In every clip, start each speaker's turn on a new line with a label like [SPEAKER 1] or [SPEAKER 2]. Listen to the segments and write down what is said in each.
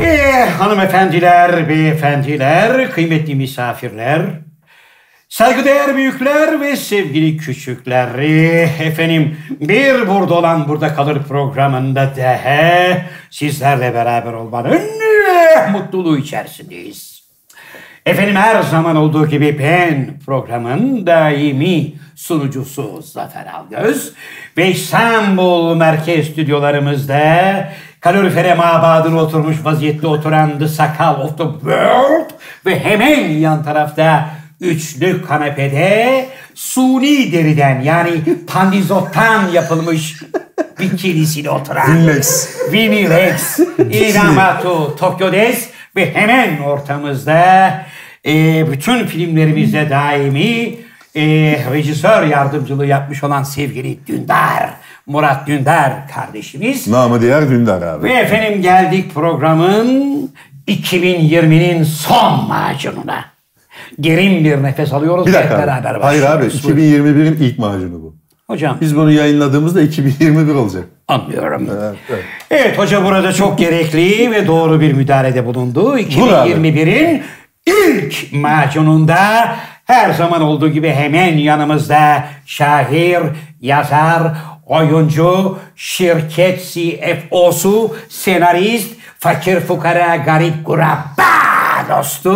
[SPEAKER 1] Ee, hanımefendiler, beyefendiler, kıymetli misafirler, saygıdeğer büyükler ve sevgili küçükler. Ee, Efendim bir burada olan burada kalır programında dehe sizlerle beraber olmanın eh, mutluluğu içerisindeyiz. Efendim her zaman olduğu gibi ben programın daimi sunucusu Zafer Algöz ve İstanbul merkez stüdyolarımızda kalorifere mabadına oturmuş vaziyette oturan The Sakal of the World ve hemen yan tarafta üçlü kanepede suni deriden yani pandizottan yapılmış bikinisiyle oturan
[SPEAKER 2] Winlex.
[SPEAKER 1] Vinilex, İramatu, Tokyo Des ve hemen ortamızda e, bütün filmlerimizde daimi e, rejisör yardımcılığı yapmış olan sevgili Dündar, Murat Dündar kardeşimiz.
[SPEAKER 2] Namı diğer Dündar abi.
[SPEAKER 1] Ve efendim geldik programın 2020'nin son macununa. Derin bir nefes alıyoruz
[SPEAKER 2] bir
[SPEAKER 1] ve
[SPEAKER 2] dakika.
[SPEAKER 1] hep
[SPEAKER 2] abi.
[SPEAKER 1] beraber
[SPEAKER 2] Hayır abi
[SPEAKER 1] başlıyoruz.
[SPEAKER 2] 2021'in ilk macunu bu.
[SPEAKER 1] Hocam
[SPEAKER 2] Biz bunu yayınladığımızda 2021 olacak.
[SPEAKER 1] anlıyorum.
[SPEAKER 2] Evet, evet.
[SPEAKER 1] Evet hoca burada çok gerekli ve doğru bir müdahalede bulundu.
[SPEAKER 2] abi.
[SPEAKER 1] 2021'in ilk macununda her zaman olduğu gibi hemen yanımızda şair, yazar, oyuncu, şirket CFO'su, senarist, fakir fukara garip kurabba dostu,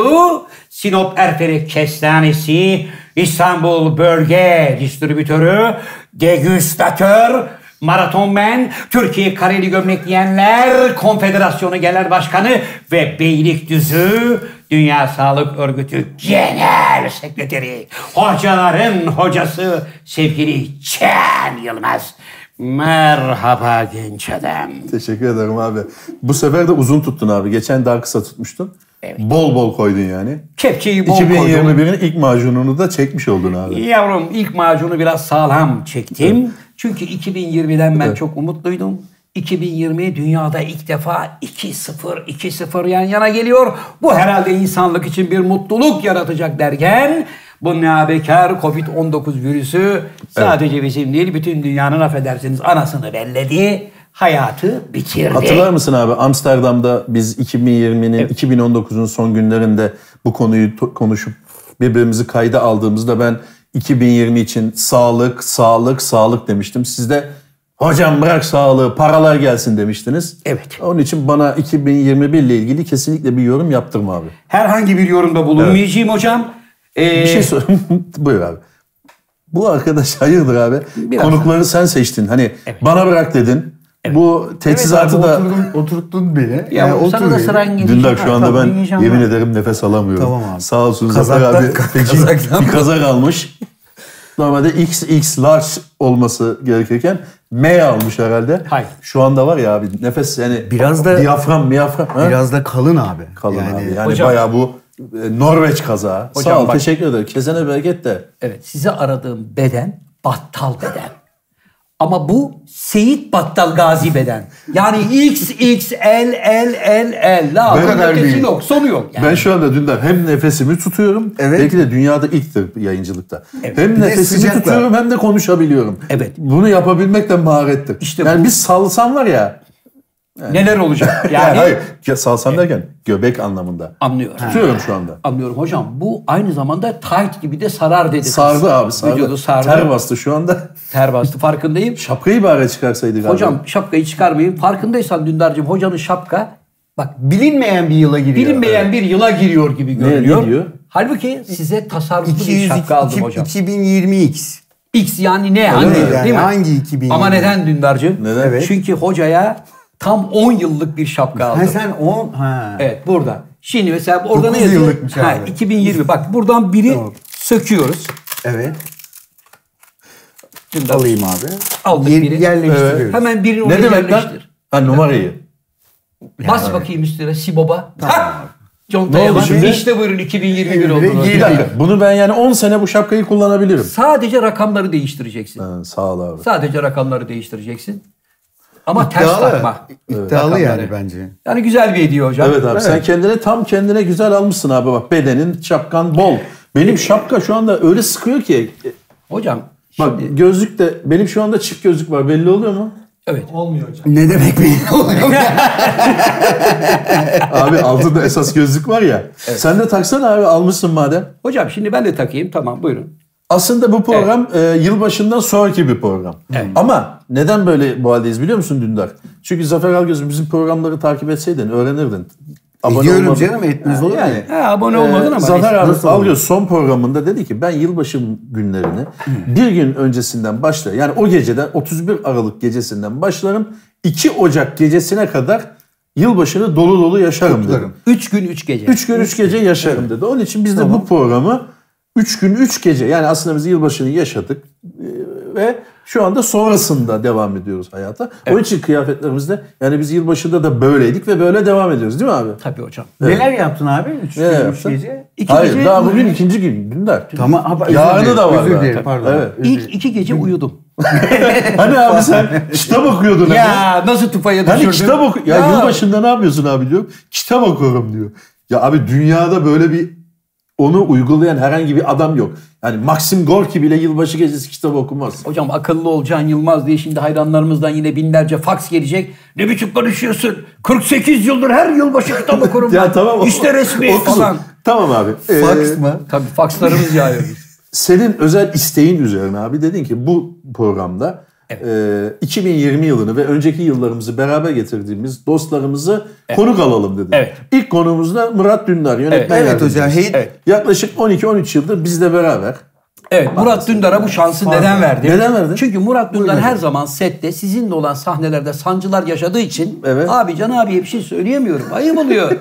[SPEAKER 1] Sinop Erfelek Kestanesi, İstanbul Bölge Distribütörü, Degüstatör, Maratonmen, Türkiye Kareli Gömlek Giyenler Konfederasyonu Genel Başkanı ve Beylikdüzü Dünya Sağlık Örgütü Genel Sekreteri, hocaların hocası sevgili Çen Yılmaz. Merhaba genç adam.
[SPEAKER 2] Teşekkür ederim abi. Bu sefer de uzun tuttun abi. Geçen daha kısa tutmuştun.
[SPEAKER 1] Evet.
[SPEAKER 2] Bol bol koydun yani.
[SPEAKER 1] Kepçeyi bol koydum.
[SPEAKER 2] 2021'in ilk macununu da çekmiş oldun abi.
[SPEAKER 1] Yavrum ilk macunu biraz sağlam çektim. Çünkü 2020'den ben çok umutluydum. 2020 dünyada ilk defa 2-0 2-0 yan yana geliyor. Bu herhalde insanlık için bir mutluluk yaratacak derken bu neabekar Covid-19 virüsü sadece bizim değil bütün dünyanın affedersiniz anasını belledi. Hayatı bitirdi.
[SPEAKER 2] Hatırlar mısın abi Amsterdam'da biz 2020'nin 2019'un son günlerinde bu konuyu to- konuşup birbirimizi kayda aldığımızda ben 2020 için sağlık, sağlık, sağlık demiştim. Siz de hocam bırak sağlığı, paralar gelsin demiştiniz.
[SPEAKER 1] Evet.
[SPEAKER 2] Onun için bana 2021 ile ilgili kesinlikle bir yorum yaptırma abi.
[SPEAKER 1] Herhangi bir yorumda bulunmayacağım hocam. Ee,
[SPEAKER 2] Bir şey sor. Buyur abi. Bu arkadaş hayırdır abi?
[SPEAKER 1] Biraz
[SPEAKER 2] Konukları sen seçtin. Hani bana bırak dedin. Bu teçhizatı da...
[SPEAKER 3] Oturdun, oturttun beni.
[SPEAKER 1] Ya
[SPEAKER 3] Yani
[SPEAKER 1] sana da
[SPEAKER 3] otur
[SPEAKER 1] sıran
[SPEAKER 3] beni.
[SPEAKER 1] gelecek.
[SPEAKER 2] Dündar şu
[SPEAKER 1] Ha,
[SPEAKER 2] anda ben
[SPEAKER 1] tabii, yiyeceğim
[SPEAKER 2] yemin ederim nefes alamıyorum.
[SPEAKER 3] Tamam abi.
[SPEAKER 2] Sağ olsun Zafer
[SPEAKER 3] Kazaktan-
[SPEAKER 2] abi. Peki,
[SPEAKER 3] kazaktan
[SPEAKER 2] bir kazak almış. Normalde XX large olması gerekirken M almış herhalde.
[SPEAKER 1] Hayır.
[SPEAKER 2] Şu anda var ya abi nefes yani
[SPEAKER 3] Biraz da-
[SPEAKER 2] diyafram miyafram. ha?
[SPEAKER 3] Biraz da kalın abi.
[SPEAKER 2] kalın
[SPEAKER 3] yani,
[SPEAKER 2] abi. Yani
[SPEAKER 1] Hocam-
[SPEAKER 2] bayağı bu e, Norveç kazağı.
[SPEAKER 1] Hocam
[SPEAKER 2] Sağ ol
[SPEAKER 1] bak-
[SPEAKER 2] teşekkür ederim. Kesene bereket de.
[SPEAKER 1] Evet size aradığım beden battal beden. Ama bu Seyit Battal Gazi beden. Yani X, X, L, L, L, L. La,
[SPEAKER 2] Ben
[SPEAKER 1] bunun
[SPEAKER 2] kadar
[SPEAKER 1] ötesi
[SPEAKER 2] büyüğüm.
[SPEAKER 1] yok, sonu yok. Yani.
[SPEAKER 2] Ben şu anda Dündar hem nefesimi tutuyorum.
[SPEAKER 3] Evet.
[SPEAKER 2] Belki de dünyada ilktir yayıncılıkta. Hem
[SPEAKER 3] Bir de
[SPEAKER 2] nefesimi
[SPEAKER 3] sıcaklar.
[SPEAKER 2] tutuyorum hem de konuşabiliyorum.
[SPEAKER 1] Evet.
[SPEAKER 2] Bunu yapabilmek de maharettir.
[SPEAKER 1] İşte
[SPEAKER 2] yani
[SPEAKER 1] bu-
[SPEAKER 2] biz salsan var ya.
[SPEAKER 1] Neler olacak? Yani
[SPEAKER 2] Yani... Hayır. ya Salsan derken göbek anlamında.
[SPEAKER 1] anlıyorum.
[SPEAKER 2] Tutuyorum şu anda.
[SPEAKER 1] Anlıyorum hocam. Bu aynı zamanda tight gibi de sarar dedi. kız.
[SPEAKER 2] Sardı abi sardı.
[SPEAKER 1] Vücudu sardı.
[SPEAKER 2] Ter bastı şu anda.
[SPEAKER 1] Ter bastı farkındayım.
[SPEAKER 2] Şapkayı bari çıkarsaydık abi.
[SPEAKER 1] Hocam şapkayı çıkarmayın. Farkındaysan Dündar'cığım hocanın şapka bak
[SPEAKER 3] bilinmeyen bir yıla giriyor.
[SPEAKER 1] bilinmeyen bir yıla giriyor gibi görünüyor.
[SPEAKER 2] ne diyor?
[SPEAKER 1] Halbuki size tasarruflu bir
[SPEAKER 3] 200,
[SPEAKER 1] şapka aldım hocam.
[SPEAKER 3] 2020x.
[SPEAKER 1] X yani ne? Hangi,
[SPEAKER 3] mi?
[SPEAKER 1] değil mi?
[SPEAKER 3] Yani hangi 2020?
[SPEAKER 1] Ama neden Dündar'cığım?
[SPEAKER 2] Neden? Evet.
[SPEAKER 1] Çünkü hocaya tam 10 yıllık bir şapka aldım.
[SPEAKER 3] Ha sen 10 ha.
[SPEAKER 1] Evet burada. Şimdi mesela orada ne
[SPEAKER 3] Dokuz
[SPEAKER 1] yazıyor?
[SPEAKER 3] yıllıkmış
[SPEAKER 1] Ha,
[SPEAKER 3] abi.
[SPEAKER 1] 2020. Bak buradan biri
[SPEAKER 3] Tamam.
[SPEAKER 1] söküyoruz.
[SPEAKER 3] Evet.
[SPEAKER 1] Dündar.
[SPEAKER 3] Alayım abi.
[SPEAKER 1] Aldık
[SPEAKER 3] Yer-
[SPEAKER 1] biri.
[SPEAKER 3] Yerleştiriyoruz.
[SPEAKER 2] Evet.
[SPEAKER 1] Hemen birini oraya
[SPEAKER 2] Ne demek lan?
[SPEAKER 1] yerleştir.
[SPEAKER 2] Ha numarayı.
[SPEAKER 1] Bas bakayım üstüne Sibob'a. Ha!
[SPEAKER 2] Ne
[SPEAKER 1] Contaya
[SPEAKER 2] oldu
[SPEAKER 1] bak.
[SPEAKER 2] şimdi?
[SPEAKER 1] İşte buyurun
[SPEAKER 3] Ee,
[SPEAKER 1] 2021 oldu.
[SPEAKER 2] Bir dakika. Bunu ben yani 10 sene bu şapkayı kullanabilirim.
[SPEAKER 1] Sadece rakamları değiştireceksin.
[SPEAKER 2] Ha, sağ ol abi.
[SPEAKER 1] Sadece rakamları değiştireceksin. Ama ters
[SPEAKER 3] İddialı.
[SPEAKER 1] takma.
[SPEAKER 3] İddialı
[SPEAKER 1] Rakamları.
[SPEAKER 3] yani bence.
[SPEAKER 1] Yani güzel bir hediye hocam.
[SPEAKER 2] Evet abi sen kendine tam kendine güzel almışsın abi bak bedenin şapkan bol. Benim şapka şu anda öyle sıkıyor ki
[SPEAKER 1] Hocam
[SPEAKER 2] bak gözlük de benim şu anda çift gözlük var belli oluyor mu?
[SPEAKER 1] Evet.
[SPEAKER 4] Olmuyor hocam.
[SPEAKER 3] Ne demek bir
[SPEAKER 2] Abi altında esas gözlük var ya. Sen de taksana abi almışsın madem.
[SPEAKER 1] Hocam şimdi ben de takayım. Tamam buyurun.
[SPEAKER 2] Aslında bu program e, yılbaşından sonraki bir program. Ama neden böyle bu haldeyiz biliyor musun Dündar? Çünkü Zafer Algöz bizim programları takip etseydin öğrenirdin.
[SPEAKER 3] Diyorum
[SPEAKER 2] olmadın.
[SPEAKER 3] canım etmez olur yani.
[SPEAKER 1] Ha, abone olmadın ama.
[SPEAKER 2] Ee, Zafer
[SPEAKER 1] neyse.
[SPEAKER 2] abi
[SPEAKER 3] nasıl
[SPEAKER 2] Algöz son programında dedi ki ben yılbaşı günlerini
[SPEAKER 1] Hmm.
[SPEAKER 2] bir gün öncesinden başlarım. Yani o geceden 31 Aralık gecesinden başlarım. 2 Ocak gecesine kadar yılbaşını dolu dolu yaşarım dedim.
[SPEAKER 1] Üç gün üç gece.
[SPEAKER 2] 3 gün 3 gece yaşarım dedi. Onun için biz de bu programı 3 gün 3 gece yani aslında biz yılbaşını yaşadık Ee, ve şu anda sonrasında devam ediyoruz hayata. Onun için kıyafetlerimizde yani biz yılbaşında da böyleydik ve böyle devam ediyoruz değil mi abi?
[SPEAKER 1] Tabii hocam.
[SPEAKER 3] Neler yaptın abi? Üç,
[SPEAKER 2] Ne
[SPEAKER 3] gün, üç
[SPEAKER 2] yaptın?
[SPEAKER 3] gece. İki
[SPEAKER 2] Hayır
[SPEAKER 3] gece-
[SPEAKER 2] daha bugün ikinci gün. Dündar.
[SPEAKER 3] Tamam abi. özür
[SPEAKER 2] Yarını
[SPEAKER 3] dilerim,
[SPEAKER 2] da var.
[SPEAKER 3] Özür
[SPEAKER 2] daha.
[SPEAKER 3] dilerim pardon.
[SPEAKER 2] Evet.
[SPEAKER 1] İlk iki gece uyudum.
[SPEAKER 2] Hani abi sen kitap okuyordun. hani.
[SPEAKER 1] nasıl tufaya
[SPEAKER 2] Hani kitap oku... Ya, yılbaşında ne yapıyorsun abi diyorum. Kitap okuyorum diyor. Ya abi dünyada böyle bir onu uygulayan herhangi bir adam yok. Yani Maxim Gorki bile yılbaşı gecesi kitap okumaz.
[SPEAKER 1] Hocam akıllı ol Can Yılmaz diye şimdi hayranlarımızdan yine binlerce faks gelecek. Ne biçim konuşuyorsun? 48 yıldır her yılbaşı kitap okurum ben.
[SPEAKER 2] Ya tamam. o-
[SPEAKER 1] İşte resmi
[SPEAKER 2] okusun.
[SPEAKER 1] falan.
[SPEAKER 2] Tamam abi. Ee,
[SPEAKER 3] Fax mı?
[SPEAKER 1] Tabii fakslarımız yağıyor. biz.
[SPEAKER 2] Senin özel isteğin üzerine abi dedin ki bu programda e, 2020 yılını ve önceki yıllarımızı beraber getirdiğimiz dostlarımızı konuk alalım dedin.
[SPEAKER 1] Evet.
[SPEAKER 2] İlk konuğumuz da Murat Dündar yönetmen
[SPEAKER 3] Evet
[SPEAKER 2] yardımcısı.
[SPEAKER 3] hocam. Hey,
[SPEAKER 2] Yaklaşık 12-13 yıldır bizle beraber.
[SPEAKER 1] Evet Murat Dündar'a bu şansı neden verdim?
[SPEAKER 2] Neden verdin?
[SPEAKER 1] Çünkü Murat Dündar her zaman sette sizinle olan sahnelerde sancılar yaşadığı için
[SPEAKER 2] Evet.
[SPEAKER 1] abi Can abiye bir şey söyleyemiyorum. Ayıp oluyor.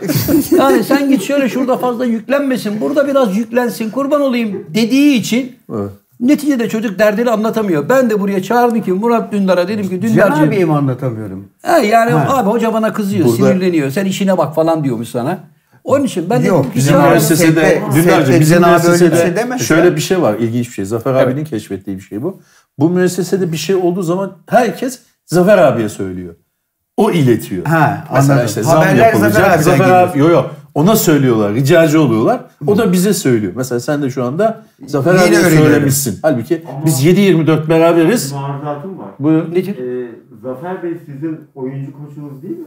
[SPEAKER 1] yani sen git şöyle şurada fazla yüklenmesin. Burada biraz yüklensin kurban olayım dediği için Neticede çocuk derdini anlatamıyor. Ben de buraya çağırdım ki Murat Dündar'a dedim ki
[SPEAKER 3] Can
[SPEAKER 1] Dündar'cığım
[SPEAKER 3] abiyi mi anlatamıyorum?
[SPEAKER 1] Ha, yani abi hoca bana kızıyor,
[SPEAKER 2] Burada-
[SPEAKER 1] sinirleniyor. Sen işine bak falan diyormuş sana. Onun için ben şey
[SPEAKER 3] Yok,
[SPEAKER 1] dedim ki
[SPEAKER 3] bizim
[SPEAKER 1] çağırın.
[SPEAKER 3] üniversite-
[SPEAKER 2] Üniversitede,
[SPEAKER 3] Sette-
[SPEAKER 2] Dündar'cığım
[SPEAKER 3] sette
[SPEAKER 2] bizim
[SPEAKER 3] Cenab-ı öyle bir
[SPEAKER 2] üniversitede
[SPEAKER 3] şey demez
[SPEAKER 2] şöyle
[SPEAKER 3] ya.
[SPEAKER 2] bir şey var. ilginç bir şey. Zafer abinin keşfettiği bir şey bu. Bu müessesede bir şey olduğu zaman herkes Zafer abiye söylüyor. O iletiyor.
[SPEAKER 3] Ha,
[SPEAKER 2] Mesela
[SPEAKER 3] anladım.
[SPEAKER 2] işte zam
[SPEAKER 3] Haberler
[SPEAKER 2] yapılacak.
[SPEAKER 3] Zafer abiden
[SPEAKER 2] Zafer
[SPEAKER 3] geliyor.
[SPEAKER 2] abi, yo yo. Ona söylüyorlar, ricacı oluyorlar. O da bize söylüyor. Mesela sen de şu anda Zafer
[SPEAKER 3] Yeni
[SPEAKER 2] abiye
[SPEAKER 3] öğreniyorum.
[SPEAKER 2] söylemişsin. Halbuki biz 7-24 beraberiz.
[SPEAKER 4] Maruzatım var.
[SPEAKER 2] Buyur.
[SPEAKER 4] Ee, Zafer Bey sizin oyuncu koçunuz değil mi?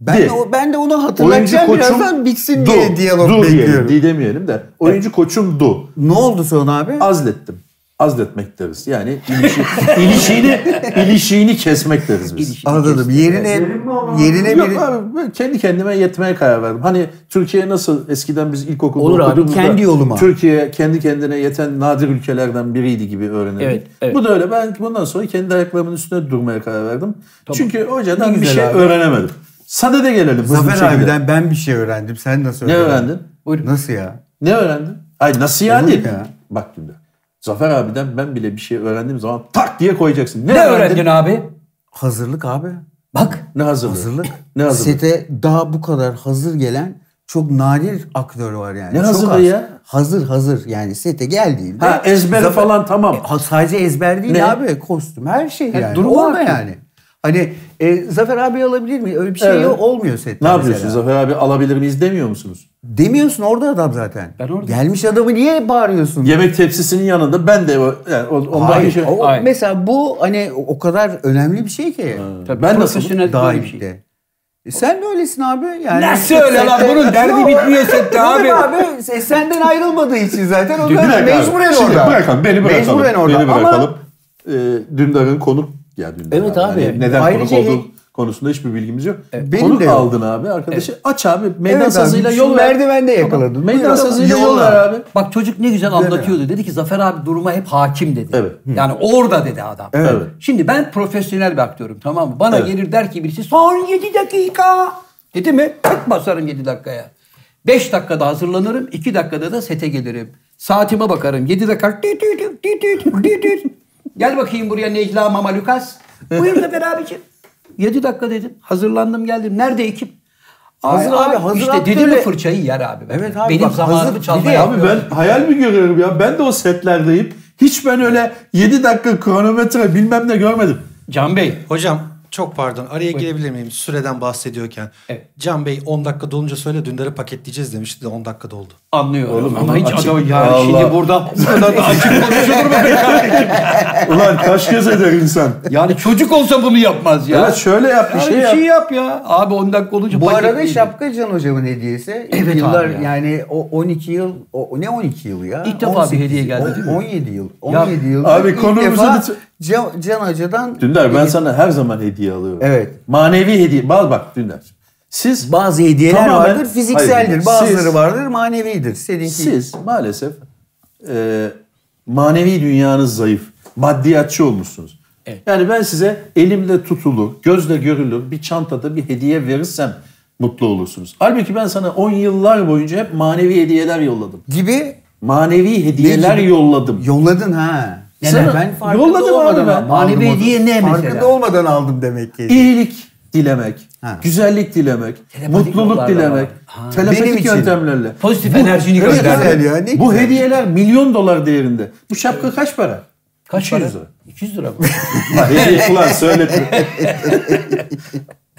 [SPEAKER 3] Ben
[SPEAKER 2] Değil.
[SPEAKER 3] de, o- ben de onu
[SPEAKER 2] Oyuncu
[SPEAKER 3] hatırlayacağım
[SPEAKER 2] koçum
[SPEAKER 3] birazdan bitsin
[SPEAKER 2] Du.
[SPEAKER 3] diye diyalog
[SPEAKER 2] Du diyelim,
[SPEAKER 3] bekliyorum.
[SPEAKER 2] di demeyelim de. Oyuncu koçum Du.
[SPEAKER 3] Ne oldu sonra abi?
[SPEAKER 2] azlettim. Azletmek deriz. Yani ilişi, ilişiğini, ilişiğini kesmek deriz biz.
[SPEAKER 3] Anladım. Yerine
[SPEAKER 4] Verim mi olan-
[SPEAKER 3] yerine
[SPEAKER 2] Yok
[SPEAKER 3] biri
[SPEAKER 2] abi ben kendi kendime yetmeye karar verdim. Hani Türkiye nasıl eskiden biz ilkokulda
[SPEAKER 1] Olur abi,
[SPEAKER 2] okuduğumuzda
[SPEAKER 3] kendi yoluma.
[SPEAKER 2] Türkiye kendi kendine yeten nadir ülkelerden biriydi gibi öğrenildi.
[SPEAKER 1] Evet, evet.
[SPEAKER 2] Bu da öyle. Ben bundan sonra kendi ayaklarımın üstüne durmaya karar verdim. Çünkü
[SPEAKER 3] Ne
[SPEAKER 2] hocadan bir
[SPEAKER 3] güzel
[SPEAKER 2] şey
[SPEAKER 3] abi.
[SPEAKER 2] öğrenemedim. Sade de gelelim. hızlı bir
[SPEAKER 3] Zafer
[SPEAKER 2] şekilde.
[SPEAKER 3] abiden ben bir şey öğrendim. Sen nasıl
[SPEAKER 2] Ne
[SPEAKER 3] öğrendin?
[SPEAKER 2] öğrendin?
[SPEAKER 3] Nasıl ya?
[SPEAKER 2] Ne öğrendin? Ay nasıl yani?
[SPEAKER 3] Olur mu ya?
[SPEAKER 2] Bak şimdi. Zafer abiden ben bile bir şey öğrendiğim zaman tak diye koyacaksın. Ne,
[SPEAKER 1] Ne öğrendin abi?
[SPEAKER 3] Hazırlık abi.
[SPEAKER 1] Bak
[SPEAKER 2] Ne hazırlığı?
[SPEAKER 3] Hazırlık.
[SPEAKER 2] Ne hazırlığı?
[SPEAKER 3] Sete daha bu kadar hazır gelen çok nadir aktör var yani.
[SPEAKER 2] Ne
[SPEAKER 3] Çok
[SPEAKER 2] hazırlığı
[SPEAKER 3] az.
[SPEAKER 2] ya?
[SPEAKER 3] Hazır hazır yani sete geldiğinde.
[SPEAKER 2] Ha ezbere
[SPEAKER 3] Zafer- E,
[SPEAKER 2] falan tamam.
[SPEAKER 3] Ha, sadece ezber değil
[SPEAKER 2] Ne?
[SPEAKER 3] abi kostüm her şey yani.
[SPEAKER 1] durum
[SPEAKER 3] Orada
[SPEAKER 1] hakim.
[SPEAKER 3] yani. Hani e, Zafer abi alabilir mi? Öyle bir şey
[SPEAKER 2] Evet.
[SPEAKER 3] yok- olmuyor sette.
[SPEAKER 2] ne
[SPEAKER 3] mesela.
[SPEAKER 2] yapıyorsunuz Zafer abi alabilir miyiz demiyor musunuz?
[SPEAKER 3] Demiyorsun orada adam zaten.
[SPEAKER 1] Ben orada.
[SPEAKER 3] Gelmiş adamı niye bağırıyorsun?
[SPEAKER 2] Yemek tepsisinin yanında ben de o- yani o- ondan bir
[SPEAKER 3] Hayır.
[SPEAKER 2] şey-
[SPEAKER 3] o-
[SPEAKER 1] Hayır.
[SPEAKER 3] Mesela bu hani o- o kadar önemli bir şey ki.
[SPEAKER 1] Tabii
[SPEAKER 2] Ben nasıl-
[SPEAKER 1] profesyonel
[SPEAKER 3] Daha
[SPEAKER 1] böyle bir
[SPEAKER 3] iyi
[SPEAKER 1] şey.
[SPEAKER 3] de. E sen de öylesin abi. Yani
[SPEAKER 1] Nasıl öyle lan? Bunun derdi bitmiyor sette abi.
[SPEAKER 3] abi. abi sen- senden ayrılmadığı için zaten o
[SPEAKER 2] Bir
[SPEAKER 3] da
[SPEAKER 2] dakika abi.
[SPEAKER 3] mecburen
[SPEAKER 2] Şimdi
[SPEAKER 3] orada.
[SPEAKER 2] Bırakalım beni bırakalım.
[SPEAKER 3] Mecburen orada.
[SPEAKER 2] Beni bırakalım.
[SPEAKER 3] Ama
[SPEAKER 2] Ee, Dündar'ın konuk ya Dündar
[SPEAKER 3] Evet abi.
[SPEAKER 2] yani neden
[SPEAKER 3] Ayrıca-
[SPEAKER 2] konuk olduğu konusunda hiçbir bilgimiz yok.
[SPEAKER 3] Benim
[SPEAKER 2] konuk
[SPEAKER 3] de yok.
[SPEAKER 2] aldın abi arkadaşı aç abi meydan
[SPEAKER 3] evet
[SPEAKER 2] sazıyla
[SPEAKER 3] abi, şu
[SPEAKER 2] yol ver.
[SPEAKER 3] merdivende yakaladın.
[SPEAKER 2] Meydan
[SPEAKER 3] Buyur.
[SPEAKER 2] sazıyla yol ver abi.
[SPEAKER 1] Bak çocuk ne güzel anlatıyordu. Dedi ki Zafer abi duruma hep hakim dedi.
[SPEAKER 2] Evet.
[SPEAKER 1] Yani orada dedi adam.
[SPEAKER 2] Evet.
[SPEAKER 1] Şimdi ben profesyonel bir aktörüm tamam mı? Bana
[SPEAKER 2] Evet.
[SPEAKER 1] gelir der ki birisi son 7 dakika dedi mi tık basarım 7 dakikaya. 5 dakikada hazırlanırım 2 dakikada da sete gelirim. Saatime bakarım 7 dakika tüt tüt tüt tüt tüt tüt tüt. Gel bakayım buraya Necla Mama Lukas. Buyur Zafer abicim. 7 dakika dedim. Hazırlandım geldim. Nerede ekip?
[SPEAKER 3] Hazır abi, hazır
[SPEAKER 1] işte
[SPEAKER 3] aktörle-
[SPEAKER 1] dedim mi fırçayı yer abi.
[SPEAKER 3] Evet abi,
[SPEAKER 1] Benim
[SPEAKER 3] bak
[SPEAKER 1] zamanımı
[SPEAKER 3] hazır- bir de
[SPEAKER 1] çalmaya
[SPEAKER 2] Abi ben hayal mi görüyorum ya? Ben de o setlerdeyim. Hiç ben öyle 7 dakika kronometre bilmem ne görmedim.
[SPEAKER 1] Can Bey
[SPEAKER 4] Hocam çok pardon araya girebilir miyim süreden bahsediyorken?
[SPEAKER 1] Evet.
[SPEAKER 4] Can Bey 10 dakika dolunca söyle Dündar'ı paketleyeceğiz demişti de 10 dakika doldu.
[SPEAKER 1] Anlıyorum
[SPEAKER 2] Oğlum,
[SPEAKER 1] ama
[SPEAKER 2] oğlum,
[SPEAKER 1] hiç
[SPEAKER 2] açık-
[SPEAKER 1] adam yani
[SPEAKER 2] Allah.
[SPEAKER 1] şimdi burada bu kadar da açık konuşulur mu be kardeşim?
[SPEAKER 2] Ulan kaş göz eder insan.
[SPEAKER 1] Yani çocuk olsa bunu yapmaz ya.
[SPEAKER 2] Evet şöyle yap bir
[SPEAKER 1] Ya
[SPEAKER 2] şey
[SPEAKER 1] bir
[SPEAKER 2] yap.
[SPEAKER 1] şey yap ya. Abi 10 dakika olunca
[SPEAKER 3] Bu
[SPEAKER 1] paket
[SPEAKER 3] arada
[SPEAKER 1] değil.
[SPEAKER 3] Şapkacan hocamın hediyesi.
[SPEAKER 1] Evet
[SPEAKER 3] yıllar,
[SPEAKER 1] abi ya.
[SPEAKER 3] Yani o 12 yıl, o, ne 12 yıl ya?
[SPEAKER 1] İlk defa bir
[SPEAKER 3] 18
[SPEAKER 1] hediye geldi
[SPEAKER 3] on-
[SPEAKER 1] değil mi?
[SPEAKER 3] 17 yıl. 17 yıl.
[SPEAKER 2] abi
[SPEAKER 3] ilk
[SPEAKER 2] konumuza
[SPEAKER 3] defa
[SPEAKER 2] lütfen-
[SPEAKER 3] Can, Can Hoca'dan
[SPEAKER 2] Dündar ben
[SPEAKER 3] hediye-
[SPEAKER 2] sana her zaman hediye alıyorum.
[SPEAKER 3] Evet.
[SPEAKER 2] Manevi hediye. Bak bak Dündar. Siz
[SPEAKER 3] bazı hediyeler
[SPEAKER 2] Tamamen-
[SPEAKER 3] vardır fizikseldir,
[SPEAKER 2] Hayır,
[SPEAKER 3] bazıları
[SPEAKER 2] siz-
[SPEAKER 3] vardır manevidir. Seninki
[SPEAKER 2] siz maalesef e, manevi dünyanız zayıf. Maddiyatçı olmuşsunuz.
[SPEAKER 1] Evet.
[SPEAKER 2] Yani ben size elimle tutulur, gözle görülür bir çantada bir hediye verirsem mutlu olursunuz. Halbuki ben sana 10 yıllar boyunca hep manevi hediyeler yolladım.
[SPEAKER 3] gibi
[SPEAKER 2] Manevi hediyeler
[SPEAKER 3] gibi?
[SPEAKER 2] yolladım.
[SPEAKER 3] yolladın ha. Yani
[SPEAKER 2] Sana
[SPEAKER 3] ben farkında
[SPEAKER 2] yolladım abi
[SPEAKER 3] olmadan
[SPEAKER 2] ben.
[SPEAKER 3] aldım
[SPEAKER 1] Manevi
[SPEAKER 3] onu.
[SPEAKER 1] hediye ne mesela?
[SPEAKER 3] Farkında olmadan aldım demek ki.
[SPEAKER 2] İyilik dilemek,
[SPEAKER 3] Ha.
[SPEAKER 2] güzellik dilemek,
[SPEAKER 1] Telepatik
[SPEAKER 2] mutluluk
[SPEAKER 1] yollarla
[SPEAKER 2] dilemek,
[SPEAKER 1] ama. Ha.
[SPEAKER 3] Benim
[SPEAKER 2] telepatik
[SPEAKER 3] için.
[SPEAKER 2] yöntemlerle.
[SPEAKER 1] Pozitif
[SPEAKER 2] Bu-
[SPEAKER 1] enerjini
[SPEAKER 2] Evet,
[SPEAKER 1] gönder.
[SPEAKER 2] evet.
[SPEAKER 3] Güzel ya, ne
[SPEAKER 2] Bu
[SPEAKER 3] güzel.
[SPEAKER 2] hediyeler milyon dolar değerinde. Bu şapka kaç para?
[SPEAKER 1] Kaç para?
[SPEAKER 2] 200 lira.
[SPEAKER 1] 200 lira mı?
[SPEAKER 2] Ulan hediye- Ulan söyletme.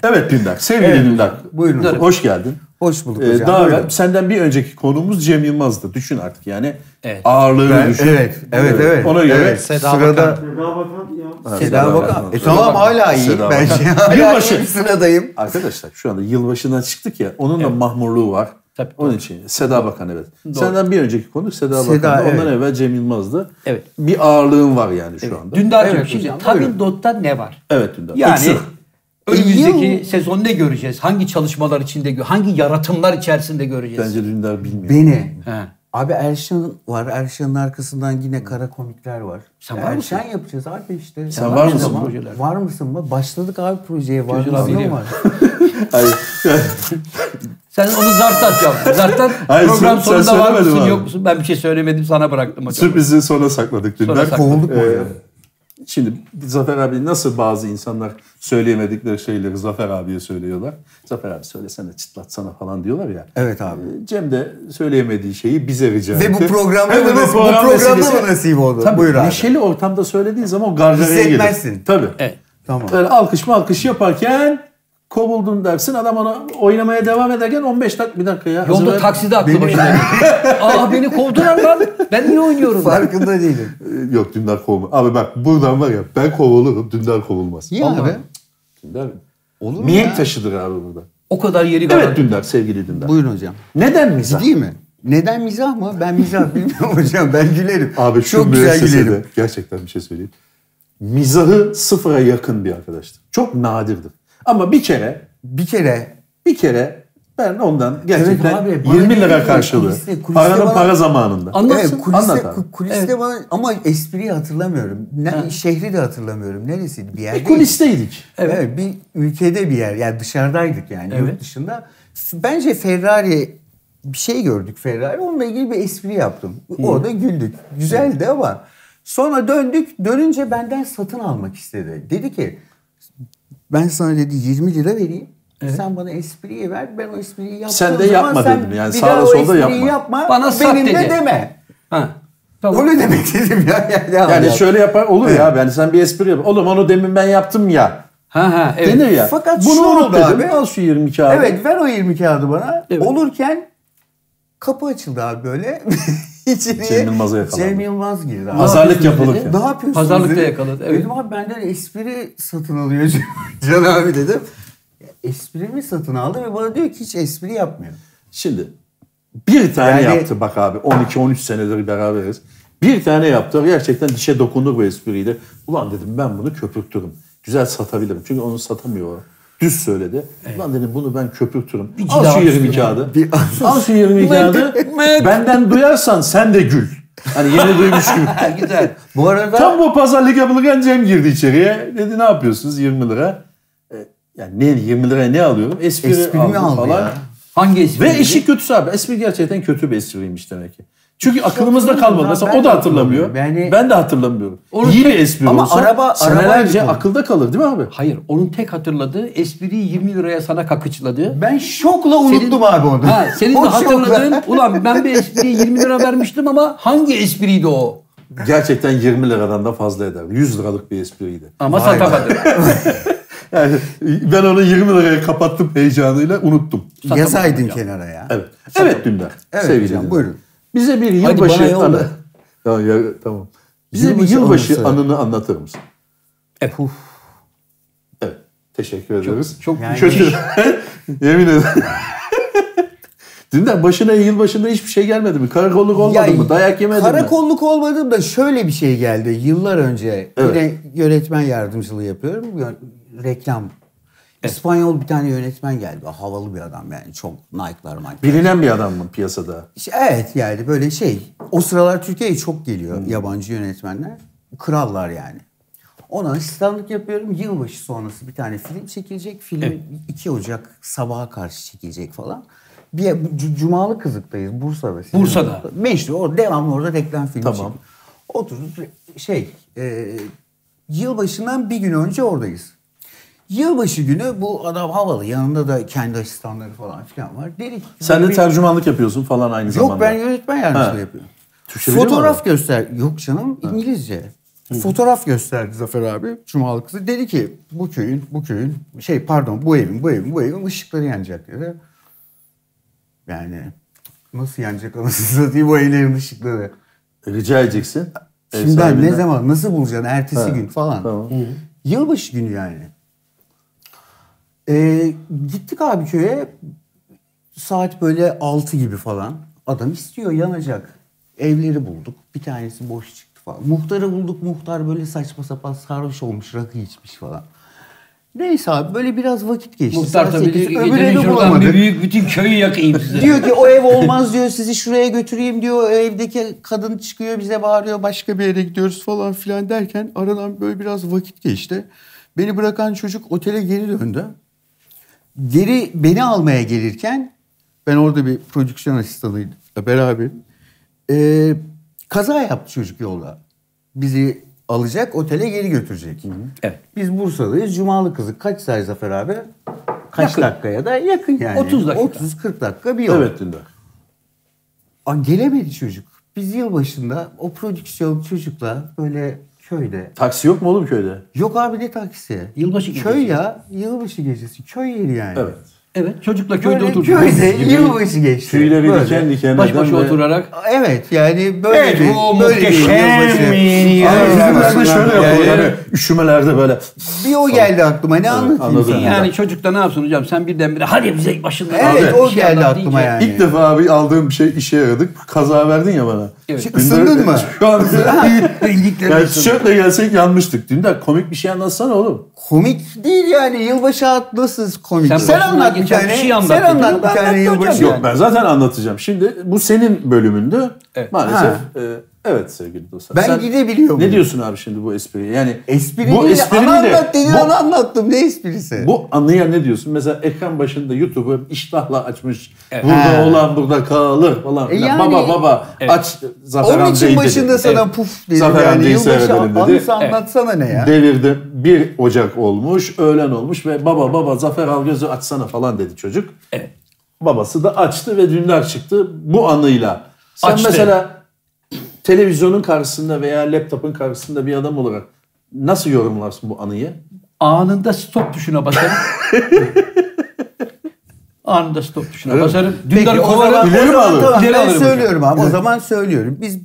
[SPEAKER 2] evet Dündar, sevgili Dündar.
[SPEAKER 3] Buyurun. Dündar.
[SPEAKER 2] Hoş geldin.
[SPEAKER 3] Hoş bulduk
[SPEAKER 2] Ee,
[SPEAKER 3] hocam.
[SPEAKER 2] daha
[SPEAKER 3] Buyurun.
[SPEAKER 2] evvel senden bir önceki konuğumuz Cem Yılmaz'dı. Düşün artık yani
[SPEAKER 1] Evet.
[SPEAKER 2] ağırlığını
[SPEAKER 3] Ben-
[SPEAKER 2] düşün. Ee,
[SPEAKER 3] evet, evet, evet.
[SPEAKER 2] Ona göre
[SPEAKER 3] Evet,
[SPEAKER 4] Seda
[SPEAKER 3] sırada Seda
[SPEAKER 1] Seda
[SPEAKER 3] Bakan. E
[SPEAKER 1] Seda
[SPEAKER 3] tamam
[SPEAKER 1] Bakan.
[SPEAKER 3] hala iyi
[SPEAKER 2] Seda
[SPEAKER 3] bence.
[SPEAKER 2] Bakan.
[SPEAKER 3] Hala
[SPEAKER 2] Yılbaşı.
[SPEAKER 3] iyi sıradayım.
[SPEAKER 2] Arkadaşlar şu anda yılbaşından çıktık ya onun da mahmurluğu var.
[SPEAKER 1] Tabii,
[SPEAKER 2] Onun için Seda Bakan evet. Senden bir önceki konuk Seda,
[SPEAKER 3] Seda,
[SPEAKER 2] Bakan. Ondan
[SPEAKER 3] evet.
[SPEAKER 2] evvel Cem Yılmaz'dı.
[SPEAKER 1] Evet.
[SPEAKER 2] Bir ağırlığın var yani şu anda.
[SPEAKER 1] Dündar'cığım
[SPEAKER 3] Evet
[SPEAKER 1] şimdi
[SPEAKER 3] hocam, buyurun.
[SPEAKER 1] Tabindot'ta ne var?
[SPEAKER 2] Evet Dündar.
[SPEAKER 1] Yani
[SPEAKER 2] Öksür.
[SPEAKER 1] önümüzdeki
[SPEAKER 3] Yıl-
[SPEAKER 1] sezon ne göreceğiz? Hangi çalışmalar içinde, gö- hangi yaratımlar içerisinde göreceğiz?
[SPEAKER 2] Bence Dündar bilmiyor.
[SPEAKER 3] Beni.
[SPEAKER 1] He.
[SPEAKER 3] Abi Erşan var. Erşan'ın arkasından yine kara komikler var.
[SPEAKER 1] Sen
[SPEAKER 3] E,
[SPEAKER 1] var mısın?
[SPEAKER 3] Erşan yapacağız abi işte.
[SPEAKER 2] Sen var mısın?
[SPEAKER 3] Zaman-
[SPEAKER 1] Projeler.
[SPEAKER 3] Var mısın mı? Başladık abi projeye. Var
[SPEAKER 1] Projeler
[SPEAKER 3] mısın
[SPEAKER 1] biliyor.
[SPEAKER 3] mı?
[SPEAKER 2] Hayır.
[SPEAKER 1] Sen onu zartat yap. Zartat
[SPEAKER 2] Hayır,
[SPEAKER 1] program
[SPEAKER 2] sen- sen
[SPEAKER 1] sonunda var
[SPEAKER 2] söylemedin
[SPEAKER 1] mısın
[SPEAKER 2] abi.
[SPEAKER 1] yok musun? Ben bir şey söylemedim sana bıraktım hocam.
[SPEAKER 2] Sürprizi sona sakladık Dündar. Ee,
[SPEAKER 1] Sonra sakla-
[SPEAKER 3] Kovulduk mu? hocam?
[SPEAKER 2] Şimdi Zafer abi nasıl bazı insanlar söyleyemedikleri şeyleri Zafer abiye söylüyorlar. Zafer abi söylesene çıtlatsana falan diyorlar ya. Ee,
[SPEAKER 3] Evet abi.
[SPEAKER 2] Cem de söyleyemediği şeyi bize rica etti.
[SPEAKER 3] Ve bu programda
[SPEAKER 2] Hem de
[SPEAKER 3] mı nasip, bu
[SPEAKER 2] program
[SPEAKER 3] programda
[SPEAKER 2] vesilesi-
[SPEAKER 3] mı nasip oldu?
[SPEAKER 2] Tabii
[SPEAKER 3] Buyur abi.
[SPEAKER 2] neşeli ortamda söylediğin zaman o gargaraya gelir.
[SPEAKER 3] Hissetmezsin.
[SPEAKER 2] Tabii.
[SPEAKER 1] Evet.
[SPEAKER 3] Tamam.
[SPEAKER 2] Böyle alkış malkış yaparken kovuldun dersin. Adam ona oynamaya devam ederken 15 dakika bir dakika ya.
[SPEAKER 1] Yolda
[SPEAKER 2] hazır-
[SPEAKER 1] takside aklı başına geldi. Aa beni kovdular lan. Ben niye oynuyorum?
[SPEAKER 3] Farkında değilim.
[SPEAKER 2] Ee, Yok Dündar kovulmaz. Abi bak buradan var ya ben kovulurum Dündar kovulmaz.
[SPEAKER 3] İyi
[SPEAKER 1] Vallahi.
[SPEAKER 3] abi.
[SPEAKER 2] Dündar mi?
[SPEAKER 3] Olur mu
[SPEAKER 2] Mihenk
[SPEAKER 3] ya?
[SPEAKER 2] taşıdır abi burada.
[SPEAKER 1] O kadar yeri
[SPEAKER 2] Evet
[SPEAKER 1] garanti.
[SPEAKER 2] Dündar sevgili Dündar.
[SPEAKER 3] Buyurun hocam.
[SPEAKER 2] Neden mizah?
[SPEAKER 3] Değil mi? Neden mizah mı? Ben mizah bilmiyorum hocam. Ben gülerim.
[SPEAKER 2] Abi şu
[SPEAKER 3] Çok güzel
[SPEAKER 2] müessesede
[SPEAKER 3] gülerim.
[SPEAKER 2] gerçekten bir şey söyleyeyim. Mizahı sıfıra yakın bir arkadaştır. Çok nadirdir. Ama bir kere
[SPEAKER 3] Bir kere
[SPEAKER 2] Bir kere ben ondan gerçekten
[SPEAKER 3] abi, bana
[SPEAKER 2] 20
[SPEAKER 3] diyor
[SPEAKER 2] lira
[SPEAKER 3] ki,
[SPEAKER 2] karşılığı.
[SPEAKER 3] kuliste- kuliste
[SPEAKER 2] Paranın
[SPEAKER 3] bana-
[SPEAKER 2] para zamanında.
[SPEAKER 1] Anlatsın.
[SPEAKER 3] Evet, kuliste,
[SPEAKER 2] Anlat abi.
[SPEAKER 3] ku- kuliste bana- ama espriyi hatırlamıyorum. Ne, Şehri de hatırlamıyorum. Neresiydi? Bir yerde.
[SPEAKER 2] E, kulisteydik.
[SPEAKER 3] Evet. bir ülkede bir yer. Yani dışarıdaydık yani
[SPEAKER 1] Evet.
[SPEAKER 3] yurt dışında. F- Bence Ferrari bir şey gördük Ferrari. Onunla ilgili bir espri yaptım. Orada güldük. Güzeldi ama sonra döndük. Dönünce benden satın almak istedi. Dedi ki ben sana dedi 20 lira vereyim. Sen bana espriyi ver. Ben o espriyi yaptığım
[SPEAKER 2] Sen de
[SPEAKER 3] zaman
[SPEAKER 2] yapma
[SPEAKER 3] sen
[SPEAKER 2] dedim. Yani
[SPEAKER 3] bir
[SPEAKER 2] sağda
[SPEAKER 3] daha o
[SPEAKER 2] solda
[SPEAKER 3] espriyi
[SPEAKER 2] yapma.
[SPEAKER 1] Bana sat
[SPEAKER 3] benim
[SPEAKER 1] dedi.
[SPEAKER 3] de deme.
[SPEAKER 1] Ha. Tamam.
[SPEAKER 3] Onu demek dedim ya. Yani,
[SPEAKER 2] Yani
[SPEAKER 3] anladım.
[SPEAKER 2] şöyle yapar olur ya ben sen bir espri yap. Oğlum onu demin ben yaptım ya.
[SPEAKER 1] Ha ha evet.
[SPEAKER 2] Denir ya.
[SPEAKER 3] Fakat şu
[SPEAKER 2] Bunu
[SPEAKER 3] oldu
[SPEAKER 2] unut dedim.
[SPEAKER 3] abi.
[SPEAKER 2] Al şu 20 kağıdı.
[SPEAKER 3] Evet ver o 20 kağıdı bana.
[SPEAKER 1] Evet.
[SPEAKER 3] Olurken kapı açıldı abi böyle. İçeriye
[SPEAKER 2] Cem Yılmaz'a Şey, yakalandı.
[SPEAKER 3] Cem Yılmaz girdi abi.
[SPEAKER 2] Pazarlık
[SPEAKER 1] yapıyorsun dedi?
[SPEAKER 2] yapılırken.
[SPEAKER 3] ne yapıyorsunuz?
[SPEAKER 1] Pazarlıkta
[SPEAKER 3] dedi.
[SPEAKER 1] yakaladı, evet.
[SPEAKER 3] Dedim abi benden espri satın alıyor Can abi dedim. Ya, espri mi satın aldı ve bana diyor ki hiç espri yapmıyor.
[SPEAKER 2] Şimdi bir tane
[SPEAKER 3] Yani-
[SPEAKER 2] yaptı bak abi 12-13 senedir beraberiz. Bir tane yaptı gerçekten dişe dokunur bu espriyle. Ulan dedim ben bunu köpürtürüm. Güzel satabilirim. Çünkü onu satamıyor. o. Düz söyledi. Ulan dedim bunu ben köpürtürüm. al şu
[SPEAKER 1] cilavat
[SPEAKER 2] 20 kağıdı.
[SPEAKER 3] Bir-
[SPEAKER 2] al şu 20 kağıdı. Benden duyarsan sen de gül. Hani yeni duymuş gibi.
[SPEAKER 1] Güzel.
[SPEAKER 3] Bu arada
[SPEAKER 2] Tam bu pazarlık yapılırken Cem girdi içeriye. Dedi ne yapıyorsunuz 20 lira. E, Yani ne 20 liraya ne alıyorum? Espri,
[SPEAKER 3] Espri mi
[SPEAKER 2] aldım
[SPEAKER 3] aldı
[SPEAKER 2] falan.
[SPEAKER 3] ya?
[SPEAKER 1] Hangi espri?
[SPEAKER 2] Ve işi kötüsü abi. Espri gerçekten kötü bir espriymiş demek ki. Çünkü aklımızda kalmadı.
[SPEAKER 3] hatırlamıyorum.
[SPEAKER 2] Mesela o
[SPEAKER 3] Ben de
[SPEAKER 2] da hatırlamıyor.
[SPEAKER 3] hatırlamıyorum. Yani-
[SPEAKER 2] ben de hatırlamıyorum.
[SPEAKER 1] Onu
[SPEAKER 2] İyi bir
[SPEAKER 1] tek-
[SPEAKER 2] espri
[SPEAKER 3] Ama
[SPEAKER 2] olsa
[SPEAKER 3] araba-
[SPEAKER 2] senelerce
[SPEAKER 3] arabayla-
[SPEAKER 2] akılda kalır değil mi abi?
[SPEAKER 1] Hayır. Onun tek hatırladığı espriyi 20 liraya sana kakıçladı.
[SPEAKER 3] ben şokla unuttum abi onu.
[SPEAKER 1] Ha, senin
[SPEAKER 3] O
[SPEAKER 1] de
[SPEAKER 3] şokla-
[SPEAKER 1] hatırladığın ulan ben bir espriye 20 lira vermiştim ama hangi espriydi o?
[SPEAKER 2] Gerçekten 20 liradan da fazla eder. 100 liralık bir espriydi.
[SPEAKER 1] Ama satamadım.
[SPEAKER 2] Yani ben onu 20 liraya kapattım heyecanıyla unuttum.
[SPEAKER 3] Yazaydın kenara ya.
[SPEAKER 2] Evet. Evet Dündar.
[SPEAKER 3] Evet
[SPEAKER 2] Sevgili
[SPEAKER 3] hocam,
[SPEAKER 2] Dündar.
[SPEAKER 3] buyurun.
[SPEAKER 2] Bize bir
[SPEAKER 1] Hadi
[SPEAKER 2] yılbaşı...
[SPEAKER 1] bana yolla.
[SPEAKER 2] Tamam, ya, tamam. Bize bir
[SPEAKER 3] Yılbaşı
[SPEAKER 2] yılbaşı
[SPEAKER 3] anısı.
[SPEAKER 2] anını anlatır mısın?
[SPEAKER 1] Evet.
[SPEAKER 2] Evet. Teşekkür ederiz.
[SPEAKER 1] çok Yani-
[SPEAKER 2] kötü. Yemin ederim. Dünden başına yılbaşında hiçbir şey gelmedi mi? Karakolluk olmadı
[SPEAKER 3] Ya,
[SPEAKER 2] mı? Dayak yemedin mi?
[SPEAKER 3] Karakolluk olmadım da şöyle bir şey geldi yıllar önce. Yine yönetmen yardımcılığı yapıyorum. Yön- Reklam. İspanyol bir tane yönetmen geldi. Havalı bir adam yani çok Nike'lar Mike'lar.
[SPEAKER 2] Bilinen bir adam mı piyasada?
[SPEAKER 3] İşte Evet yani böyle şey. O sıralar Türkiye'ye çok geliyor
[SPEAKER 2] Hmm.
[SPEAKER 3] yabancı yönetmenler. Krallar yani. Ona asistanlık yapıyorum. Yılbaşı sonrası bir tane film çekilecek. Film 2 Ocak sabaha karşı çekilecek falan. Bir C- Cumalı Kızık'tayız Bursa'da. Sizin
[SPEAKER 1] Bursa'da.
[SPEAKER 3] orada. Meşhur. Orada, devamlı orada reklam filmi
[SPEAKER 2] Tamam.
[SPEAKER 3] çekiyor. Oturup re- şey e, yılbaşından bir gün önce oradayız. Yılbaşı günü bu adam havalı. Yanında da kendi asistanları falan filan var. Dedik.
[SPEAKER 2] Sen de
[SPEAKER 3] bir-
[SPEAKER 2] tercümanlık yapıyorsun falan aynı zamanda.
[SPEAKER 3] Yok ben yönetmen yardımcılığı
[SPEAKER 2] Ha.
[SPEAKER 3] yapıyorum.
[SPEAKER 2] Türkçe biliyor
[SPEAKER 3] Fotoğraf
[SPEAKER 2] musun?
[SPEAKER 3] göster. Yok canım İngilizce. Fotoğraf gösterdi Zafer abi Cumalı kızı. Dedi ki bu köyün, bu köyün, şey pardon bu evin, bu evin, bu evin ışıkları yanacak dedi. Yani nasıl yanacak anasını satayım bu evlerin ışıkları.
[SPEAKER 2] Rica edeceksin. Ev
[SPEAKER 3] Şimdiden ne
[SPEAKER 2] sahibinden.
[SPEAKER 3] zaman, nasıl bulacaksın ertesi
[SPEAKER 2] Ha,
[SPEAKER 3] gün falan.
[SPEAKER 2] tamam.
[SPEAKER 3] Yılbaşı günü yani. Ee, gittik abi köye. Saat böyle 6 gibi falan. Adam istiyor yanacak. Evleri bulduk. Bir tanesi boş çıktı falan. Muhtarı bulduk. Muhtar böyle saçma sapan sarhoş olmuş rakı içmiş falan. Neyse abi böyle biraz vakit geçti.
[SPEAKER 1] Muhtar
[SPEAKER 3] Saat
[SPEAKER 1] tabii
[SPEAKER 3] sekiz.
[SPEAKER 1] diyor ki,
[SPEAKER 3] Öbür
[SPEAKER 1] "Gecenin
[SPEAKER 3] evi
[SPEAKER 1] şuradan bir
[SPEAKER 3] bulamadık.
[SPEAKER 1] büyük bütün köyü yakayım size.
[SPEAKER 3] Diyor ki o ev olmaz diyor sizi şuraya götüreyim diyor. O evdeki kadın çıkıyor bize bağırıyor başka bir yere gidiyoruz falan filan derken aradan böyle biraz vakit geçti. Beni bırakan çocuk otele geri döndü. Geri beni almaya gelirken ben orada bir prodüksiyon asistanıyla beraber Ee, kaza yaptı çocuk yolda. Bizi alacak otele geri götürecek.
[SPEAKER 1] Evet.
[SPEAKER 3] Biz Bursa'dayız. Cumalı kızı kaç say Zafer abi? Kaç
[SPEAKER 1] Yakın.
[SPEAKER 3] dakikaya da yakın yani.
[SPEAKER 1] 30 dakika.
[SPEAKER 3] 30-40 dakika bir yol.
[SPEAKER 2] Evet Dündar.
[SPEAKER 3] Aa, gelemedi çocuk. Biz yılbaşında o prodüksiyon çocukla böyle köyde.
[SPEAKER 2] Taksi yok mu oğlum köyde?
[SPEAKER 3] Yok abi ne taksi?
[SPEAKER 1] Yılbaşı
[SPEAKER 3] Köy
[SPEAKER 1] gecesi.
[SPEAKER 3] ya. Yılbaşı gecesi. Köy yeri yani.
[SPEAKER 2] Evet.
[SPEAKER 1] Evet çocukla köyde
[SPEAKER 3] Böyle
[SPEAKER 1] oturduk.
[SPEAKER 3] köyde
[SPEAKER 1] Gibi.
[SPEAKER 3] yılbaşı geçti.
[SPEAKER 2] Tüyleri
[SPEAKER 3] Böyle.
[SPEAKER 2] diken diken.
[SPEAKER 1] Baş başa
[SPEAKER 2] eden ve-
[SPEAKER 1] oturarak.
[SPEAKER 3] Evet yani böyle
[SPEAKER 5] Evet,
[SPEAKER 3] bir,
[SPEAKER 5] bu
[SPEAKER 3] böyle bir
[SPEAKER 5] muhteşem yeni
[SPEAKER 3] yılbaşı.
[SPEAKER 5] yıl.
[SPEAKER 2] Ama
[SPEAKER 3] Aynen.
[SPEAKER 5] Evet.
[SPEAKER 2] bizimkiler de şöyle yapıyor.
[SPEAKER 3] Yani-
[SPEAKER 2] Yani üşümelerde böyle.
[SPEAKER 3] Bir o geldi aklıma ne anlatayım
[SPEAKER 2] anladım.
[SPEAKER 3] sana?
[SPEAKER 1] Yani çocuk da ne yapsın hocam sen birdenbire hadi bize başında.
[SPEAKER 3] Evet
[SPEAKER 1] Abi,
[SPEAKER 3] o
[SPEAKER 1] bir şey
[SPEAKER 3] geldi
[SPEAKER 1] anlat
[SPEAKER 3] aklıma
[SPEAKER 1] deyince-
[SPEAKER 3] yani.
[SPEAKER 2] İlk defa abi aldığım bir şey işe yaradı. Kaza verdin ya bana. Şey,
[SPEAKER 1] Evet.
[SPEAKER 2] Dündar-
[SPEAKER 3] Isındın mı?
[SPEAKER 2] Şu an
[SPEAKER 1] İlgikleri
[SPEAKER 2] yani
[SPEAKER 1] ısındı.
[SPEAKER 2] tişörtle gelsek yanmıştık. Dündar komik bir şey anlatsana oğlum.
[SPEAKER 3] Komik değil yani. Yılbaşı at nasıl komik?
[SPEAKER 1] Sen
[SPEAKER 3] Sen,
[SPEAKER 1] başından
[SPEAKER 3] anlat bir
[SPEAKER 1] geçen
[SPEAKER 3] tane.
[SPEAKER 1] bir şey anlat
[SPEAKER 3] sen
[SPEAKER 1] dedim.
[SPEAKER 3] anlat
[SPEAKER 1] Ben
[SPEAKER 3] bir tane
[SPEAKER 1] anlatacağım
[SPEAKER 3] yılbaşı.
[SPEAKER 1] yani.
[SPEAKER 2] Yok ben zaten anlatacağım. Şimdi bu senin bölümündü.
[SPEAKER 1] Evet.
[SPEAKER 2] Maalesef.
[SPEAKER 3] Ha.
[SPEAKER 2] e, evet sevgili dostlar.
[SPEAKER 3] Ben gidebiliyor muyum?
[SPEAKER 2] Ne diyorsun abi şimdi bu espriye? Yani
[SPEAKER 3] Espri
[SPEAKER 2] bu
[SPEAKER 3] değil.
[SPEAKER 2] espriyi
[SPEAKER 3] ana
[SPEAKER 2] de-
[SPEAKER 3] anlat dedin
[SPEAKER 2] bu-
[SPEAKER 3] ana anlattım. Ne esprisi?
[SPEAKER 1] E,
[SPEAKER 2] Bu anıya ne diyorsun? Mesela ekran başında YouTube'u iştahla açmış.
[SPEAKER 3] He.
[SPEAKER 2] Burada olan burada kalır falan.
[SPEAKER 3] E
[SPEAKER 2] filan.
[SPEAKER 3] yani-
[SPEAKER 2] baba baba aç Zafer
[SPEAKER 3] Onun
[SPEAKER 2] amcayı
[SPEAKER 3] için
[SPEAKER 2] dedi. E,
[SPEAKER 3] başında sana
[SPEAKER 2] Evet.
[SPEAKER 3] puf dedim
[SPEAKER 2] Zafer
[SPEAKER 3] yani.
[SPEAKER 2] amcayı
[SPEAKER 3] Yılbaşı
[SPEAKER 2] seyredelim dedi.
[SPEAKER 3] anısı anlatsana ne ya?
[SPEAKER 2] Devirde 1 Ocak olmuş, öğlen olmuş ve baba baba Zafer al gözü açsana falan dedi çocuk.
[SPEAKER 1] Evet.
[SPEAKER 2] Babası da açtı ve Dündar çıktı bu anıyla. Sen
[SPEAKER 1] Açtı.
[SPEAKER 2] mesela televizyonun karşısında veya laptopun karşısında bir adam olarak nasıl yorumlarsın bu anıyı?
[SPEAKER 1] Anında stop tuşuna basarım. Anında stop tuşuna basarım. Dündar'ı
[SPEAKER 3] Peki, o zaman-
[SPEAKER 1] kovarım.
[SPEAKER 2] İleri mi alırım?
[SPEAKER 3] Tamam,
[SPEAKER 1] İleri
[SPEAKER 3] ben
[SPEAKER 1] alırım
[SPEAKER 3] söylüyorum abi. O zaman söylüyorum. Biz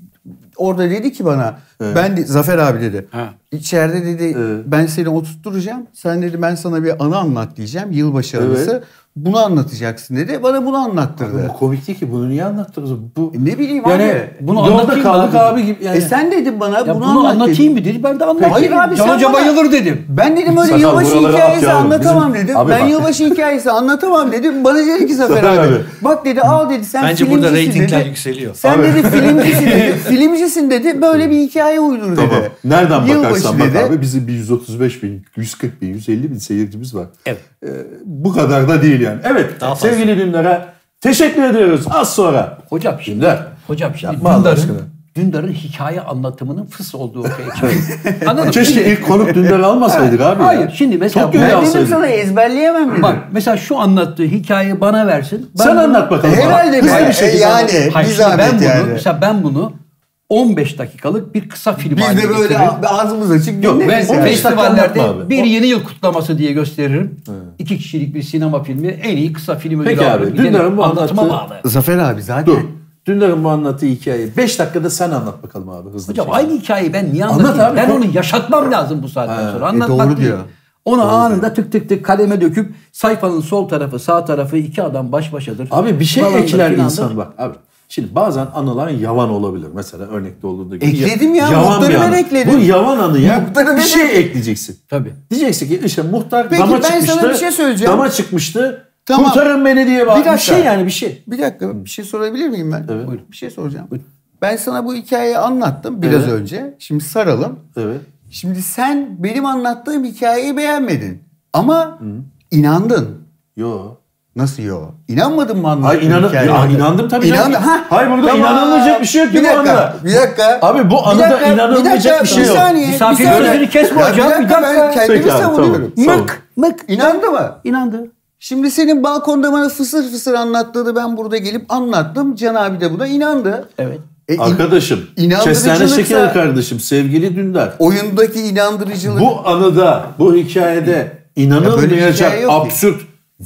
[SPEAKER 3] orada dedi ki bana ben de, Zafer abi dedi.
[SPEAKER 1] Ha.
[SPEAKER 3] İçeride dedi ben seni oturtturacağım. Sen dedi ben sana bir anı anlat diyeceğim. Yılbaşı anısı. Bunu anlatacaksın dedi. Bana bunu anlattırdı.
[SPEAKER 2] Bu komik değil ki bunu niye anlattınız? Bu
[SPEAKER 3] E ne bileyim
[SPEAKER 2] yani
[SPEAKER 3] abi.
[SPEAKER 2] bunu
[SPEAKER 1] Yolda
[SPEAKER 2] anlatayım kaldık
[SPEAKER 1] kaldık
[SPEAKER 2] abi, gibi yani.
[SPEAKER 3] E sen dedin bana
[SPEAKER 1] Ya
[SPEAKER 3] bunu,
[SPEAKER 1] bunu,
[SPEAKER 3] anlat
[SPEAKER 1] anlatayım
[SPEAKER 3] dedin.
[SPEAKER 1] mı dedi. Ben de anlatayım.
[SPEAKER 3] Hayır abi, sen
[SPEAKER 1] Can Hoca
[SPEAKER 3] bana-
[SPEAKER 1] bayılır dedim.
[SPEAKER 3] Ben dedim öyle
[SPEAKER 2] Sakal
[SPEAKER 3] yılbaşı
[SPEAKER 2] buraları at
[SPEAKER 3] hikayesi
[SPEAKER 2] yavrum,
[SPEAKER 3] anlatamam
[SPEAKER 2] bizim-
[SPEAKER 3] dedim.
[SPEAKER 2] Abi
[SPEAKER 3] ben
[SPEAKER 2] bak.
[SPEAKER 3] yılbaşı hikayesi anlatamam dedim. Bana dedi ki Zafer
[SPEAKER 2] Zafer
[SPEAKER 3] abi.
[SPEAKER 2] abi.
[SPEAKER 3] Bak dedi al dedi sen
[SPEAKER 4] Bence
[SPEAKER 3] filmcisin
[SPEAKER 4] burada reytingler
[SPEAKER 3] dedi.
[SPEAKER 4] yükseliyor.
[SPEAKER 3] Sen dedi filmcisin dedi. Filmcisin dedi böyle bir hikaye uydur dedi.
[SPEAKER 2] Tamam. Ee, Nereden bakarsan bak
[SPEAKER 3] dedi.
[SPEAKER 2] abi bizim bir 135 bin, 140 bin, 150 bin seyircimiz var.
[SPEAKER 1] Evet.
[SPEAKER 2] Ee, bu kadar da değil yani. Evet
[SPEAKER 4] Daha fazla.
[SPEAKER 2] sevgili Dündar'a teşekkür ediyoruz. Az sonra.
[SPEAKER 1] Hocam şimdi.
[SPEAKER 2] Dündar.
[SPEAKER 1] Hocam şimdi
[SPEAKER 2] Yapma Allah aşkına.
[SPEAKER 1] Dündar'ın Dündar'ın hikaye anlatımının fıs olduğu ortaya çıktı. Anladın mı?
[SPEAKER 2] Keşke ilk konuk Dündar'ı almasaydık abi. ya.
[SPEAKER 1] Hayır, şimdi mesela
[SPEAKER 2] Tokyo'yu
[SPEAKER 1] ben
[SPEAKER 3] Ben dedim
[SPEAKER 2] alsaydık.
[SPEAKER 3] sana ezberleyemem dedim.
[SPEAKER 1] Bak mesela şu anlattığı hikayeyi bana versin. Ben
[SPEAKER 2] Sen
[SPEAKER 1] bunu-
[SPEAKER 2] anlat bakalım.
[SPEAKER 3] Herhalde
[SPEAKER 2] Hızlı
[SPEAKER 3] ben-
[SPEAKER 2] bir şekilde
[SPEAKER 3] e, yani
[SPEAKER 2] anlat.
[SPEAKER 3] bir
[SPEAKER 1] şimdi
[SPEAKER 3] zahmet
[SPEAKER 1] ben bunu,
[SPEAKER 3] yani.
[SPEAKER 1] Mesela ben bunu 15 dakikalık bir kısa film
[SPEAKER 3] Biz
[SPEAKER 1] haline
[SPEAKER 3] de böyle
[SPEAKER 1] getiririm.
[SPEAKER 3] ağzımız açık
[SPEAKER 2] Yok,
[SPEAKER 3] dinleriz.
[SPEAKER 2] ben-
[SPEAKER 3] yani.
[SPEAKER 1] Ve
[SPEAKER 2] beş dakika anlatma
[SPEAKER 1] festivallerde
[SPEAKER 2] abi.
[SPEAKER 1] bir yeni yıl kutlaması diye gösteririm. İki kişilik bir sinema filmi en iyi kısa film ödülü
[SPEAKER 2] Peki abi,
[SPEAKER 1] alırım. Giderim.
[SPEAKER 2] Dündar'ın bu
[SPEAKER 1] Anlatıma
[SPEAKER 2] anlattığı-
[SPEAKER 1] bağlı.
[SPEAKER 3] Zafer abi zaten
[SPEAKER 2] Dur. Dündar'ın bu anlattığı hikayeyi 5 dakikada sen anlat bakalım abi hızlı
[SPEAKER 1] Hocam
[SPEAKER 2] bir şekilde.
[SPEAKER 1] aynı hikayeyi ben niye
[SPEAKER 2] Anlat
[SPEAKER 1] anlatayım?
[SPEAKER 2] abi, E,
[SPEAKER 1] ben
[SPEAKER 2] ko-
[SPEAKER 1] onu yaşatmam lazım bu saatten sonra. Anlatmak
[SPEAKER 3] doğru
[SPEAKER 1] değil.
[SPEAKER 3] diyor.
[SPEAKER 1] Onu anında tık tık tık kaleme döküp sayfanın sol tarafı sağ tarafı iki adam baş başadır.
[SPEAKER 2] Abi bir şey
[SPEAKER 1] Falandır,
[SPEAKER 2] ekler
[SPEAKER 1] filandır.
[SPEAKER 2] insan bak abi. Şimdi bazen anılar yavan olabilir. Mesela örnekte olduğu gibi.
[SPEAKER 3] Ekledim ya, muhtarı
[SPEAKER 2] bir
[SPEAKER 3] ben
[SPEAKER 2] anı.
[SPEAKER 3] ekledim.
[SPEAKER 2] Bu yavan anı ya.
[SPEAKER 3] Muhtarı ben
[SPEAKER 2] bir şey
[SPEAKER 3] ekledim.
[SPEAKER 2] ekleyeceksin.
[SPEAKER 1] Tabii.
[SPEAKER 2] Diyeceksin ki işte muhtar
[SPEAKER 3] Peki,
[SPEAKER 2] dama
[SPEAKER 3] ben sana
[SPEAKER 2] çıkmıştı.
[SPEAKER 3] bir şey söyleyeceğim.
[SPEAKER 2] Dama çıkmıştı.
[SPEAKER 3] Tamam.
[SPEAKER 2] Kurtarın beni diye bağırdı.
[SPEAKER 3] dakika.
[SPEAKER 2] Bir şey yani bir şey.
[SPEAKER 3] Bir dakika bir şey sorabilir miyim ben?
[SPEAKER 2] Evet.
[SPEAKER 3] Buyurun. Bir şey soracağım. Ben sana bu hikayeyi anlattım biraz
[SPEAKER 2] Evet.
[SPEAKER 3] önce. Şimdi saralım.
[SPEAKER 2] Evet.
[SPEAKER 3] Şimdi sen benim anlattığım hikayeyi beğenmedin. Ama inandın.
[SPEAKER 2] Yo.
[SPEAKER 3] Nasıl yo? İnanmadın mı anlattığım
[SPEAKER 2] Hayır inanın,
[SPEAKER 3] hikayeye?
[SPEAKER 2] ya, inandım tabii.
[SPEAKER 3] İnan-
[SPEAKER 2] canım.
[SPEAKER 3] Ha,
[SPEAKER 2] Hayır burada
[SPEAKER 3] tamam.
[SPEAKER 2] inanılacak bir şey yok ki
[SPEAKER 3] bir
[SPEAKER 2] bu
[SPEAKER 3] dakika,
[SPEAKER 2] anıda.
[SPEAKER 3] Bir dakika.
[SPEAKER 2] Abi bu anıda inanılmayacak bir şey yok.
[SPEAKER 3] saniye,
[SPEAKER 1] Misafirin
[SPEAKER 3] saniye.
[SPEAKER 1] gözünü kesme
[SPEAKER 3] Ya
[SPEAKER 1] hocam,
[SPEAKER 3] Bir dakika,
[SPEAKER 1] bir
[SPEAKER 3] ben
[SPEAKER 1] dakika.
[SPEAKER 3] kendimi
[SPEAKER 2] Peki abi, tamam,
[SPEAKER 3] savunuyorum.
[SPEAKER 2] tamam.
[SPEAKER 3] Mık mık. İnandı mı?
[SPEAKER 1] İnandı.
[SPEAKER 3] Şimdi senin balkonda bana fısır fısır anlattığını ben burada gelip anlattım. Can abi de buna inandı.
[SPEAKER 1] Evet.
[SPEAKER 3] E, in-
[SPEAKER 2] Arkadaşım.
[SPEAKER 3] İnandırıcılıksa-
[SPEAKER 2] Kestane şeker kardeşim. Sevgili Dündar.
[SPEAKER 3] oyundaki inandırıcılık.
[SPEAKER 2] Bu anıda, bu hikayede
[SPEAKER 3] Ya böyle bir
[SPEAKER 2] inanılmayacak
[SPEAKER 3] hikaye yok ki.
[SPEAKER 2] absürt.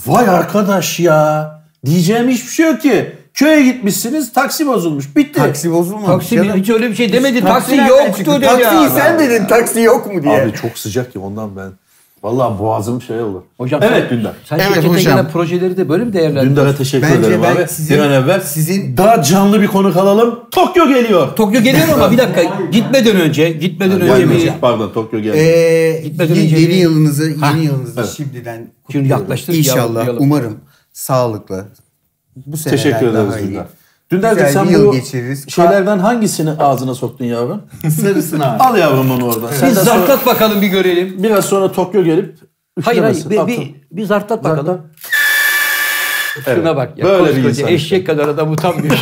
[SPEAKER 2] Vay arkadaş ya. Diyeceğim hiçbir şey yok ki. Köye gitmişsiniz, taksi bozulmuş. Bitti.
[SPEAKER 3] taksi bozulmamış.
[SPEAKER 1] Taksi
[SPEAKER 3] canım.
[SPEAKER 1] hiç öyle bir şey demedi. Taksi,
[SPEAKER 3] nereden çıktı?
[SPEAKER 1] yoktu dedi.
[SPEAKER 3] Taksiyi
[SPEAKER 1] ya.
[SPEAKER 3] sen dedin taksi yok mu diye.
[SPEAKER 2] Abi çok sıcak ya ondan ben. Vallahi boğazım şey olur.
[SPEAKER 1] Hocam
[SPEAKER 2] evet
[SPEAKER 1] sen,
[SPEAKER 2] Dündar.
[SPEAKER 1] Sen
[SPEAKER 3] Evet
[SPEAKER 1] şirkete
[SPEAKER 3] hocam.
[SPEAKER 1] gelen projeleri de böyle mi değerlendirdin?
[SPEAKER 2] Dündar'a teşekkür
[SPEAKER 3] Bence
[SPEAKER 2] ederim
[SPEAKER 3] ben
[SPEAKER 2] abi.
[SPEAKER 3] sizin-
[SPEAKER 2] bir an evvel
[SPEAKER 3] sizin-
[SPEAKER 2] daha canlı bir konuk alalım. Tokyo geliyor.
[SPEAKER 1] Tokyo geliyor ama bir dakika gitmeden önce gitmeden önce bir
[SPEAKER 2] Gelmeyecek pardon Tokyo gelmiyor.
[SPEAKER 3] Ee,
[SPEAKER 1] Gitmeden
[SPEAKER 3] ye-
[SPEAKER 1] önce
[SPEAKER 3] yeni
[SPEAKER 1] bir-
[SPEAKER 3] yılınızı, yeni yılınızı şimdiden kutluyorum.
[SPEAKER 1] yaklaştık ya,
[SPEAKER 3] İnşallah,
[SPEAKER 1] kutlayalım.
[SPEAKER 3] umarım sağlıklı. Bu sene
[SPEAKER 2] Teşekkür ederiz Dündar. Dündar'cığım
[SPEAKER 3] Güzel bir
[SPEAKER 2] sen
[SPEAKER 3] yıl
[SPEAKER 2] bu
[SPEAKER 3] geçiririz.
[SPEAKER 2] şeylerden hangisini ağzına soktun yavrum?
[SPEAKER 3] Sarısını abi.
[SPEAKER 2] Al yavrum onu oradan. Sen
[SPEAKER 1] bir
[SPEAKER 2] de sonra-
[SPEAKER 1] zartlat bakalım bir görelim.
[SPEAKER 2] biraz sonra Tokyo gelip
[SPEAKER 1] Hayır hayır
[SPEAKER 2] üflemesin.
[SPEAKER 1] bir,
[SPEAKER 2] Al,
[SPEAKER 1] bir,
[SPEAKER 2] tamam.
[SPEAKER 1] bir zartlat bakalım. Şuna bak ya.
[SPEAKER 2] Böyle bir
[SPEAKER 1] Böyle
[SPEAKER 2] insan
[SPEAKER 1] Eşek kadar adam şey. utanmıyor.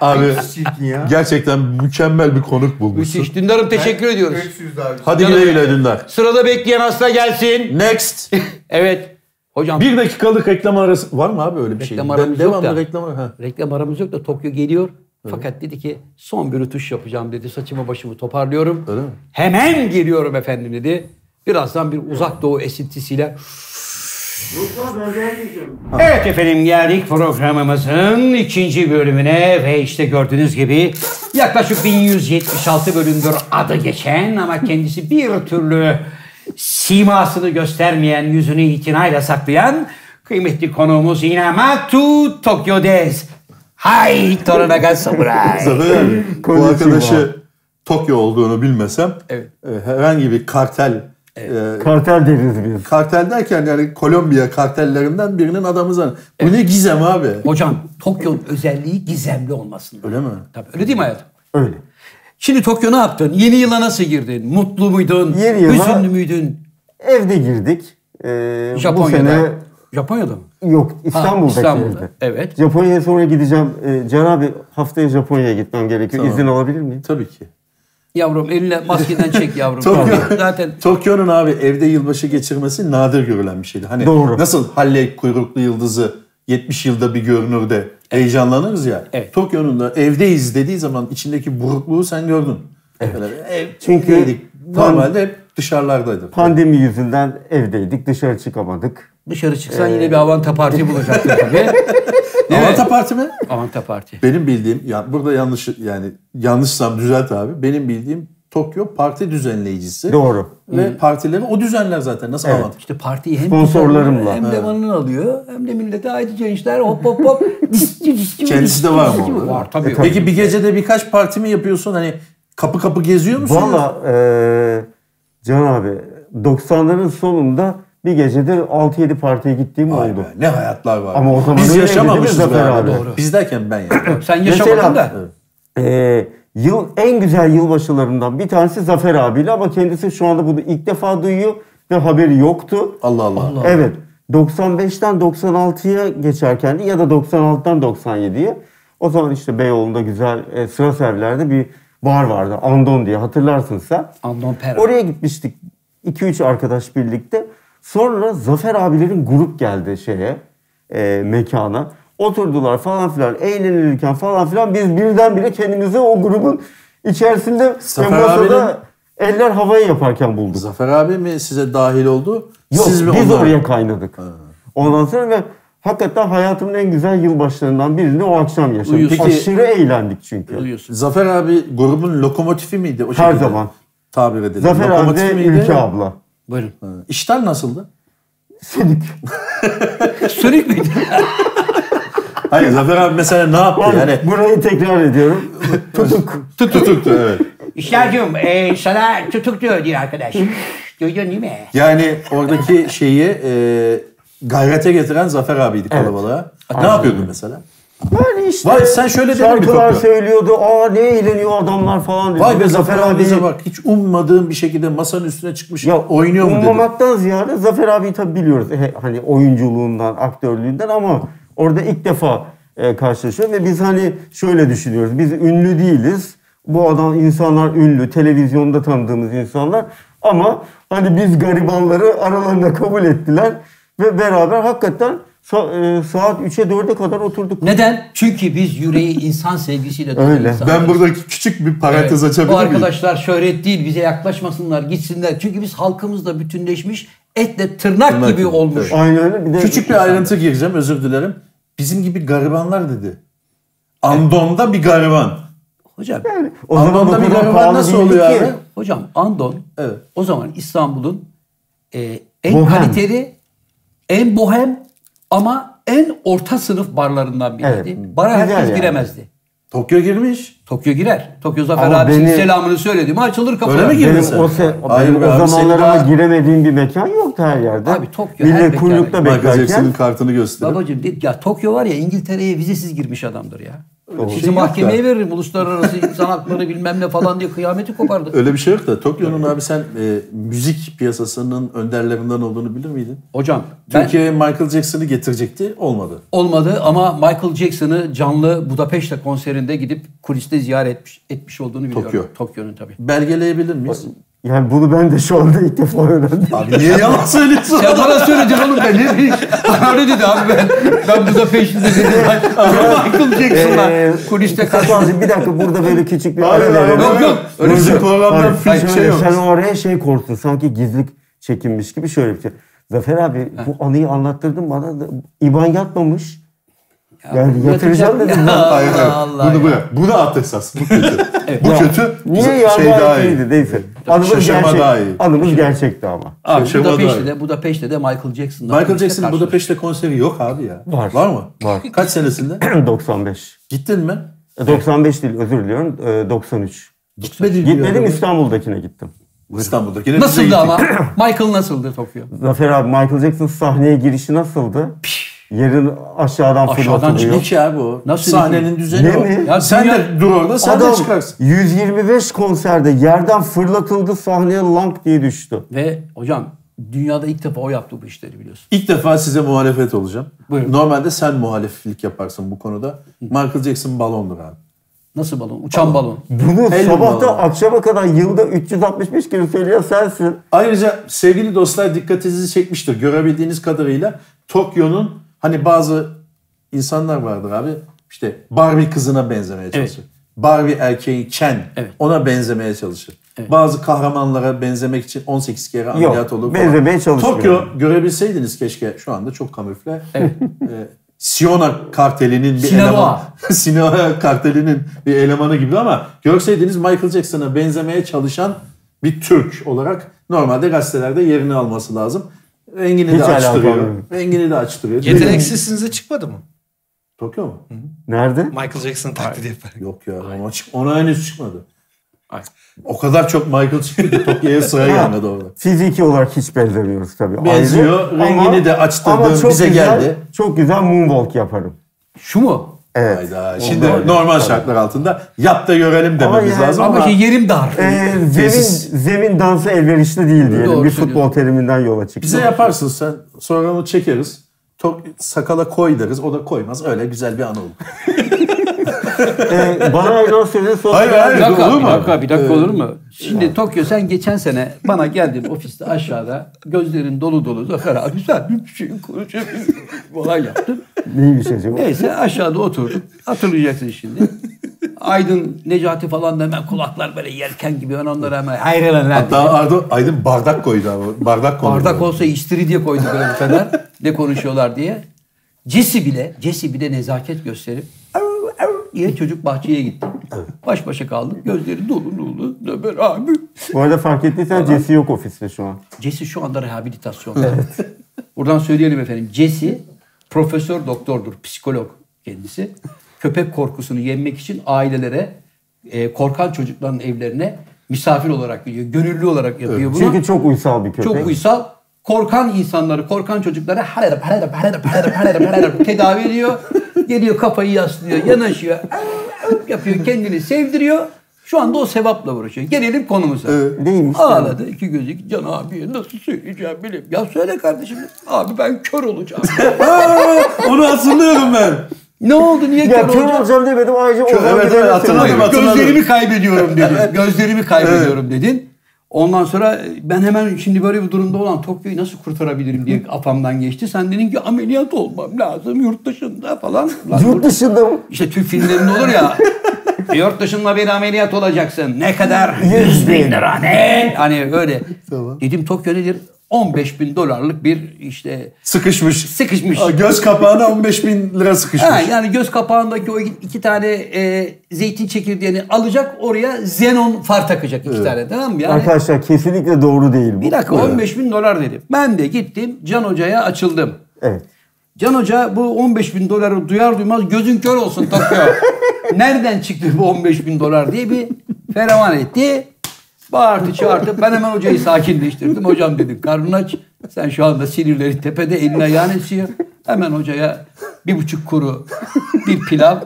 [SPEAKER 2] Abi
[SPEAKER 3] Çirkin ya.
[SPEAKER 2] gerçekten mükemmel bir konuk bulmuşsun.
[SPEAKER 1] Müthiş. Dündar'ım teşekkür ediyoruz.
[SPEAKER 3] Öksüz abi.
[SPEAKER 2] Hadi güle güle Dündar.
[SPEAKER 1] Sırada bekleyen hasta gelsin.
[SPEAKER 2] Next.
[SPEAKER 1] Evet. Hocam
[SPEAKER 2] bir dakikalık reklam arası. Var mı abi öyle bir şey?
[SPEAKER 1] Reklam aramız
[SPEAKER 2] Ben-
[SPEAKER 1] yok
[SPEAKER 2] devamlı
[SPEAKER 1] da.
[SPEAKER 2] reklam arası. Ha.
[SPEAKER 1] reklam aramız yok da Tokyo geliyor. Fakat dedi ki son bir rütuş yapacağım dedi. Saçımı başımı toparlıyorum.
[SPEAKER 2] Öyle mi?
[SPEAKER 1] Hemen geliyorum efendim dedi. Birazdan bir uzak doğu esintisiyle
[SPEAKER 5] Evet efendim geldik programımızın ikinci bölümüne ve işte gördüğünüz gibi yaklaşık 1176 bölümdür adı geçen ama kendisi bir türlü simasını göstermeyen, yüzünü itinayla saklayan kıymetli konuğumuz Inamatu Tokyo'dez. Hay Toranaga Samurai.
[SPEAKER 2] Zaten yani bu arkadaşı Tokyo olduğunu bilmesem
[SPEAKER 1] Evet.
[SPEAKER 2] e, herhangi bir kartel e,
[SPEAKER 6] Kartel deriz biz.
[SPEAKER 2] kartel derken yani Kolombiya kartellerinden birinin adamı zan. Bu ne gizem abi.
[SPEAKER 1] Hocam Tokyo'nun özelliği gizemli olmasında.
[SPEAKER 2] Öyle mi?
[SPEAKER 1] Tabii öyle değil mi hayatım?
[SPEAKER 6] Öyle.
[SPEAKER 1] Şimdi Tokyo ne yaptın? Yeni yıla nasıl girdin? Mutlu muydun?
[SPEAKER 6] Yeni yıla-
[SPEAKER 1] Hüzünlü müydün?
[SPEAKER 6] Evde girdik. Ee, bu
[SPEAKER 1] Japonya'da.
[SPEAKER 6] sene
[SPEAKER 1] Japonya'da mı?
[SPEAKER 6] yok İstanbul'da,
[SPEAKER 1] İstanbul'da,
[SPEAKER 6] girdi.
[SPEAKER 1] evet.
[SPEAKER 6] Japonya'ya sonra gideceğim. Ee, Can abi haftaya Japonya'ya gitmem gerekiyor.
[SPEAKER 2] Tamam.
[SPEAKER 6] İzin alabilir miyim?
[SPEAKER 2] Tabii ki.
[SPEAKER 1] Yavrum eline maskeden çek yavrum.
[SPEAKER 2] Tokyo,
[SPEAKER 1] Zaten
[SPEAKER 2] Tokyo'nun abi evde yılbaşı geçirmesi nadir görülen bir şeydi. Hani
[SPEAKER 6] Doğru.
[SPEAKER 2] nasıl Halley kuyruklu yıldızı 70 yılda bir görünür de heyecanlanırız ya.
[SPEAKER 1] Evet.
[SPEAKER 2] Tokyo'nun da evdeyiz dediği zaman içindeki burukluğu sen gördün. Böyle ev,
[SPEAKER 6] Çünkü
[SPEAKER 2] evdeydik.
[SPEAKER 6] pan-
[SPEAKER 2] normalde hep dışarılardaydık.
[SPEAKER 6] Pandemi yüzünden evdeydik. Dışarı çıkamadık.
[SPEAKER 1] dışarı çıksan yine bir Avanta Parti bulacaktın tabii.
[SPEAKER 2] Avanta Parti mi?
[SPEAKER 1] Avanta Parti.
[SPEAKER 2] Benim bildiğim ya burada yanlış yani yanlışsam düzelt abi. Benim bildiğim Tokyo parti düzenleyicisi.
[SPEAKER 6] Doğru.
[SPEAKER 2] Ve partileri o düzenler zaten. Nasıl Avanta?
[SPEAKER 1] İşte partiyi hem
[SPEAKER 6] Sponsorlarımla.
[SPEAKER 1] düzenliyor, hem de manını alıyor hem de millete haydi gençler hop hop hop. Dis, dis, dis, dis,
[SPEAKER 2] Kendisi de
[SPEAKER 1] dis,
[SPEAKER 2] var
[SPEAKER 1] dis,
[SPEAKER 2] mı
[SPEAKER 1] dis.
[SPEAKER 2] orada?
[SPEAKER 6] E,
[SPEAKER 1] Var tabii.
[SPEAKER 2] Peki bir gecede birkaç parti mi yapıyorsun? Hani kapı kapı geziyor musun?
[SPEAKER 6] Valla ee, Can abi 90'ların sonunda bir gecede 6-7 partiye gittiğim
[SPEAKER 2] Vay
[SPEAKER 6] oldu.
[SPEAKER 2] be, ne hayatlar var.
[SPEAKER 6] Ama o zaman
[SPEAKER 2] Biz
[SPEAKER 6] öyleydi
[SPEAKER 2] yaşamamışız
[SPEAKER 6] değil mi Zafer
[SPEAKER 2] be
[SPEAKER 6] abi?
[SPEAKER 2] Doğru. Biz derken ben yani.
[SPEAKER 1] Sen yaşamadın
[SPEAKER 6] Mesela-
[SPEAKER 1] da.
[SPEAKER 6] Ee, yıl en güzel yılbaşılarından bir tanesi Zafer abiyle ama kendisi şu anda bunu ilk defa duyuyor ve haberi yoktu.
[SPEAKER 2] Allah Allah. Allah.
[SPEAKER 6] Evet. 95'ten 96'ya geçerken ya da 96'dan 97'ye o zaman işte Beyoğlu'nda güzel e, sıra servilerde bir bar vardı. Andon diye hatırlarsın sen.
[SPEAKER 1] Andon Pera.
[SPEAKER 6] Oraya gitmiştik 2-3 arkadaş birlikte. Sonra Zafer abilerin grup geldi şeye, e, mekana. Oturdular falan filan, eğlenirken falan filan biz birdenbire kendimizi o grubun içerisinde
[SPEAKER 2] Zafer
[SPEAKER 6] ve masada
[SPEAKER 2] abinin-
[SPEAKER 6] eller havaya yaparken bulduk.
[SPEAKER 2] Zafer abi mi size dahil oldu?
[SPEAKER 6] Yok,
[SPEAKER 2] Siz mi
[SPEAKER 6] biz
[SPEAKER 2] onlar-
[SPEAKER 6] oraya kaynadık. Ondan sonra ve Hakikaten hayatımın en güzel yılbaşlarından birini o akşam yaşadım.
[SPEAKER 1] Uyuyorsun.
[SPEAKER 6] Aşırı eğlendik çünkü.
[SPEAKER 1] Uyuyorsun.
[SPEAKER 2] Zafer abi grubun lokomotifi miydi? O
[SPEAKER 6] Her
[SPEAKER 2] şekilde
[SPEAKER 6] zaman.
[SPEAKER 2] Tabir edelim.
[SPEAKER 6] Zafer abi
[SPEAKER 2] Lokomotifi
[SPEAKER 6] de
[SPEAKER 2] miydi?
[SPEAKER 6] Ülke abla.
[SPEAKER 1] Buyurun.
[SPEAKER 2] İşler nasıldı?
[SPEAKER 6] Sönük.
[SPEAKER 1] Sönük müydü?
[SPEAKER 2] Hayır Zafer abi mesela ne yaptı? Yani
[SPEAKER 6] Burayı tekrar ediyorum. Tutuk.
[SPEAKER 2] tutuktu evet.
[SPEAKER 5] İşlercim e, sana tutuk diyor diyor arkadaş. Duydun değil mi?
[SPEAKER 2] Yani oradaki şeyi e, gayrete getiren Zafer abiydi kalabalığa. Ne yapıyordun mesela?
[SPEAKER 6] Yani işte
[SPEAKER 2] Vay sen şöyle dedin bir
[SPEAKER 6] şarkılar
[SPEAKER 2] kopya.
[SPEAKER 6] söylüyordu. Aa ne eğleniyor adamlar falan dedi.
[SPEAKER 2] Vay be
[SPEAKER 6] Ve
[SPEAKER 2] Zafer abimize bak hiç ummadığım bir şekilde masanın üstüne çıkmış ya, oynuyor mu dedim.
[SPEAKER 6] Ummamaktan ziyade Zafer abi tabii biliyoruz. He- hani oyunculuğundan, aktörlüğünden ama orada ilk defa e, karşılaşıyorum ve biz hani şöyle düşünüyoruz. Biz ünlü değiliz. Bu adam insanlar ünlü. Televizyonda tanıdığımız insanlar. Ama hani biz garibanları aralarında kabul ettiler. Ve beraber hakikaten sa- e, saat 3'e 4'e kadar oturduk.
[SPEAKER 1] Neden? Çünkü biz yüreği insan sevgisiyle dolu
[SPEAKER 6] Öyle.
[SPEAKER 1] insanlarız.
[SPEAKER 2] Ben buradaki küçük bir parantez
[SPEAKER 1] Evet.
[SPEAKER 2] açabilir
[SPEAKER 1] Bu
[SPEAKER 2] miyim?
[SPEAKER 1] arkadaşlar şöhret değil bize yaklaşmasınlar gitsinler. Çünkü biz halkımızla bütünleşmiş etle tırnak,
[SPEAKER 2] Tırnak
[SPEAKER 1] gibi,
[SPEAKER 2] gibi,
[SPEAKER 1] olmuş.
[SPEAKER 6] Aynen öyle. Bir de
[SPEAKER 2] Küçük bir ayrıntı gireceğim özür dilerim. Bizim gibi garibanlar dedi. Andon'da bir gariban.
[SPEAKER 1] Hocam
[SPEAKER 6] O zaman
[SPEAKER 2] Anlamda
[SPEAKER 6] o
[SPEAKER 2] bir
[SPEAKER 6] kadar
[SPEAKER 2] gariban
[SPEAKER 6] pahalı
[SPEAKER 2] nasıl
[SPEAKER 6] değildi
[SPEAKER 2] oluyor
[SPEAKER 6] ki.
[SPEAKER 2] abi?
[SPEAKER 1] hocam Andon
[SPEAKER 2] Evet.
[SPEAKER 1] o zaman İstanbul'un e, en
[SPEAKER 6] Bohem.
[SPEAKER 1] kaliteli, en bohem ama en orta sınıf barlarından biriydi.
[SPEAKER 6] Evet.
[SPEAKER 1] Bara
[SPEAKER 6] Güzel
[SPEAKER 1] herkes
[SPEAKER 6] yani.
[SPEAKER 1] giremezdi.
[SPEAKER 2] Tokyo girmiş.
[SPEAKER 1] Tokyo girer. Tokyo Zafer
[SPEAKER 6] Ama
[SPEAKER 1] abisinin
[SPEAKER 6] beni-
[SPEAKER 1] selamını söyledi mi açılır kapılar.
[SPEAKER 2] Öyle mi girdin
[SPEAKER 6] Benim
[SPEAKER 2] sen?
[SPEAKER 6] o, se-
[SPEAKER 2] Hayır
[SPEAKER 6] benim
[SPEAKER 2] be
[SPEAKER 6] o
[SPEAKER 2] abi,
[SPEAKER 6] zamanlarıma
[SPEAKER 2] senin daha-
[SPEAKER 6] giremediğim bir mekan yoktu her yerde.
[SPEAKER 1] Abi Tokyo her
[SPEAKER 6] Millet
[SPEAKER 1] mekana-
[SPEAKER 6] kuyrukta
[SPEAKER 2] Michael
[SPEAKER 6] beklerken.
[SPEAKER 2] Jackson'ın kartını gösterin.
[SPEAKER 1] Babacım dedi ya Tokyo var ya İngiltere'ye vizesiz girmiş adamdır ya. Bizi
[SPEAKER 2] şey yok
[SPEAKER 1] mahkemeye
[SPEAKER 2] da.
[SPEAKER 1] veririm uluslararası insan hakları bilmem ne falan diye kıyameti kopardı.
[SPEAKER 2] Öyle bir şey yok da Tokyo'nun abi sen e, müzik piyasasının önderlerinden olduğunu bilir miydin?
[SPEAKER 1] Hocam ben
[SPEAKER 2] Türkiye'ye Michael Jackson'ı getirecekti olmadı.
[SPEAKER 1] olmadı ama Michael Jackson'ı canlı Budapeşte konserinde gidip kuliste ziyaret etmiş, etmiş olduğunu biliyorum.
[SPEAKER 2] Tokyo.
[SPEAKER 1] Tokyo'nun tabii.
[SPEAKER 2] Belgeleyebilir miyiz?
[SPEAKER 6] Yani bunu ben de şu anda ilk defa öğrendim.
[SPEAKER 2] Abi niye yalan söylüyorsun?
[SPEAKER 1] Ya bana söyledin oğlum ben ne bileyim. Bana öyle dedi abi ben. Ben Budapeşte'de dedim. Michael
[SPEAKER 6] Ee,
[SPEAKER 1] Jackson'la kuliste karşı.
[SPEAKER 6] Kapancı, bir dakika burada böyle küçük bir
[SPEAKER 2] Hayır,
[SPEAKER 6] ara
[SPEAKER 2] hayır,
[SPEAKER 6] verelim.
[SPEAKER 1] Yok, yok.
[SPEAKER 2] Öyle bir şey
[SPEAKER 6] Burada-
[SPEAKER 2] programdan
[SPEAKER 6] Hayır,
[SPEAKER 2] hiç
[SPEAKER 6] hayır,
[SPEAKER 2] şey
[SPEAKER 6] şöyle,
[SPEAKER 2] yok.
[SPEAKER 6] Sen oraya şey korktun sanki gizlilik çekinmiş gibi şöyle bir şey. Zafer abi bu anıyı anlattırdın bana da İban yatmamış. yani yatıracağım dedim.
[SPEAKER 1] Ya
[SPEAKER 6] ben.
[SPEAKER 2] Hayır, hayır.
[SPEAKER 1] Allah Allah.
[SPEAKER 2] Bunu bırak. Bu da at esas. Bu kötü. Bu kötü.
[SPEAKER 6] Niye ya?
[SPEAKER 2] Şey daha iyi.
[SPEAKER 6] iyiydi. Neyse. Anımız,
[SPEAKER 2] Şaşırma
[SPEAKER 6] gerçek,
[SPEAKER 2] daha iyi.
[SPEAKER 6] anımız gerçekti ama.
[SPEAKER 1] Abi
[SPEAKER 2] Şaşırma daha iyi.
[SPEAKER 1] Budapeşte'de, Budapeşte'de Michael Jackson'la
[SPEAKER 2] Şey, Michael
[SPEAKER 1] kuliste
[SPEAKER 2] Jackson'ın
[SPEAKER 1] karşılaştı.
[SPEAKER 2] Budapeşte konseri yok abi ya.
[SPEAKER 6] Var.
[SPEAKER 2] Var mı?
[SPEAKER 6] Var.
[SPEAKER 2] Kaç senesinde?
[SPEAKER 6] 95.
[SPEAKER 2] Gittin mi?
[SPEAKER 6] E, 95 değil özür diliyorum. E, 93.
[SPEAKER 2] Gitmedin diyor
[SPEAKER 6] Gitmedim
[SPEAKER 2] adam.
[SPEAKER 6] İstanbul'dakine gittim.
[SPEAKER 2] İstanbul'dakine biz de
[SPEAKER 1] Nasıldı
[SPEAKER 2] gittik.
[SPEAKER 1] ama? Michael nasıldı Tokyo?
[SPEAKER 6] Zafer abi Michael Jackson sahneye girişi nasıldı? Yerin aşağıdan
[SPEAKER 1] Aşağıdan
[SPEAKER 2] Ne
[SPEAKER 6] fırlatılıyor.
[SPEAKER 2] ki abi o?
[SPEAKER 1] Nasıl
[SPEAKER 2] Sahnenin düzeni
[SPEAKER 6] Ne
[SPEAKER 2] o.
[SPEAKER 6] mi?
[SPEAKER 1] Ya
[SPEAKER 2] sen
[SPEAKER 1] dünya-
[SPEAKER 2] de dur orada sen de
[SPEAKER 6] Adam
[SPEAKER 2] çıkarsın.
[SPEAKER 6] 125 konserde yerden fırlatıldı sahneye lank diye düştü.
[SPEAKER 1] Ve hocam dünyada ilk defa o yaptı bu işleri biliyorsun.
[SPEAKER 2] İlk defa size muhalefet olacağım.
[SPEAKER 1] Buyurun.
[SPEAKER 2] Normalde sen muhalefetlik yaparsın bu konuda. Michael Jackson balondur abi.
[SPEAKER 1] Nasıl balon? Uçan balon.
[SPEAKER 6] Bunu
[SPEAKER 2] Elma
[SPEAKER 6] sabahta
[SPEAKER 2] var.
[SPEAKER 6] akşama kadar yılda 365 kere söyleyen sensin.
[SPEAKER 2] Ayrıca sevgili dostlar dikkatinizi çekmiştir. Görebildiğiniz kadarıyla Tokyo'nun hani bazı insanlar vardır abi. İşte Barbie kızına benzemeye çalışır. Barbie erkeği Ken
[SPEAKER 1] Evet.
[SPEAKER 2] ona benzemeye çalışır. Bazı kahramanlara benzemek için 18 kere ameliyat olur. falan.
[SPEAKER 6] benzemeye çalışmıyor.
[SPEAKER 2] Tokyo görebilseydiniz keşke şu anda çok kamufle. Ee, Siona kartelinin bir
[SPEAKER 1] Sinaloa.
[SPEAKER 2] elemanı. Sinaloa kartelinin bir elemanı gibi ama görseydiniz Michael Jackson'a benzemeye çalışan bir Türk olarak normalde gazetelerde yerini alması lazım. Rengini
[SPEAKER 6] Hiç
[SPEAKER 2] de
[SPEAKER 6] alakalı
[SPEAKER 2] açtırıyor.
[SPEAKER 6] yok.
[SPEAKER 2] Rengini de açtırıyor.
[SPEAKER 4] Yeteneksizsinize çıkmadı mı?
[SPEAKER 2] Tokyo mu?
[SPEAKER 6] Nerede?
[SPEAKER 4] Michael Jackson taklidi yaparak.
[SPEAKER 2] Yok ya ona, çık- ona henüz çıkmadı. O kadar çok Michael çıktı ki Tokyo'ya sıra gelmedi orada.
[SPEAKER 6] Fiziki olarak hiç benzemiyoruz tabii.
[SPEAKER 2] Benziyor,
[SPEAKER 6] Ayrı.
[SPEAKER 2] rengini
[SPEAKER 6] Ama-
[SPEAKER 2] de açtırdığın
[SPEAKER 6] ama çok
[SPEAKER 2] bize
[SPEAKER 6] güzel-
[SPEAKER 2] geldi.
[SPEAKER 6] Çok güzel moonwalk yaparım.
[SPEAKER 1] Şu mu?
[SPEAKER 6] Evet.
[SPEAKER 2] Hayda. Şimdi normal şartlar altında yap da görelim
[SPEAKER 6] Ama
[SPEAKER 2] dememiz
[SPEAKER 6] yani-
[SPEAKER 2] lazım ama,
[SPEAKER 1] Ama şey yerim dar.
[SPEAKER 6] Ee,
[SPEAKER 2] Tesis.
[SPEAKER 6] zemin, zemin dansı elverişli değil diyelim.
[SPEAKER 1] Doğru
[SPEAKER 6] bir
[SPEAKER 1] söylüyorsun.
[SPEAKER 6] futbol teriminden yola çıktık.
[SPEAKER 2] bize yaparsın sen. Sonra onu çekeriz. Tok, sakala koy deriz. O da koymaz. Öyle güzel bir an olur.
[SPEAKER 6] Ee, bana ayrılan sürenin sonuna
[SPEAKER 2] Hayır,
[SPEAKER 6] geldik.
[SPEAKER 2] hayır.
[SPEAKER 1] bir dakika,
[SPEAKER 2] olur
[SPEAKER 1] bir
[SPEAKER 2] mu?
[SPEAKER 1] dakika, bir dakika olur mu? Şimdi Tokyo sen geçen sene bana geldin ofiste aşağıda gözlerin dolu dolu Zafer abi sen bir şey konuşabilir olay yaptın.
[SPEAKER 6] Neymiş acaba?
[SPEAKER 1] Neyse aşağıda oturduk. Hatırlayacaksın şimdi. Aydın, Necati falan da hemen kulaklar böyle yelken gibi ben onlara hemen hayır lan lan.
[SPEAKER 2] Hatta Arda, Aydın bardak koydu abi. Bardak koydu.
[SPEAKER 1] Bardak olsa içtiri diye koydu böyle bir fener. ne konuşuyorlar diye. Cesi bile, Cesi bile nezaket gösterip "Av, av" diye çocuk bahçeye gitti. Baş başa kaldık. Gözleri dolu dolu. Zömer abi.
[SPEAKER 6] Bu arada fark ettiysen Jesse yok ofiste şu an.
[SPEAKER 1] Cesi şu anda rehabilitasyonda. Buradan söyleyelim efendim. Cesi profesör doktordur, psikolog kendisi. Köpek korkusunu yenmek için ailelere, e, korkan çocukların evlerine misafir olarak gidiyor. Gönüllü olarak yapıyor bunu.
[SPEAKER 6] Çünkü çok uysal bir köpek.
[SPEAKER 1] Çok uysal. Korkan insanları, korkan çocukları hararıp hararıp hararıp hararıp hararıp hararıp tedavi ediyor. Geliyor kafayı yaslıyor, yanaşıyor. av, av yapıyor, kendini sevdiriyor. Şu anda o sevapla uğraşıyor. Gelelim konumuza.
[SPEAKER 6] neymiş?
[SPEAKER 1] Ağladı iki gözü. iki- Can abi nasıl söyleyeceğim bileyim. Ya söyle kardeşim. Abi ben kör olacağım.
[SPEAKER 2] Aa, onu hatırlıyorum ben.
[SPEAKER 1] ne oldu niye kör
[SPEAKER 6] Ya kör
[SPEAKER 1] olacağım?
[SPEAKER 6] olacağım demedim ayrıca o
[SPEAKER 2] evet, evet, hatırladım, hatırladım.
[SPEAKER 1] Gözlerimi kaybediyorum dedin. Gözlerimi kaybediyorum dedin. Ondan sonra ben hemen şimdi böyle bir durumda olan Tokyo'yu nasıl kurtarabilirim diye kafamdan geçti. Sen dedin ki ameliyat olmam lazım yurt dışında falan. Lan
[SPEAKER 6] Yurt dışında mı?
[SPEAKER 1] İşte Türk filmlerinde olur ya. E, Yurt dışında bir ameliyat olacaksın. Ne kadar? 100 bin lira ne? Hani öyle. Dedim Tokyo nedir? 15 bin dolarlık bir işte
[SPEAKER 2] Sıkışmış.
[SPEAKER 1] Sıkışmış.
[SPEAKER 2] Aa, Göz kapağına 15 bin lira sıkışmış.
[SPEAKER 1] Ha, yani göz kapağındaki o iki tane e, zeytin çekirdeğini alacak oraya xenon far takacak iki tane tamam mı? Yani
[SPEAKER 6] Arkadaşlar kesinlikle doğru değil bu.
[SPEAKER 1] bir dakika 15 bin dolar dedim. Ben de gittim Can Hoca'ya açıldım.
[SPEAKER 6] Evet.
[SPEAKER 1] Can Hoca bu 15 bin doları duyar duymaz gözün kör olsun Tokyo. Nereden çıktı bu 15 bin dolar diye bir feraman etti. Bağırtı çağırtı. Ben hemen hocayı sakinleştirdim. Hocam dedim karnın aç. Sen şu anda sinirleri tepede elini ayağın esiyor. Hemen hocaya bir buçuk kuru bir pilav.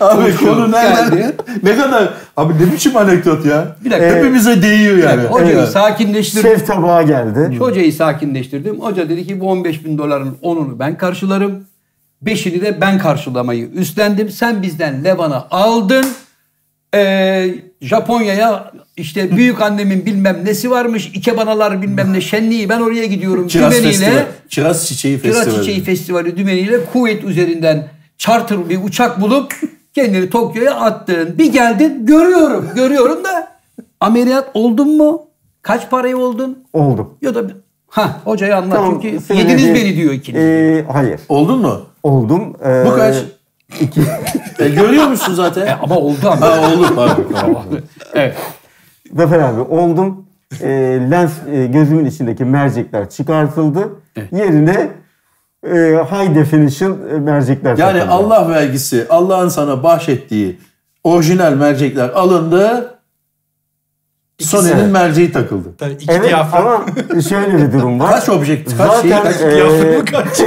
[SPEAKER 2] Abi
[SPEAKER 1] turşu
[SPEAKER 2] konu nereden?
[SPEAKER 1] geldi.
[SPEAKER 2] Ne kadar? Abi ne biçim anekdot ya?
[SPEAKER 1] Bir dakika.
[SPEAKER 2] Hepimize değiyor yani.
[SPEAKER 1] Hocayı
[SPEAKER 2] Evet.
[SPEAKER 1] sakinleştirdim.
[SPEAKER 6] Şef tabağa geldi.
[SPEAKER 1] Hocayı sakinleştirdim. Hoca dedi ki bu 15 bin doların 10'unu ben karşılarım. 5'ini de ben karşılamayı üstlendim. Sen bizden Levan'a aldın. Ee, Japonya'ya işte büyük annemin bilmem nesi varmış. Ikebanalar bilmem ne şenliği ben oraya gidiyorum.
[SPEAKER 2] Kiraz
[SPEAKER 1] dümeniyle,
[SPEAKER 2] festivali. Kiraz çiçeği
[SPEAKER 1] Kiraz
[SPEAKER 2] festivali.
[SPEAKER 1] Çiçeği Festivali dümeniyle kuvvet üzerinden charter bir uçak bulup kendini Tokyo'ya attın. Bir geldin görüyorum görüyorum da ameliyat oldun mu? Kaç paraya oldun?
[SPEAKER 6] Oldu.
[SPEAKER 1] Ya da ha hocayı anlat çünkü
[SPEAKER 6] senin
[SPEAKER 1] yediniz
[SPEAKER 6] dediğin-
[SPEAKER 1] beni diyor ikiniz.
[SPEAKER 2] E-
[SPEAKER 6] Ee, hayır.
[SPEAKER 2] Oldun mu?
[SPEAKER 6] Oldum. Ee,
[SPEAKER 2] Bu kaç? E, görüyor musun zaten?
[SPEAKER 1] E, ama oldu ama.
[SPEAKER 2] ha oldu pardon. tamam.
[SPEAKER 1] evet.
[SPEAKER 6] Zafer abi oldum. Ee, lens e, gözümün içindeki mercekler çıkartıldı. Yerine e, high definition e, mercekler
[SPEAKER 2] Yani
[SPEAKER 6] takıldı.
[SPEAKER 2] Allah vergisi, Allah'ın sana bahşettiği orijinal mercekler alındı. Sony'nin
[SPEAKER 6] sene.
[SPEAKER 2] merceği takıldı.
[SPEAKER 4] Tabii iki
[SPEAKER 6] Evet
[SPEAKER 4] diyafram.
[SPEAKER 6] ama şöyle bir durum var.
[SPEAKER 2] Kaç objektif, kaç şey,
[SPEAKER 6] Zaten
[SPEAKER 2] kaç
[SPEAKER 6] e,
[SPEAKER 4] Diyaframı kaç?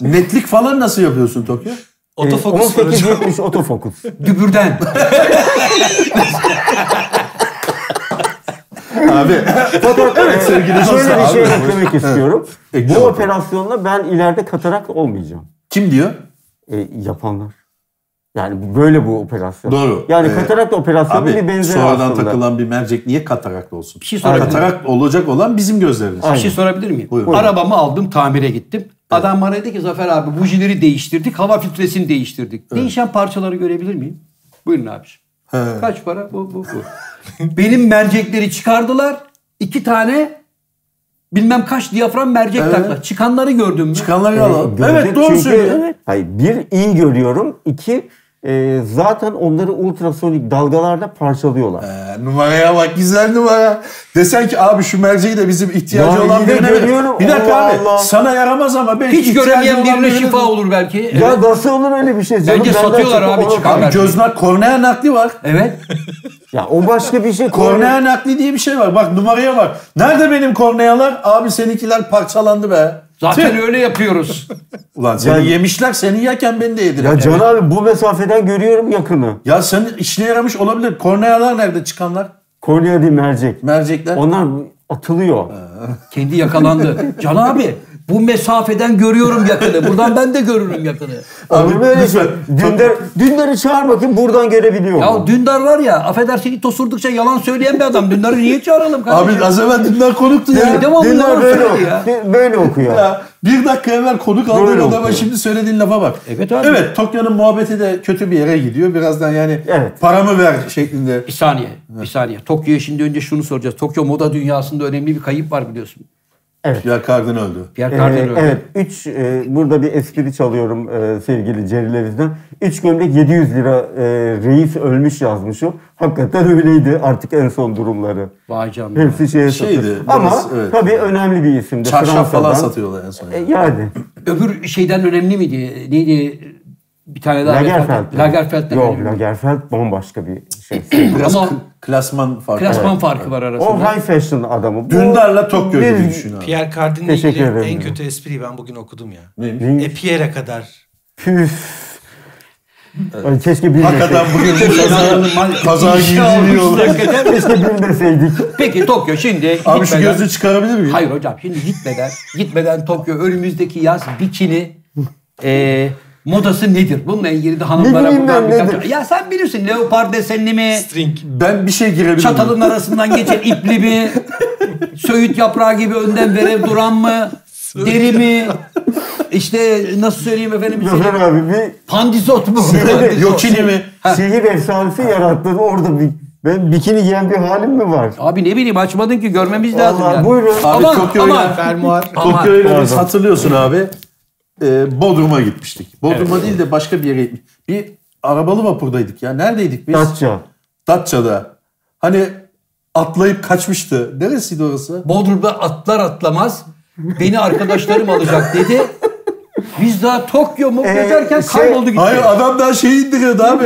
[SPEAKER 2] netlik falan nasıl yapıyorsun Tokyo?
[SPEAKER 6] e,
[SPEAKER 4] Otofokus var hocam.
[SPEAKER 6] 18-70 otofokus.
[SPEAKER 1] Dübürden. şey
[SPEAKER 2] Abi
[SPEAKER 6] Fakat evet,
[SPEAKER 2] sevgili
[SPEAKER 6] Ee, şöyle
[SPEAKER 2] dostlar, E,
[SPEAKER 6] bir şey
[SPEAKER 2] abi.
[SPEAKER 6] eklemek istiyorum.
[SPEAKER 2] Ekle
[SPEAKER 6] Bu
[SPEAKER 2] bakalım.
[SPEAKER 6] operasyonla ben ileride katarak olmayacağım.
[SPEAKER 2] kim diyor?
[SPEAKER 6] E, yapanlar. Yani böyle bu operasyon.
[SPEAKER 2] Doğru.
[SPEAKER 6] Yani
[SPEAKER 2] E,
[SPEAKER 6] katarakt operasyonun
[SPEAKER 2] Abi
[SPEAKER 6] bir benzeri
[SPEAKER 2] sonradan
[SPEAKER 6] aslında.
[SPEAKER 2] takılan bir mercek niye kataraklı olsun?
[SPEAKER 1] Bir şey sorabilir miyim?
[SPEAKER 2] Katarak olacak olan bizim gözlerimiz.
[SPEAKER 1] Bir şey sorabilir miyim?
[SPEAKER 2] Buyurun.
[SPEAKER 1] Arabamı aldım tamire gittim. Adam bana dedi ki Zafer abi bujileri değiştirdik, hava filtresini değiştirdik. Değişen parçaları görebilir miyim? Buyurun abiciğim. Kaç para? Bu, bu, bu. Benim mercekleri çıkardılar. İki tane bilmem kaç diyafram mercek taktılar. Çıkanları gördün mü?
[SPEAKER 2] Çıkanları
[SPEAKER 6] E,
[SPEAKER 2] alalım.
[SPEAKER 6] görecek
[SPEAKER 2] Evet doğru
[SPEAKER 6] çünkü-
[SPEAKER 2] söylüyor.
[SPEAKER 6] Hayır, bir iyi görüyorum. iki e, zaten onları ultrasonik dalgalarla parçalıyorlar.
[SPEAKER 2] Ee, Numaraya bak güzel numara. Desen ki abi şu merceği de bizim ihtiyacı
[SPEAKER 6] Ya
[SPEAKER 2] olan
[SPEAKER 6] yine
[SPEAKER 2] birine
[SPEAKER 6] görüyorum.
[SPEAKER 2] ver. Bir dakika
[SPEAKER 6] Allah
[SPEAKER 2] abi
[SPEAKER 6] Allah.
[SPEAKER 2] sana yaramaz ama belki
[SPEAKER 1] Hiç
[SPEAKER 2] ihtiyacı
[SPEAKER 1] göremeyen
[SPEAKER 2] olan
[SPEAKER 1] birine
[SPEAKER 2] birine
[SPEAKER 1] şifa
[SPEAKER 2] ver.
[SPEAKER 1] olur belki.
[SPEAKER 6] Ya
[SPEAKER 1] Evet.
[SPEAKER 6] nasıl olur öyle bir şey? Canım,
[SPEAKER 1] Bence
[SPEAKER 6] benden
[SPEAKER 1] satıyorlar
[SPEAKER 6] çok
[SPEAKER 1] abi,
[SPEAKER 6] olan-
[SPEAKER 1] çıkan-
[SPEAKER 2] Abi göz nak- kornea nakli var.
[SPEAKER 1] evet.
[SPEAKER 6] Ya o başka bir şey.
[SPEAKER 2] Kornea nakli diye bir şey var. Bak numaraya bak. Nerede benim kornealar? Abi seninkiler parçalandı be.
[SPEAKER 1] Zaten
[SPEAKER 2] Tüh.
[SPEAKER 1] öyle yapıyoruz.
[SPEAKER 2] Ulan seni
[SPEAKER 6] Yani-
[SPEAKER 2] yemişler. Seni yerken beni de yediler.
[SPEAKER 6] Ya
[SPEAKER 2] Ya,
[SPEAKER 6] Can abi bu mesafeden görüyorum yakını.
[SPEAKER 2] senin işine yaramış olabilir. Kornealar nerede çıkanlar?
[SPEAKER 6] Kornea değil mercek.
[SPEAKER 2] Mercekler.
[SPEAKER 6] Onlar atılıyor.
[SPEAKER 1] Kendi yakalandı. Can abi bu mesafeden görüyorum yakını. Buradan ben de görürüm yakını.
[SPEAKER 6] Olur
[SPEAKER 2] Abi,
[SPEAKER 6] mu öyle şey?
[SPEAKER 2] lütfen.
[SPEAKER 6] Dündar, Dündar'ı çağır bakayım buradan görebiliyor
[SPEAKER 1] Ya
[SPEAKER 6] mu?
[SPEAKER 1] Dündar var ya affedersin it osurdukça yalan söyleyen bir adam. Dündar'ı niye çağıralım kardeşim?
[SPEAKER 2] Abi az evvel dinler konuktu ya.
[SPEAKER 1] Dedim ama
[SPEAKER 6] Dündar
[SPEAKER 1] yalan
[SPEAKER 6] böyle,
[SPEAKER 1] söyledi ya.
[SPEAKER 6] oku- böyle okuyor.
[SPEAKER 2] Ya bir dakika evvel konuk aldığın
[SPEAKER 6] Böyle
[SPEAKER 2] adama
[SPEAKER 6] okuyor.
[SPEAKER 2] şimdi söylediğin lafa bak.
[SPEAKER 1] Evet abi.
[SPEAKER 2] Evet Tokyo'nun muhabbeti de kötü bir yere gidiyor. Birazdan yani
[SPEAKER 6] Evet.
[SPEAKER 2] paramı ver şeklinde.
[SPEAKER 1] Bir saniye, bir saniye. Tokyo'ya şimdi önce şunu soracağız. Tokyo moda dünyasında önemli bir kayıp var biliyorsun.
[SPEAKER 6] Evet.
[SPEAKER 2] Pierre Cardin öldü.
[SPEAKER 1] Pierre
[SPEAKER 6] Ee,
[SPEAKER 1] Cardin öyle.
[SPEAKER 6] evet. Üç, e, burada bir espri çalıyorum e, sevgili Cerileriz'den. Üç gömlek 700 lira e, reis ölmüş yazmışım. Hakikaten öyleydi artık en son durumları.
[SPEAKER 1] Vay canına.
[SPEAKER 6] Hepsi şeye
[SPEAKER 2] Şeydi,
[SPEAKER 6] satıyor.
[SPEAKER 2] biraz,
[SPEAKER 6] Ama
[SPEAKER 2] evet.
[SPEAKER 6] tabii önemli bir isimdi.
[SPEAKER 2] Çarşaf
[SPEAKER 6] Fransa'dan.
[SPEAKER 2] falan satıyorlar en son.
[SPEAKER 6] E, yani.
[SPEAKER 1] Öbür şeyden önemli miydi? Neydi? Bir tane daha.
[SPEAKER 6] Lagerfeld. mi?
[SPEAKER 1] Lagerfeld'den
[SPEAKER 6] Yok
[SPEAKER 1] önemli.
[SPEAKER 6] Lagerfeld bambaşka bir şey.
[SPEAKER 2] Biraz
[SPEAKER 1] Ama-
[SPEAKER 2] kl- klasman farkı
[SPEAKER 1] Klasman
[SPEAKER 2] var.
[SPEAKER 1] farkı var arasında.
[SPEAKER 6] o high fashion adamı. Bu-
[SPEAKER 2] Dündar'la Tokyo gibi
[SPEAKER 6] Biz-
[SPEAKER 2] düşün abi.
[SPEAKER 4] Pierre Cardin'le
[SPEAKER 6] Teşekkür
[SPEAKER 4] ilgili
[SPEAKER 6] ederim.
[SPEAKER 4] en kötü espriyi ben bugün okudum ya.
[SPEAKER 2] Neymiş?
[SPEAKER 4] E Pierre'e kadar.
[SPEAKER 6] Püf. Ay, keşke bilmeseydik.
[SPEAKER 2] Hakikaten bugün pazar, pazar giyiliyor.
[SPEAKER 6] keşke bilmeseydik.
[SPEAKER 1] Peki Tokyo şimdi
[SPEAKER 2] Abi şu
[SPEAKER 1] gitmeden-
[SPEAKER 2] gözü çıkarabilir miyim?
[SPEAKER 1] Hayır hocam şimdi gitmeden gitmeden Tokyo önümüzdeki yaz bikini e, modası nedir? Bununla ilgili de hanımlara
[SPEAKER 6] bileyim
[SPEAKER 1] buradan
[SPEAKER 6] ben,
[SPEAKER 1] birkaç-
[SPEAKER 6] nedir?
[SPEAKER 1] Ya sen bilirsin leopar desenli mi?
[SPEAKER 4] String.
[SPEAKER 2] Ben bir şey girebilir miyim?
[SPEAKER 1] Çatalın arasından geçen ipli mi? Söğüt yaprağı gibi önden verev duran mı? Deri mi? İşte nasıl söyleyeyim efendim?
[SPEAKER 6] Zafer abi bir
[SPEAKER 1] Pandizot mu? Pandizot.
[SPEAKER 2] Yokini mi?
[SPEAKER 6] şehir efsanesi yarattın orada bir ben bikini giyen bir halim mi var?
[SPEAKER 1] Abi ne bileyim açmadın ki görmemiz lazım
[SPEAKER 6] Vallahi
[SPEAKER 1] yani.
[SPEAKER 6] buyurun.
[SPEAKER 2] Abi
[SPEAKER 1] Aman,
[SPEAKER 2] Tokyo'yla
[SPEAKER 1] aman.
[SPEAKER 4] Fermuar.
[SPEAKER 1] Aman.
[SPEAKER 2] Tokyo'yla biz
[SPEAKER 6] Pardon.
[SPEAKER 2] hatırlıyorsun abi. e, Bodrum'a gitmiştik. Bodrum'a değil de başka bir yere gitmiştik. Bir arabalı vapurdaydık ya. Neredeydik biz?
[SPEAKER 6] Datça.
[SPEAKER 2] Datça'da. Hani atlayıp kaçmıştı. Neresiydi orası?
[SPEAKER 1] Bodrum'da atlar atlamaz beni arkadaşlarım alacak dedi. Biz daha Tokyo mu
[SPEAKER 6] Ee,
[SPEAKER 1] gezerken
[SPEAKER 6] şey-
[SPEAKER 1] kayboldu gitti.
[SPEAKER 2] Hayır adam daha şey indiriyordu abi.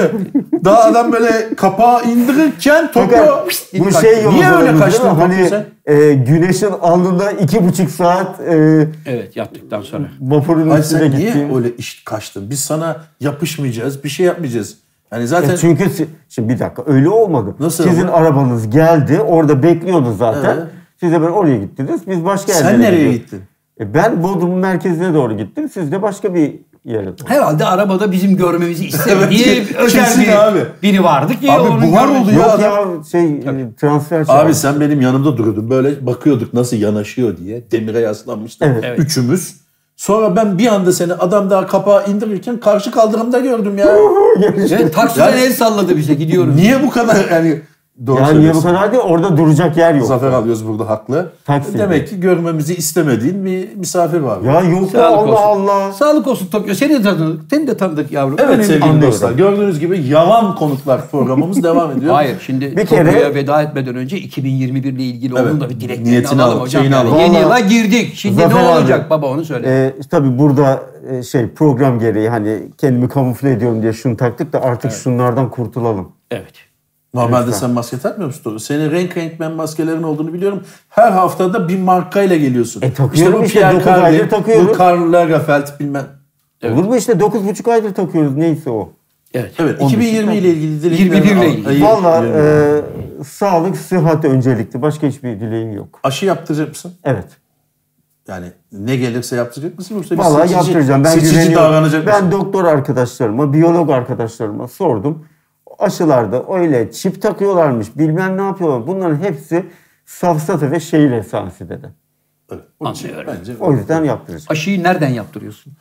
[SPEAKER 2] Daha adam böyle kapağı indirirken Tokyo...
[SPEAKER 6] Fakat bu şey yolu
[SPEAKER 2] Niye öyle
[SPEAKER 6] zorlamış
[SPEAKER 2] kaçtın
[SPEAKER 6] değil mi?
[SPEAKER 2] Tokyo
[SPEAKER 6] Hani
[SPEAKER 2] sen?
[SPEAKER 6] e, güneşin alnında iki buçuk saat e,
[SPEAKER 1] Evet yaptıktan sonra.
[SPEAKER 6] vapurun
[SPEAKER 2] Hayır
[SPEAKER 6] üstüne
[SPEAKER 2] sen niye
[SPEAKER 6] gittiğim.
[SPEAKER 2] öyle iş kaçtın? Biz sana yapışmayacağız, bir şey yapmayacağız. Yani zaten
[SPEAKER 6] E çünkü si- şimdi bir dakika öyle olmadı.
[SPEAKER 2] Nasıl
[SPEAKER 6] Sizin
[SPEAKER 2] oldu?
[SPEAKER 6] arabanız geldi orada bekliyordu zaten.
[SPEAKER 2] Evet.
[SPEAKER 6] Siz de ben oraya gittiniz biz başka yerlere
[SPEAKER 2] sen nereye
[SPEAKER 6] gidiyoruz.
[SPEAKER 2] gittin?
[SPEAKER 6] E, ben Bodrum'un merkezine doğru gittim siz de başka bir yere.
[SPEAKER 1] Herhalde arabada bizim görmemizi istemediği
[SPEAKER 2] Evet,
[SPEAKER 1] bir özel
[SPEAKER 2] kesin
[SPEAKER 1] bir
[SPEAKER 2] abi.
[SPEAKER 1] biri vardı ki
[SPEAKER 2] Abi
[SPEAKER 1] onun
[SPEAKER 2] buhar
[SPEAKER 1] görmemizi-
[SPEAKER 2] oldu ya
[SPEAKER 6] Yok
[SPEAKER 2] adam.
[SPEAKER 6] ya şey e, transfer şey
[SPEAKER 2] Abi sen benim yanımda duruyordun. Böyle bakıyorduk nasıl yanaşıyor diye. Demire yaslanmıştık
[SPEAKER 6] Evet.
[SPEAKER 2] üçümüz. Sonra ben bir anda seni adam daha kapağı indirirken karşı kaldırımda gördüm ya.
[SPEAKER 1] Evet, taksiden
[SPEAKER 2] Yani-
[SPEAKER 1] el salladı bize gidiyoruz.
[SPEAKER 2] niye bu kadar yani doğru
[SPEAKER 6] Yani niye bu
[SPEAKER 2] söylüyorsun.
[SPEAKER 6] kadar değil? Orada duracak yer yok.
[SPEAKER 2] Zafer alıyoruz burada haklı.
[SPEAKER 6] Taksi.
[SPEAKER 2] Demek ki görmemizi istemediğin bir misafir var.
[SPEAKER 6] Ya yok ya
[SPEAKER 1] Sağlık
[SPEAKER 6] Allah
[SPEAKER 1] olsun.
[SPEAKER 6] Allah.
[SPEAKER 1] Sağlık olsun Tokyo. Seni de tanıdık. Seni de tanıdık yavrum.
[SPEAKER 2] Evet
[SPEAKER 1] Önemli.
[SPEAKER 2] sevgili
[SPEAKER 6] Anlıyorum.
[SPEAKER 2] dostlar gördüğünüz gibi yalan konuklar programımız devam ediyor.
[SPEAKER 1] Hayır şimdi
[SPEAKER 6] Bir kere-
[SPEAKER 1] Tokyo'ya veda etmeden önce 2021 ile ilgili
[SPEAKER 2] Evet,
[SPEAKER 1] onun da bir dileklerini
[SPEAKER 2] niyetini
[SPEAKER 1] alalım
[SPEAKER 2] alalım,
[SPEAKER 1] hocam.
[SPEAKER 2] şeyini
[SPEAKER 1] Yani
[SPEAKER 2] alalım.
[SPEAKER 1] Yeni yıla
[SPEAKER 6] Vallahi-
[SPEAKER 1] girdik. Şimdi
[SPEAKER 6] Zafer
[SPEAKER 1] ne
[SPEAKER 6] abi.
[SPEAKER 1] olacak baba onu söyle.
[SPEAKER 6] Ee, tabii burada e, şey program gereği hani kendimi kamufle ediyorum diye şunu taktık da artık şunlardan kurtulalım.
[SPEAKER 1] evet.
[SPEAKER 2] Normalde sen maske takmıyor musun? Doğru. Senin renk renk ben maskelerin olduğunu biliyorum. Her haftada bir markayla geliyorsun.
[SPEAKER 6] E, takıyorum işte, dokuz aydır takıyorum.
[SPEAKER 2] bu Karl Lagerfeld bilmem.
[SPEAKER 6] Olur mu işte 9,5 aydır takıyoruz neyse o.
[SPEAKER 1] Evet.
[SPEAKER 2] Evet
[SPEAKER 6] On
[SPEAKER 2] 2020 ile ilgili dileklerini
[SPEAKER 1] 21 ile
[SPEAKER 2] al-
[SPEAKER 1] ilgili.
[SPEAKER 2] Hayır,
[SPEAKER 6] Vallahi
[SPEAKER 2] bilmiyorum.
[SPEAKER 6] e, sağlık, sıhhat öncelikli. Başka hiçbir dileğim yok.
[SPEAKER 2] aşı yaptıracak mısın?
[SPEAKER 6] Evet.
[SPEAKER 2] Yani ne gelirse yaptıracak mısın yoksa bir
[SPEAKER 6] Vallahi
[SPEAKER 2] seçici,
[SPEAKER 6] yaptıracağım. Ben
[SPEAKER 2] seçici
[SPEAKER 6] güveniyorum.
[SPEAKER 2] davranacak
[SPEAKER 6] Ben
[SPEAKER 2] mısın?
[SPEAKER 6] doktor arkadaşlarıma, biyolog arkadaşlarıma sordum. Aşılarda öyle çip takıyorlarmış, bilmem ne yapıyorlar. Bunların hepsi safsata ve şehir esansı dedi.
[SPEAKER 2] Evet, onun için
[SPEAKER 1] Anlıyorum.
[SPEAKER 2] Bence
[SPEAKER 6] O yüzden yaptıracağım.
[SPEAKER 1] Aşıyı nereden yaptırıyorsun?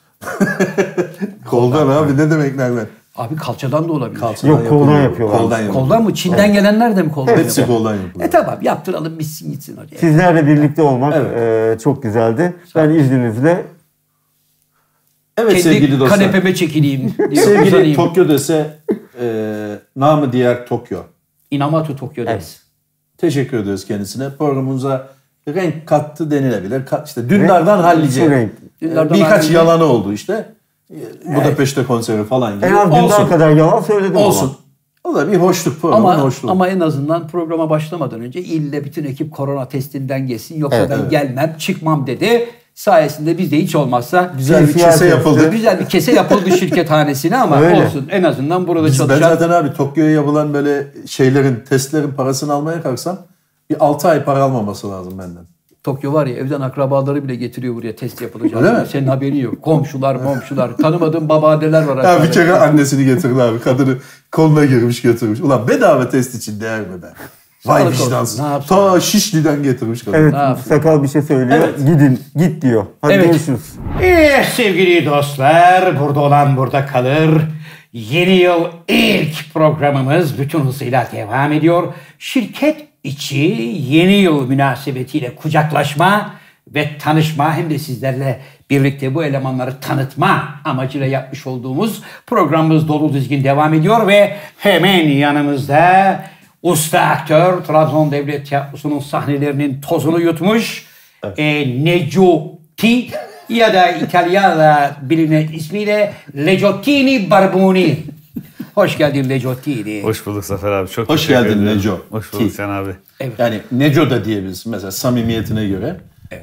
[SPEAKER 2] koldan abi ne demek nereden?
[SPEAKER 1] Abi kalçadan da olabilir.
[SPEAKER 2] Kalçadan
[SPEAKER 6] Yok, koldan
[SPEAKER 2] yapılıyor.
[SPEAKER 6] yapıyorlar.
[SPEAKER 2] Koldan yapılıyor.
[SPEAKER 1] Koldan mı? Çin'den gelenler de mi koldan?
[SPEAKER 2] Hepsi
[SPEAKER 1] yapıyor?
[SPEAKER 2] koldan yapılıyor.
[SPEAKER 1] E tamam yaptıralım bitsin gitsin oraya.
[SPEAKER 6] Sizlerle birlikte olmak
[SPEAKER 2] Evet.
[SPEAKER 6] eee, çok güzeldi. Ben izninizle
[SPEAKER 2] Evet
[SPEAKER 1] Kendi
[SPEAKER 2] sevgili dostlar.
[SPEAKER 1] kanepeme çekileyim. diyor,
[SPEAKER 2] Sevgili
[SPEAKER 1] uzanayım.
[SPEAKER 2] Tokyo dese e, namı diğer Tokyo.
[SPEAKER 1] Inamatu Tokyo'dayız.
[SPEAKER 2] Teşekkür ediyoruz kendisine. Programımıza renk kattı denilebilir. Ka- işte dünlerden hallice.
[SPEAKER 6] Şu renk.
[SPEAKER 1] Dündar'dan
[SPEAKER 2] birkaç
[SPEAKER 1] E, hallice.
[SPEAKER 2] yalanı oldu işte. Bu Budapeşte konseri falan gibi.
[SPEAKER 6] en az
[SPEAKER 2] olsun.
[SPEAKER 6] günden kadar yalan söyledim
[SPEAKER 2] olsun. O da bir hoşluk programın
[SPEAKER 1] Ama
[SPEAKER 2] hoşluğu.
[SPEAKER 1] ama en azından programa başlamadan önce ille bütün ekip korona testinden geçsin yoksa ben gelmem çıkmam dedi. Sayesinde biz de hiç olmazsa
[SPEAKER 2] Güzel bir
[SPEAKER 6] Keyfiyat
[SPEAKER 2] kese
[SPEAKER 6] yaptı.
[SPEAKER 2] yapıldı.
[SPEAKER 1] güzel bir kese yapıldı şirket hanesine ama
[SPEAKER 6] Öyle.
[SPEAKER 1] olsun en azından burada
[SPEAKER 2] Biz- ben
[SPEAKER 1] çalışan
[SPEAKER 2] zaten abi Tokyo'ya yapılan böyle şeylerin, testlerin parasını almaya kalksam bir 6 ay para almaması lazım benden.
[SPEAKER 1] Tokyo var ya evden akrabaları bile getiriyor buraya test yapılacak.
[SPEAKER 2] Öyle mi?
[SPEAKER 1] Senin haberin yok. Komşular, komşular, tanımadığın babadeler var
[SPEAKER 2] Ya
[SPEAKER 1] aşağıda.
[SPEAKER 2] bir kere annesini getirdi abi. Kadını koluna girmiş götürmüş. Ulan bedava test için değer mi be? Vay
[SPEAKER 1] Sağlık olsun.
[SPEAKER 2] vicdansız.
[SPEAKER 1] Ne yapsın?
[SPEAKER 2] Ta Şişli'den getirmiş kadını.
[SPEAKER 6] Evet,
[SPEAKER 1] Ne yapayım?
[SPEAKER 6] sakal bir şey söylüyor. Gidin, git diyor. Hadi
[SPEAKER 1] Evet.
[SPEAKER 6] görüşürüz.
[SPEAKER 5] Eh sevgili dostlar, burada olan burada kalır. Yeni yıl ilk programımız bütün hızıyla devam ediyor. Şirket içi yeni yıl münasebetiyle kucaklaşma ve tanışma hem de sizlerle birlikte bu elemanları tanıtma amacıyla yapmış olduğumuz programımız dolu dizgin devam ediyor ve hemen yanımızda usta aktör Trabzon Devlet Tiyatrosu'nun sahnelerinin tozunu yutmuş e, Necuti ya da İtalya'da bilinen ismiyle Lejottini Barbuni. Hoş geldin Lejottini.
[SPEAKER 7] Hoş bulduk Zafer abi. Çok
[SPEAKER 2] Hoş
[SPEAKER 7] teşekkür
[SPEAKER 2] geldin
[SPEAKER 7] ederim.
[SPEAKER 2] Neco.
[SPEAKER 7] Hoş bulduk
[SPEAKER 2] Ki-
[SPEAKER 7] sen abi.
[SPEAKER 2] Yani Neco da diyebilirsin mesela samimiyetine göre.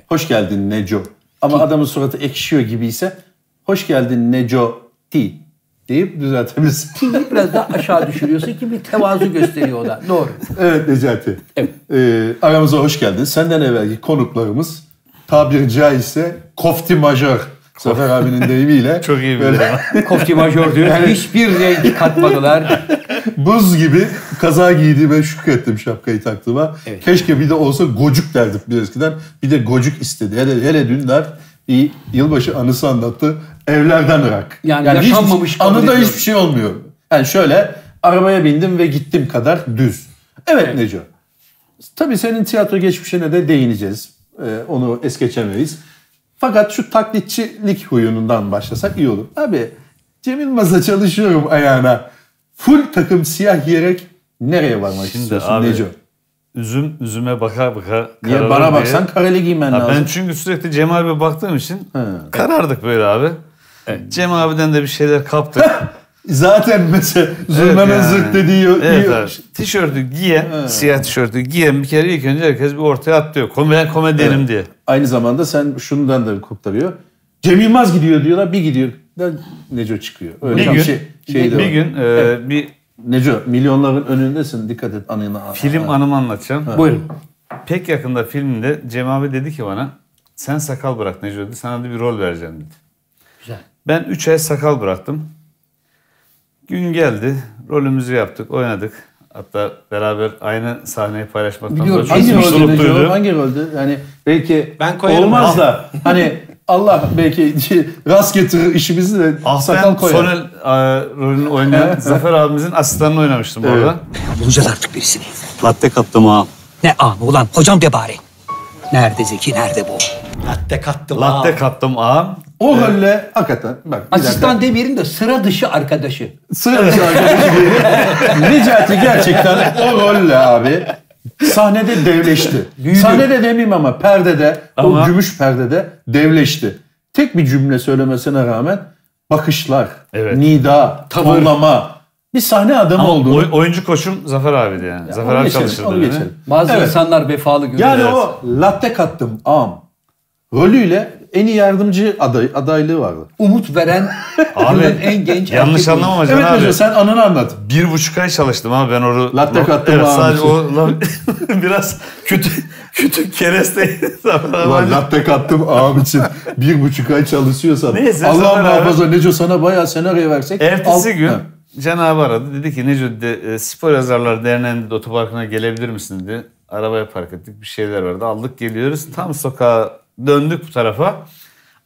[SPEAKER 2] Hoş geldin Neco. Ama adamın suratı ekşiyor gibiyse hoş geldin Neco T deyip düzeltebilirsin.
[SPEAKER 1] Şimdi biraz daha aşağı düşürüyorsun ki bir tevazu gösteriyor o da. Doğru.
[SPEAKER 2] Evet Necati. Ee, aramıza hoş geldin. Senden evvelki konuklarımız tabiri caizse kofti majör. Zafer abinin deyimiyle.
[SPEAKER 7] Çok iyi bir
[SPEAKER 2] böyle
[SPEAKER 5] Kofti majör diyor. Hiçbir renk katmadılar.
[SPEAKER 2] buz gibi kaza giydiğime şükrettim şapkayı taktığıma. Keşke bir de olsa gocuk derdim bir eskiden. Bir de gocuk istedi. Hele, hele dünler bir yılbaşı anısı anlattı. Evlerden ırak.
[SPEAKER 1] Yani
[SPEAKER 2] hiç-
[SPEAKER 1] yaşanmamış kabul
[SPEAKER 2] Anıda
[SPEAKER 1] ediyorum.
[SPEAKER 2] hiçbir şey olmuyor. Yani şöyle arabaya bindim ve gittim kadar düz. Evet, Neco. Tabii senin tiyatro geçmişine de değineceğiz. Ee, onu es geçemeyiz. Fakat şu taklitçilik huyundan başlasak iyi olur. Abi Cem Yılmaz'la çalışıyorum ayağına. Full takım siyah giyerek nereye varmak
[SPEAKER 7] Şimdi
[SPEAKER 2] istiyorsun
[SPEAKER 7] abi,
[SPEAKER 2] Neco?
[SPEAKER 7] Üzüm üzüme baka baka
[SPEAKER 2] Niye
[SPEAKER 7] kararır
[SPEAKER 2] bana
[SPEAKER 7] diye.
[SPEAKER 2] baksan kareli giymen
[SPEAKER 7] Ha,
[SPEAKER 2] lazım.
[SPEAKER 7] ben çünkü sürekli Cem abi baktığım için karardık böyle abi. Cem abiden de bir şeyler kaptık.
[SPEAKER 2] Zaten mesela zulmemen
[SPEAKER 7] yani.
[SPEAKER 2] zırt dediği diyor.
[SPEAKER 7] Evet abi. Tişörtü giyen, siyah tişörtü giyen bir kere ilk önce herkes bir ortaya atlıyor. Kom- Ben komedyenim diye.
[SPEAKER 2] Aynı zamanda sen şundan da kurtarıyor. Cem Yılmaz gidiyor diyorlar bir gidiyor. Neco çıkıyor. Öyle
[SPEAKER 7] Bir gün,
[SPEAKER 2] şey de
[SPEAKER 7] bir
[SPEAKER 2] var.
[SPEAKER 7] gün e, bir
[SPEAKER 2] Neco milyonların önündesin dikkat et anına.
[SPEAKER 7] film anımı anlatacağım.
[SPEAKER 5] Buyurun.
[SPEAKER 7] Pek yakında filmde Cem abi dedi ki bana sen sakal bırak Neco dedi. Sana da bir rol vereceğim dedi.
[SPEAKER 5] Güzel.
[SPEAKER 7] Ben 3 ay sakal bıraktım. Gün geldi. Rolümüzü yaptık, oynadık. Hatta beraber aynı sahneyi paylaşmaktan
[SPEAKER 1] Biliyorum.
[SPEAKER 7] da
[SPEAKER 2] Hangi
[SPEAKER 7] çok
[SPEAKER 2] rolde
[SPEAKER 7] mutluluk
[SPEAKER 2] Neco?
[SPEAKER 7] duydum.
[SPEAKER 2] Hangi rolde? Yani belki
[SPEAKER 4] Ben koyarım
[SPEAKER 2] olmaz
[SPEAKER 4] ya.
[SPEAKER 2] da hani Allah belki rast getirir işimizi de
[SPEAKER 7] Ah
[SPEAKER 2] sakal
[SPEAKER 7] ben
[SPEAKER 2] koyar.
[SPEAKER 7] Sonel e, rolünü oynayan Zafer abimizin asistanını oynamıştım orada.
[SPEAKER 8] Bulacağız artık birisini.
[SPEAKER 6] Latte kaptım ha.
[SPEAKER 8] Ne amı ulan hocam de bari. Nerede Zeki nerede bu?
[SPEAKER 4] Latte kattım.
[SPEAKER 7] Latte
[SPEAKER 4] Latte
[SPEAKER 7] kattım ağam.
[SPEAKER 2] O rolle hakikaten bak bir dakika.
[SPEAKER 1] Asistan demeyelim de sıra dışı arkadaşı.
[SPEAKER 2] Sıra dışı arkadaşı diyelim. Necati gerçekten o rolle abi sahnede devleşti. Sahnede demeyeyim ama perdede, o
[SPEAKER 7] Ama-
[SPEAKER 2] gümüş perdede devleşti. Tek bir cümle söylemesine rağmen bakışlar,
[SPEAKER 7] Evet.
[SPEAKER 2] nida, tonlama. Bir sahne adamı
[SPEAKER 7] Ama
[SPEAKER 2] olduğunu.
[SPEAKER 7] oy- oyuncu koçum Zafer abiydi yani. Zafer
[SPEAKER 2] onu
[SPEAKER 7] abi
[SPEAKER 2] geçelim,
[SPEAKER 7] çalışırdı.
[SPEAKER 2] onu
[SPEAKER 7] yani.
[SPEAKER 2] geçelim.
[SPEAKER 1] Bazı
[SPEAKER 2] Evet.
[SPEAKER 1] insanlar vefalı görünüyor.
[SPEAKER 2] Yani o latte kattım am. Rolüyle en iyi yardımcı aday, adaylığı vardı.
[SPEAKER 1] Umut veren
[SPEAKER 7] Abi
[SPEAKER 1] yılın en genç
[SPEAKER 7] yanlış
[SPEAKER 1] erkek oyuncusu.
[SPEAKER 7] anlamama Can
[SPEAKER 2] Evet
[SPEAKER 7] abi.
[SPEAKER 2] Neco sen anını anlat.
[SPEAKER 7] Bir buçuk ay çalıştım abi ben orada.
[SPEAKER 2] Latte kattım
[SPEAKER 7] Evet
[SPEAKER 2] abi.
[SPEAKER 7] sadece o la- biraz kötü kötü keresteydi. Zafer abi.
[SPEAKER 2] Ulan latte kattım ağam için bir buçuk ay çalışıyorsan.
[SPEAKER 7] Neyse,
[SPEAKER 2] Allah
[SPEAKER 7] Zafer abi.
[SPEAKER 2] muhafaza Neco sana bayağı senaryo versek.
[SPEAKER 7] Ertesi
[SPEAKER 2] al-
[SPEAKER 7] gün
[SPEAKER 2] Ha.
[SPEAKER 7] Can abi aradı. Dedi ki Neco de, e, Spor Yazarlar Derneği'nin dedi, otoparkına gelebilir misin dedi. Arabaya park ettik. Bir şeyler vardı. Aldık geliyoruz. Tam sokağa döndük bu tarafa.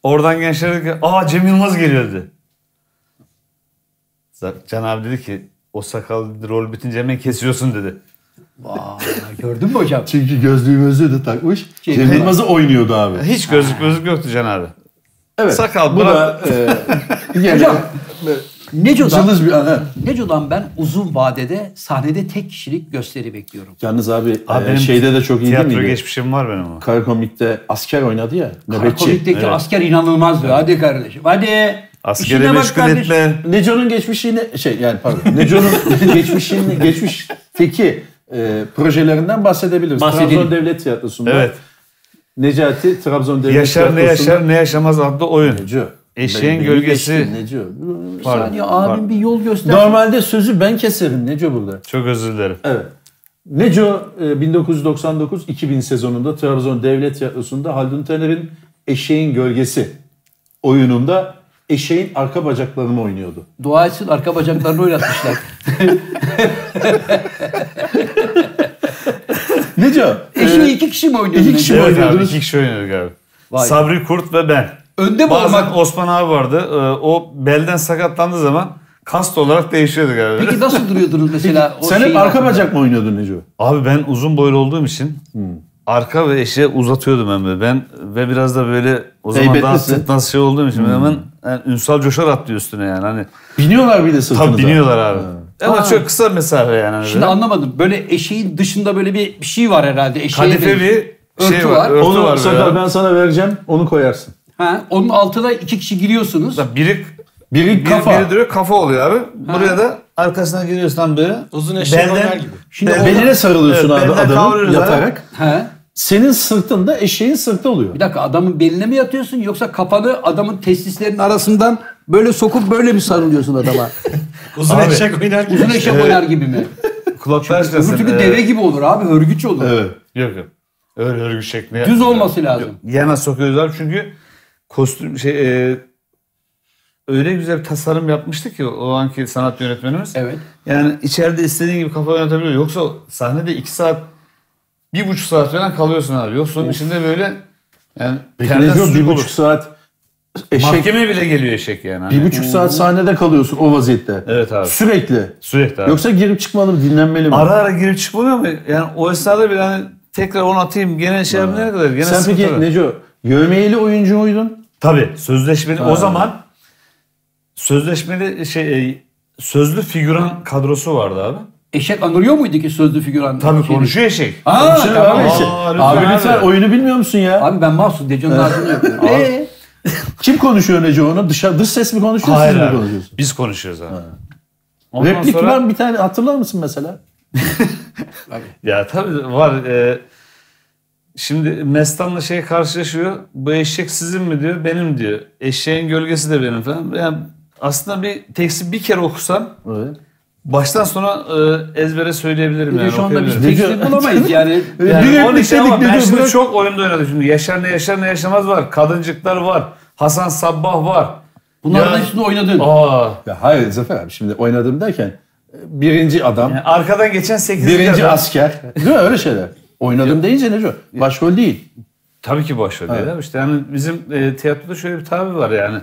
[SPEAKER 7] Oradan gençler dedi ki aa Cem Yılmaz geliyor dedi. Za- Can abi dedi ki o sakal dedi, rol bitince hemen kesiyorsun dedi.
[SPEAKER 1] Gördün mü hocam?
[SPEAKER 2] Çünkü gözlüğü gözlüğü de takmış. Cem Yılmaz'ı oynuyordu abi.
[SPEAKER 7] Hiç gözlük gözlük yoktu Can abi.
[SPEAKER 2] Evet.
[SPEAKER 7] Sakal
[SPEAKER 2] bu da
[SPEAKER 7] bırak.
[SPEAKER 2] e, yine
[SPEAKER 1] Hocam, Neco'dan,
[SPEAKER 2] cılız bir ana.
[SPEAKER 1] Neco'dan ben uzun vadede sahnede tek kişilik gösteri bekliyorum.
[SPEAKER 2] Yalnız abi,
[SPEAKER 7] Abi
[SPEAKER 2] e,
[SPEAKER 7] benim
[SPEAKER 2] şeyde de çok iyi değil
[SPEAKER 7] Tiyatro
[SPEAKER 2] miydi?
[SPEAKER 7] geçmişim var benim ama.
[SPEAKER 2] Karakomik'te asker oynadı ya. Nöbetçi.
[SPEAKER 1] Komik'teki asker inanılmazdı. Hadi kardeşim hadi.
[SPEAKER 7] Askeri
[SPEAKER 1] İşine bak
[SPEAKER 7] meşgul
[SPEAKER 1] kardeşim.
[SPEAKER 7] etme.
[SPEAKER 2] Neco'nun geçmişini şey yani pardon. Neco'nun geçmişini geçmişteki e, projelerinden bahsedebiliriz.
[SPEAKER 1] Bahsedelim.
[SPEAKER 2] Trabzon Devlet Tiyatrosu'nda.
[SPEAKER 7] Evet.
[SPEAKER 2] Necati Trabzon Devlet
[SPEAKER 7] Yaşar ne
[SPEAKER 2] Tiyatrosu'nda.
[SPEAKER 7] yaşar ne yaşamaz adlı oyun.
[SPEAKER 2] Neco.
[SPEAKER 7] Eşeğin
[SPEAKER 2] Beni
[SPEAKER 7] gölgesi.
[SPEAKER 2] geçtin Neco.
[SPEAKER 7] Pardon,
[SPEAKER 1] Hadi
[SPEAKER 7] pardon.
[SPEAKER 1] abim bir yol göster.
[SPEAKER 2] Normalde sözü ben keserim Neco burada.
[SPEAKER 7] Çok özür dilerim.
[SPEAKER 2] Evet. Neco e, 1999-2000 sezonunda Trabzon Devlet Tiyatrosu'nda Haldun Taner'in Eşeğin Gölgesi oyununda eşeğin arka bacaklarını oynuyordu.
[SPEAKER 1] Dua etsin arka bacaklarını oynatmışlar.
[SPEAKER 2] Neco,
[SPEAKER 1] Eşi
[SPEAKER 2] e,
[SPEAKER 1] iki kişi mi oynuyor?
[SPEAKER 2] iki kişi mi
[SPEAKER 1] Neco?
[SPEAKER 7] Evet abi
[SPEAKER 2] oynuyordunuz?
[SPEAKER 7] iki kişi oynuyorduk abi.
[SPEAKER 1] Vay.
[SPEAKER 7] Sabri Kurt ve ben.
[SPEAKER 1] Önde mi
[SPEAKER 7] Bazen
[SPEAKER 1] olmak?
[SPEAKER 7] Osman abi vardı. Ee, O belden sakatlandığı zaman kast olarak değişiyorduk abi.
[SPEAKER 1] Peki
[SPEAKER 2] e,
[SPEAKER 1] nasıl duruyordunuz mesela?
[SPEAKER 2] sen hep
[SPEAKER 1] şeyin
[SPEAKER 2] arka
[SPEAKER 1] altında?
[SPEAKER 2] bacak mı oynuyordun Neco? Hmm.
[SPEAKER 7] Abi ben uzun boylu olduğum için arka ve eşe uzatıyordum hem de ben. Ve biraz da böyle o zaman
[SPEAKER 2] Heybetlisin. Hmm.
[SPEAKER 7] daha sırtlansı şey olduğum için hemen yani Ünsal coşar atlıyor üstüne yani. Hani,
[SPEAKER 2] Biniyorlar bir de sırtınıza.
[SPEAKER 7] tabii biniyorlar abi. Ama çok kısa mesafe yani. hani
[SPEAKER 1] Şimdi
[SPEAKER 7] böyle.
[SPEAKER 1] anlamadım. Böyle eşeğin dışında böyle bir bir şey var herhalde. Eşeğe
[SPEAKER 7] Kadife
[SPEAKER 1] benziyor.
[SPEAKER 7] bir şey
[SPEAKER 1] örtü
[SPEAKER 7] var.
[SPEAKER 1] var.
[SPEAKER 7] Örtü
[SPEAKER 2] Onu
[SPEAKER 7] var böyle.
[SPEAKER 2] Sakar ben sana vereceğim. Onu koyarsın.
[SPEAKER 1] Ha, onun altına iki kişi giriyorsunuz.
[SPEAKER 7] Mesela Biri,
[SPEAKER 2] Biri
[SPEAKER 7] biri,
[SPEAKER 2] kafa.
[SPEAKER 7] biri duruyor kafa oluyor abi. Buraya da arkasına giriyorsun tam böyle.
[SPEAKER 4] Uzun eşeğe
[SPEAKER 7] Belden-
[SPEAKER 4] oynar gibi.
[SPEAKER 1] Şimdi orada-
[SPEAKER 2] Beline sarılıyorsun
[SPEAKER 7] Evet,
[SPEAKER 2] abi
[SPEAKER 7] beline
[SPEAKER 2] adamın
[SPEAKER 7] kavruyoruz abi.
[SPEAKER 2] yatarak.
[SPEAKER 1] Ha,
[SPEAKER 2] Senin sırtında eşeğin sırtı oluyor.
[SPEAKER 1] bir dakika adamın beline mi yatıyorsun yoksa kafanı adamın testislerinin arasından böyle sokup böyle mi sarılıyorsun adama?
[SPEAKER 4] Uzun eşek oynar gibi.
[SPEAKER 1] Uzun eşek oynar gibi mi?
[SPEAKER 7] Kulaklar
[SPEAKER 1] Öbür türlü deve gibi olur abi hörgüç olur.
[SPEAKER 7] Yok yok. Öyle şey örgü şeklinde.
[SPEAKER 1] Düz olması lazım.
[SPEAKER 7] Yana sokuyoruz abi çünkü kostüm şey e, öyle güzel bir tasarım yapmıştı ki o anki sanat yönetmenimiz.
[SPEAKER 1] Evet.
[SPEAKER 7] Yani içeride istediğin gibi kafa oynatabiliyor. Yoksa sahnede iki saat bir buçuk saat falan kalıyorsun abi. Yoksa onun içinde böyle yani
[SPEAKER 2] Peki
[SPEAKER 7] terden
[SPEAKER 2] ne diyor?
[SPEAKER 7] sucuk
[SPEAKER 2] Bir
[SPEAKER 7] olur.
[SPEAKER 2] buçuk saat eşek.
[SPEAKER 7] Mahkemeye bile geliyor eşek yani. Hani
[SPEAKER 2] Bir buçuk saat sahnede kalıyorsun o vaziyette.
[SPEAKER 7] Evet abi.
[SPEAKER 2] Sürekli.
[SPEAKER 7] Sürekli abi.
[SPEAKER 2] Yoksa girip çıkmalı mı, dinlenmeli mi?
[SPEAKER 7] ara ara girip çıkmıyor mu? Yani o esnada bile hani tekrar onu atayım gene şey yapmayana kadar. Gene
[SPEAKER 2] Sen
[SPEAKER 7] sıkıntı var.
[SPEAKER 2] peki Neco, yövmeyeli oyuncu muydun?
[SPEAKER 7] Tabii sözleşmeli o zaman sözleşmeli şey e, sözlü figüran kadrosu vardı abi.
[SPEAKER 1] Eşek anırıyor muydu ki sözlü figüran?
[SPEAKER 7] Tabii
[SPEAKER 1] Şeyini?
[SPEAKER 7] konuşuyor şey. eşek.
[SPEAKER 1] Aa,
[SPEAKER 2] Sen
[SPEAKER 1] tamam.
[SPEAKER 2] Şey, abi,
[SPEAKER 7] Aa,
[SPEAKER 2] işte-
[SPEAKER 7] lütfen
[SPEAKER 2] abi
[SPEAKER 7] abi.
[SPEAKER 2] lütfen oyunu bilmiyor musun ya?
[SPEAKER 1] Abi ben mahsus Decan'ın ağzını yapıyorum. Ee,
[SPEAKER 2] Kim konuşuyor Neco onu? Dışa, dış ses mi konuşuyor, siz mi
[SPEAKER 7] abi,
[SPEAKER 2] konuşuyorsunuz?
[SPEAKER 7] Biz konuşuyoruz abi. Ondan
[SPEAKER 2] Replik
[SPEAKER 7] sonra-
[SPEAKER 2] var mı? bir tane hatırlar mısın mesela?
[SPEAKER 7] Ya tabii var. e, şimdi Mestan'la şey karşılaşıyor. Bu eşek sizin mi diyor, benim diyor. Eşeğin gölgesi de benim falan. Yani aslında bir teksti bir kere okusam
[SPEAKER 2] Evet.
[SPEAKER 7] baştan sona e, ezbere söyleyebilirim. yani,
[SPEAKER 1] şu anda biz
[SPEAKER 7] okuyabilirim.
[SPEAKER 1] tekstini bulamayız yani.
[SPEAKER 7] Yani
[SPEAKER 2] bir
[SPEAKER 7] onun
[SPEAKER 2] replik
[SPEAKER 7] için ama
[SPEAKER 2] dedik
[SPEAKER 7] ben
[SPEAKER 2] Neco.
[SPEAKER 7] şimdi
[SPEAKER 2] bırak-
[SPEAKER 7] çok oyunda oynadım şimdi. Yaşar ne yaşar ne yaşamaz var. Kadıncıklar var. Hasan Sabbah var.
[SPEAKER 1] Bunların
[SPEAKER 7] Ya-
[SPEAKER 1] hepsini oynadın.
[SPEAKER 7] Aa.
[SPEAKER 2] Ya hayır Zafer abi şimdi oynadım derken e, birinci adam,
[SPEAKER 7] Yani arkadan geçen 8.
[SPEAKER 2] birinci asker. Değil mi öyle şeyler? Oynadım deyince Neco. Başrol değil.
[SPEAKER 7] Tabii ki boş ver. değil mi? İşte yani bizim e, tiyatroda şöyle bir tabir var yani.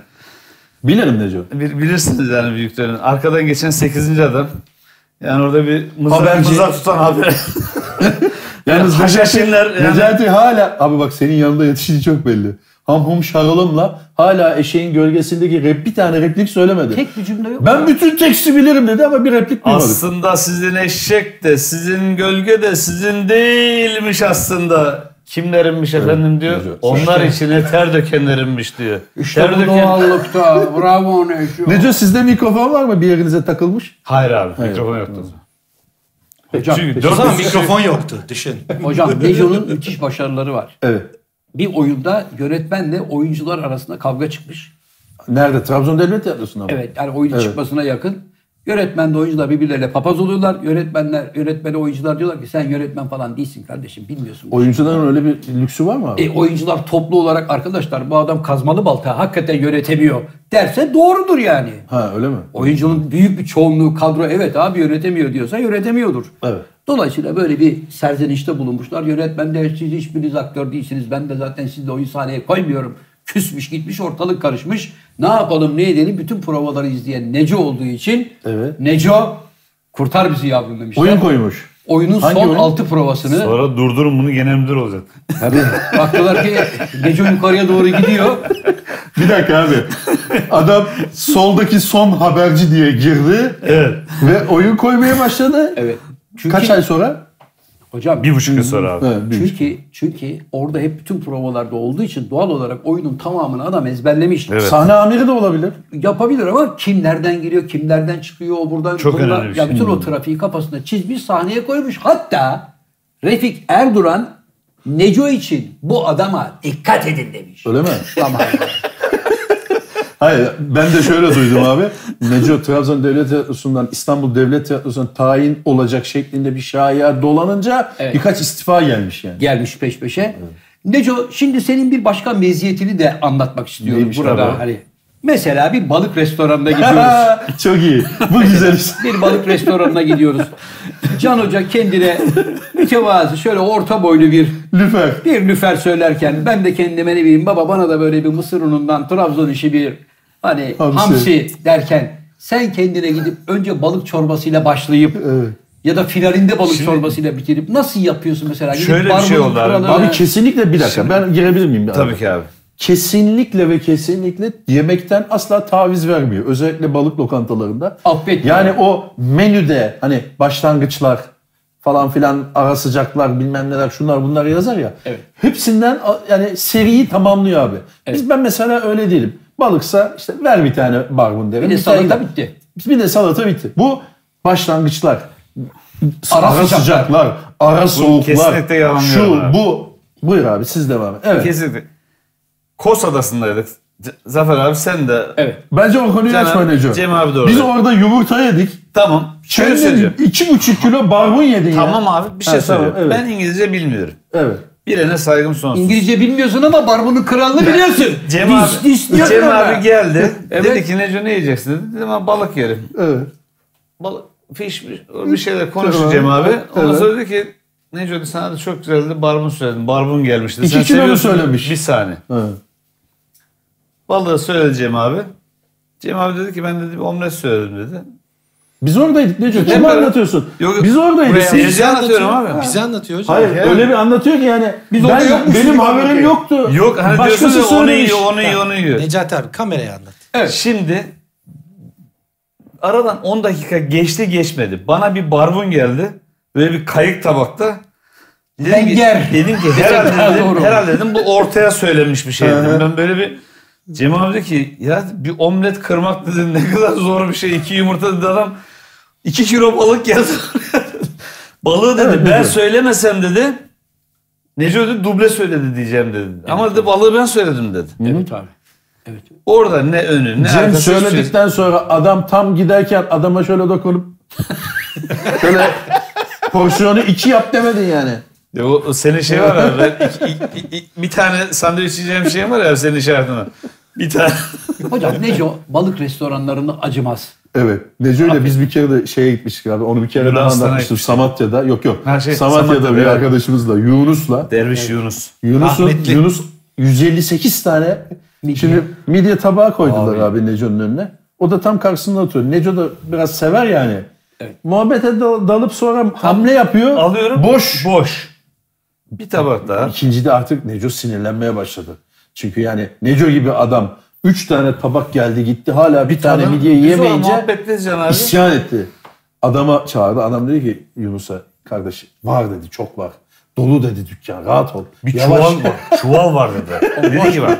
[SPEAKER 2] Bilirim Neco.
[SPEAKER 7] Bil- bilirsiniz yani büyüklerin. Arkadan geçen 8. adam. Yani orada bir mızrak,
[SPEAKER 2] Haberci.
[SPEAKER 7] mızrak tutan haber.
[SPEAKER 2] Yalnız
[SPEAKER 7] Yani
[SPEAKER 2] Necati,
[SPEAKER 7] haşhaşinler yani-
[SPEAKER 2] Necati hala... Abi bak senin yanında yetiştiği çok belli. Ham hum şaralımla hala eşeğin gölgesindeki rep, bir tane replik söylemedi.
[SPEAKER 1] Tek bir cümle yok.
[SPEAKER 2] Ben bütün teksti bilirim dedi ama bir replik duymadık.
[SPEAKER 7] aslında sizin eşek de, sizin gölge de sizin değilmiş aslında. Kimlerinmiş efendim diyor.
[SPEAKER 2] güzel.
[SPEAKER 7] Onlar içine ter dökenlerinmiş diyor.
[SPEAKER 1] İşte
[SPEAKER 7] ter
[SPEAKER 1] bu doğallıkta. Bravo Neşo.
[SPEAKER 2] Neco sizde mikrofon var mı bir yerinize takılmış?
[SPEAKER 7] Hayır abi mikrofon yoktu.
[SPEAKER 1] Hocam,
[SPEAKER 7] Çünkü
[SPEAKER 4] O
[SPEAKER 7] dört
[SPEAKER 4] zaman
[SPEAKER 2] şey-
[SPEAKER 4] mikrofon yoktu düşün.
[SPEAKER 1] Hocam Dejo'nun müthiş başarıları var.
[SPEAKER 2] Evet.
[SPEAKER 1] Bir oyunda yönetmenle oyuncular arasında kavga çıkmış.
[SPEAKER 2] Nerede? Trabzon'da elbet yapıyorsun ama.
[SPEAKER 1] Evet yani oyunun çıkmasına yakın. Yönetmen de oyuncular birbirleriyle papaz oluyorlar. Yönetmenler, yönetmene oyuncular diyorlar ki sen yönetmen falan değilsin kardeşim bilmiyorsun.
[SPEAKER 2] Oyuncuların öyle bir lüksü var mı abi?
[SPEAKER 1] E, oyuncular toplu olarak arkadaşlar bu adam kazmalı balta hakikaten yönetemiyor derse doğrudur yani.
[SPEAKER 2] ha öyle mi?
[SPEAKER 1] Oyuncunun büyük bir çoğunluğu kadro evet abi yönetemiyor diyorsa yönetemiyordur.
[SPEAKER 2] Evet.
[SPEAKER 1] Dolayısıyla böyle bir serzenişte bulunmuşlar. Yönetmen de siz hiçbiriniz aktör değilsiniz. Ben de zaten sizle oyun sahneye koymuyorum. Küsmüş gitmiş ortalık karışmış. Ne yapalım ne edelim bütün provaları izleyen Neco olduğu için
[SPEAKER 2] Evet.
[SPEAKER 1] Neco kurtar bizi yavrum demişler.
[SPEAKER 2] Oyun koymuş.
[SPEAKER 1] Oyunun
[SPEAKER 2] Hangi
[SPEAKER 1] son
[SPEAKER 2] oyun?
[SPEAKER 1] altı provasını
[SPEAKER 7] Sonra durdurun bunu genel müdür olacak.
[SPEAKER 1] baktılar ki Neco yukarıya doğru gidiyor.
[SPEAKER 2] Bir dakika abi. Adam soldaki son haberci diye girdi.
[SPEAKER 7] Evet.
[SPEAKER 2] Ve oyun koymaya başladı.
[SPEAKER 1] Evet. Çünkü,
[SPEAKER 2] Kaç ay sonra?
[SPEAKER 1] Hocam
[SPEAKER 7] Bir buçuk yıl sonra abi.
[SPEAKER 2] Evet, bir-
[SPEAKER 1] Çünkü çünkü orada hep bütün provalarda olduğu için doğal olarak oyunun tamamını adam ezberlemiş.
[SPEAKER 7] Evet.
[SPEAKER 2] Sahne amiri de olabilir.
[SPEAKER 1] Yapabilir ama kim nereden giriyor, kim nereden çıkıyor, o buradan
[SPEAKER 7] Çok
[SPEAKER 1] bundan-
[SPEAKER 7] önemli bir
[SPEAKER 1] ya
[SPEAKER 7] şey.
[SPEAKER 1] bütün o trafiği kafasında çizmiş sahneye koymuş. Hatta Refik Erduran Neco için bu adama dikkat edin demiş.
[SPEAKER 2] Öyle mi?
[SPEAKER 1] Tamam.
[SPEAKER 2] Hayır ben de şöyle duydum abi. Neco Trabzon Devlet Tiyatrosu'ndan İstanbul Devlet Tiyatrosu'na tayin olacak şeklinde bir şair dolanınca
[SPEAKER 1] Evet.
[SPEAKER 2] birkaç istifa gelmiş yani.
[SPEAKER 1] Gelmiş peş peşe. Neco şimdi senin bir başka meziyetini de anlatmak istiyorum
[SPEAKER 2] Neymiş
[SPEAKER 1] burada.
[SPEAKER 2] abi?
[SPEAKER 1] Hani mesela bir balık restoranına gidiyoruz.
[SPEAKER 2] Ha, Çok iyi. Bu güzel işte.
[SPEAKER 1] Bir balık restoranına gidiyoruz. Can Hoca kendine mütevazı şöyle orta boylu bir
[SPEAKER 2] Lüfer.
[SPEAKER 1] bir lüfer söylerken ben de kendime ne bileyim baba bana da böyle bir mısır unundan Trabzon işi bir hani
[SPEAKER 2] Hamsi.
[SPEAKER 1] hamsi, derken sen kendine gidip önce balık çorbasıyla başlayıp Ya da finalinde balık
[SPEAKER 7] Şimdi-
[SPEAKER 1] çorbasıyla bitirip nasıl yapıyorsun mesela? Gidip
[SPEAKER 7] Şöyle bir şey
[SPEAKER 1] barbunun
[SPEAKER 7] oldu abi.
[SPEAKER 1] kralı-
[SPEAKER 2] Abi kesinlikle bir dakika ben girebilir miyim? bir arada?
[SPEAKER 7] Tabii ki abi.
[SPEAKER 2] Kesinlikle ve kesinlikle yemekten asla taviz vermiyor. Özellikle balık lokantalarında.
[SPEAKER 1] Affet.
[SPEAKER 2] Yani o menüde hani başlangıçlar falan filan ara sıcaklar bilmem neler şunlar bunlar yazar ya.
[SPEAKER 1] Evet.
[SPEAKER 2] Hepsinden a- yani seriyi tamamlıyor abi. Biz ben mesela öyle değilim. Balıksa işte ver bir tane barbun derim.
[SPEAKER 1] Bir de
[SPEAKER 2] tane
[SPEAKER 1] salata
[SPEAKER 2] gider.
[SPEAKER 1] bitti.
[SPEAKER 2] Bir de salata bitti. Bu başlangıçlar.
[SPEAKER 1] Ara
[SPEAKER 2] Ara,
[SPEAKER 1] sıcaklar.
[SPEAKER 2] sıcaklar, ara soğuklar.
[SPEAKER 7] kesinlikle yalanlıyorum
[SPEAKER 2] Şu
[SPEAKER 7] abi.
[SPEAKER 2] bu buyur abi siz devam edin. Evet.
[SPEAKER 7] Kesinlikle. Kos Adası'ndaydık. Z- Zafer abi sen de...
[SPEAKER 1] Evet.
[SPEAKER 2] Bence o konuyu
[SPEAKER 7] Cem
[SPEAKER 2] açma
[SPEAKER 7] abi-
[SPEAKER 2] Neco.
[SPEAKER 7] Cem abi doğru.
[SPEAKER 2] Biz orada yumurta yedik.
[SPEAKER 7] Tamam. Şöyle
[SPEAKER 2] Sen
[SPEAKER 7] söyleyeceğim.
[SPEAKER 2] de iki buçuk kilo barbun yedin ya.
[SPEAKER 7] Tamam abi bir şey
[SPEAKER 2] Ha, tamam,
[SPEAKER 7] söyleyeceğim.
[SPEAKER 2] evet.
[SPEAKER 7] Ben İngilizce bilmiyorum.
[SPEAKER 2] Evet.
[SPEAKER 7] Birine saygım sonsuz.
[SPEAKER 1] İngilizce bilmiyorsun ama barbunun kralını biliyorsun.
[SPEAKER 7] Cem
[SPEAKER 1] Diş-
[SPEAKER 7] abi,
[SPEAKER 1] diş diyor
[SPEAKER 7] Cem
[SPEAKER 1] krala.
[SPEAKER 7] abi geldi.
[SPEAKER 1] Evet.
[SPEAKER 7] Dedi ki Neco ne yiyeceksin dedi. Dedim ben balık yerim.
[SPEAKER 2] Evet.
[SPEAKER 7] Balık, fiş bir- bir şeyler konuştu Cem
[SPEAKER 2] Tamam.
[SPEAKER 7] abi. Ondan
[SPEAKER 2] Evet.
[SPEAKER 7] sonra dedi ki Neco dedi, sana da çok güzel dedi. Barbun söyledim. Barbun gelmişti.
[SPEAKER 2] İki kilo mu söylemiş?
[SPEAKER 7] Bir saniye.
[SPEAKER 2] Evet.
[SPEAKER 7] Balığı söyledi Cem abi. Cem abi dedi ki ben dedi bir omlet söyledim dedi.
[SPEAKER 2] Biz oradaydık Neco. Kim
[SPEAKER 7] beraber-
[SPEAKER 2] anlatıyorsun?
[SPEAKER 7] Yok, yok.
[SPEAKER 2] Biz oradaydık.
[SPEAKER 7] Buraya-
[SPEAKER 2] Siz-
[SPEAKER 7] Bize anlatıyorum abi.
[SPEAKER 4] Bize anlatıyor hocam.
[SPEAKER 2] Hayır öyle bir anlatıyor ki yani
[SPEAKER 1] Biz orada
[SPEAKER 2] ben,
[SPEAKER 1] yokmuş
[SPEAKER 2] benim
[SPEAKER 1] gibi
[SPEAKER 2] haberim
[SPEAKER 1] anlatıyor.
[SPEAKER 2] yoktu.
[SPEAKER 7] Yok hani
[SPEAKER 2] Başkası
[SPEAKER 7] diyorsun ya, onu
[SPEAKER 2] söylemiş.
[SPEAKER 7] yiyor, onu yiyor, onu yiyor.
[SPEAKER 4] Necati abi kameraya anlat.
[SPEAKER 7] Şimdi aradan 10 dakika geçti geçmedi. Bana bir barbun geldi. Böyle bir kayık tabakta. Dedim ki,
[SPEAKER 1] Lenger.
[SPEAKER 7] dedim ki
[SPEAKER 1] Daha
[SPEAKER 7] herhalde
[SPEAKER 1] doğru.
[SPEAKER 7] dedim, herhalde dedim bu ortaya söylenmiş bir şey dedim. Ben böyle bir Cem abi dedi ki ya bir omlet kırmak dedi ne kadar zor bir şey. İki yumurta dedi adam. iki kilo balık yazdı. Balığı dedi
[SPEAKER 2] Evet,
[SPEAKER 7] ben
[SPEAKER 2] dedi.
[SPEAKER 7] söylemesem dedi. Neco dedi duble söyledi diyeceğim dedi. Ama dedi balığı ben söyledim dedi.
[SPEAKER 1] Evet abi.
[SPEAKER 7] Orada ne önü ne
[SPEAKER 2] Cem
[SPEAKER 7] arkası hiçbir şey-
[SPEAKER 2] söyledikten sonra adam tam giderken adama şöyle dokunup şöyle porsiyonu iki yap demedin yani.
[SPEAKER 7] Ya o, o senin şey var abi. Ben iki- iki- iki- iki- bir tane sandviç yiyeceğim şey var ya senin işaretine. Bir tane.
[SPEAKER 1] Hocam Neco balık restoranlarına acımaz.
[SPEAKER 2] Evet. Neco'yla biz bir kere de şeye gitmiştik abi. Onu bir kere daha
[SPEAKER 7] Yunanistan'a
[SPEAKER 2] anlatmıştım.
[SPEAKER 7] gitmiştik.
[SPEAKER 2] Samatya'da. Yok yok.
[SPEAKER 7] Ha şey,
[SPEAKER 2] Samatya'da bir
[SPEAKER 7] Samatya'da, evet.
[SPEAKER 2] arkadaşımızla. Yunus'la.
[SPEAKER 7] Derviş Yunus.
[SPEAKER 2] Yunus'un
[SPEAKER 4] Rahmetli.
[SPEAKER 2] Yunus 158 tane şimdi midye tabağı koydular abi, Neco'nun önüne. O da tam karşısında oturuyor. Neco da biraz sever yani. Muhabbete dal- dalıp sonra hamle yapıyor.
[SPEAKER 7] Alıyorum.
[SPEAKER 2] Boş.
[SPEAKER 7] Boş. Bir tabak daha.
[SPEAKER 2] İkincide artık Neco sinirlenmeye başladı. Çünkü yani Neco gibi adam 3 tane tabak geldi gitti hala bir tane
[SPEAKER 7] Adam-
[SPEAKER 2] midye
[SPEAKER 7] Biz sonra
[SPEAKER 2] yemeyince
[SPEAKER 7] muhabbetteyiz Can abi.
[SPEAKER 2] isyan etti. Adama çağırdı. Adam dedi ki Yunus'a kardeş var dedi çok var. Dolu dedi dükkan rahat ol.
[SPEAKER 7] Bir
[SPEAKER 2] Yavaş
[SPEAKER 7] çuval var. Çuval var dedi. dedi ki bak.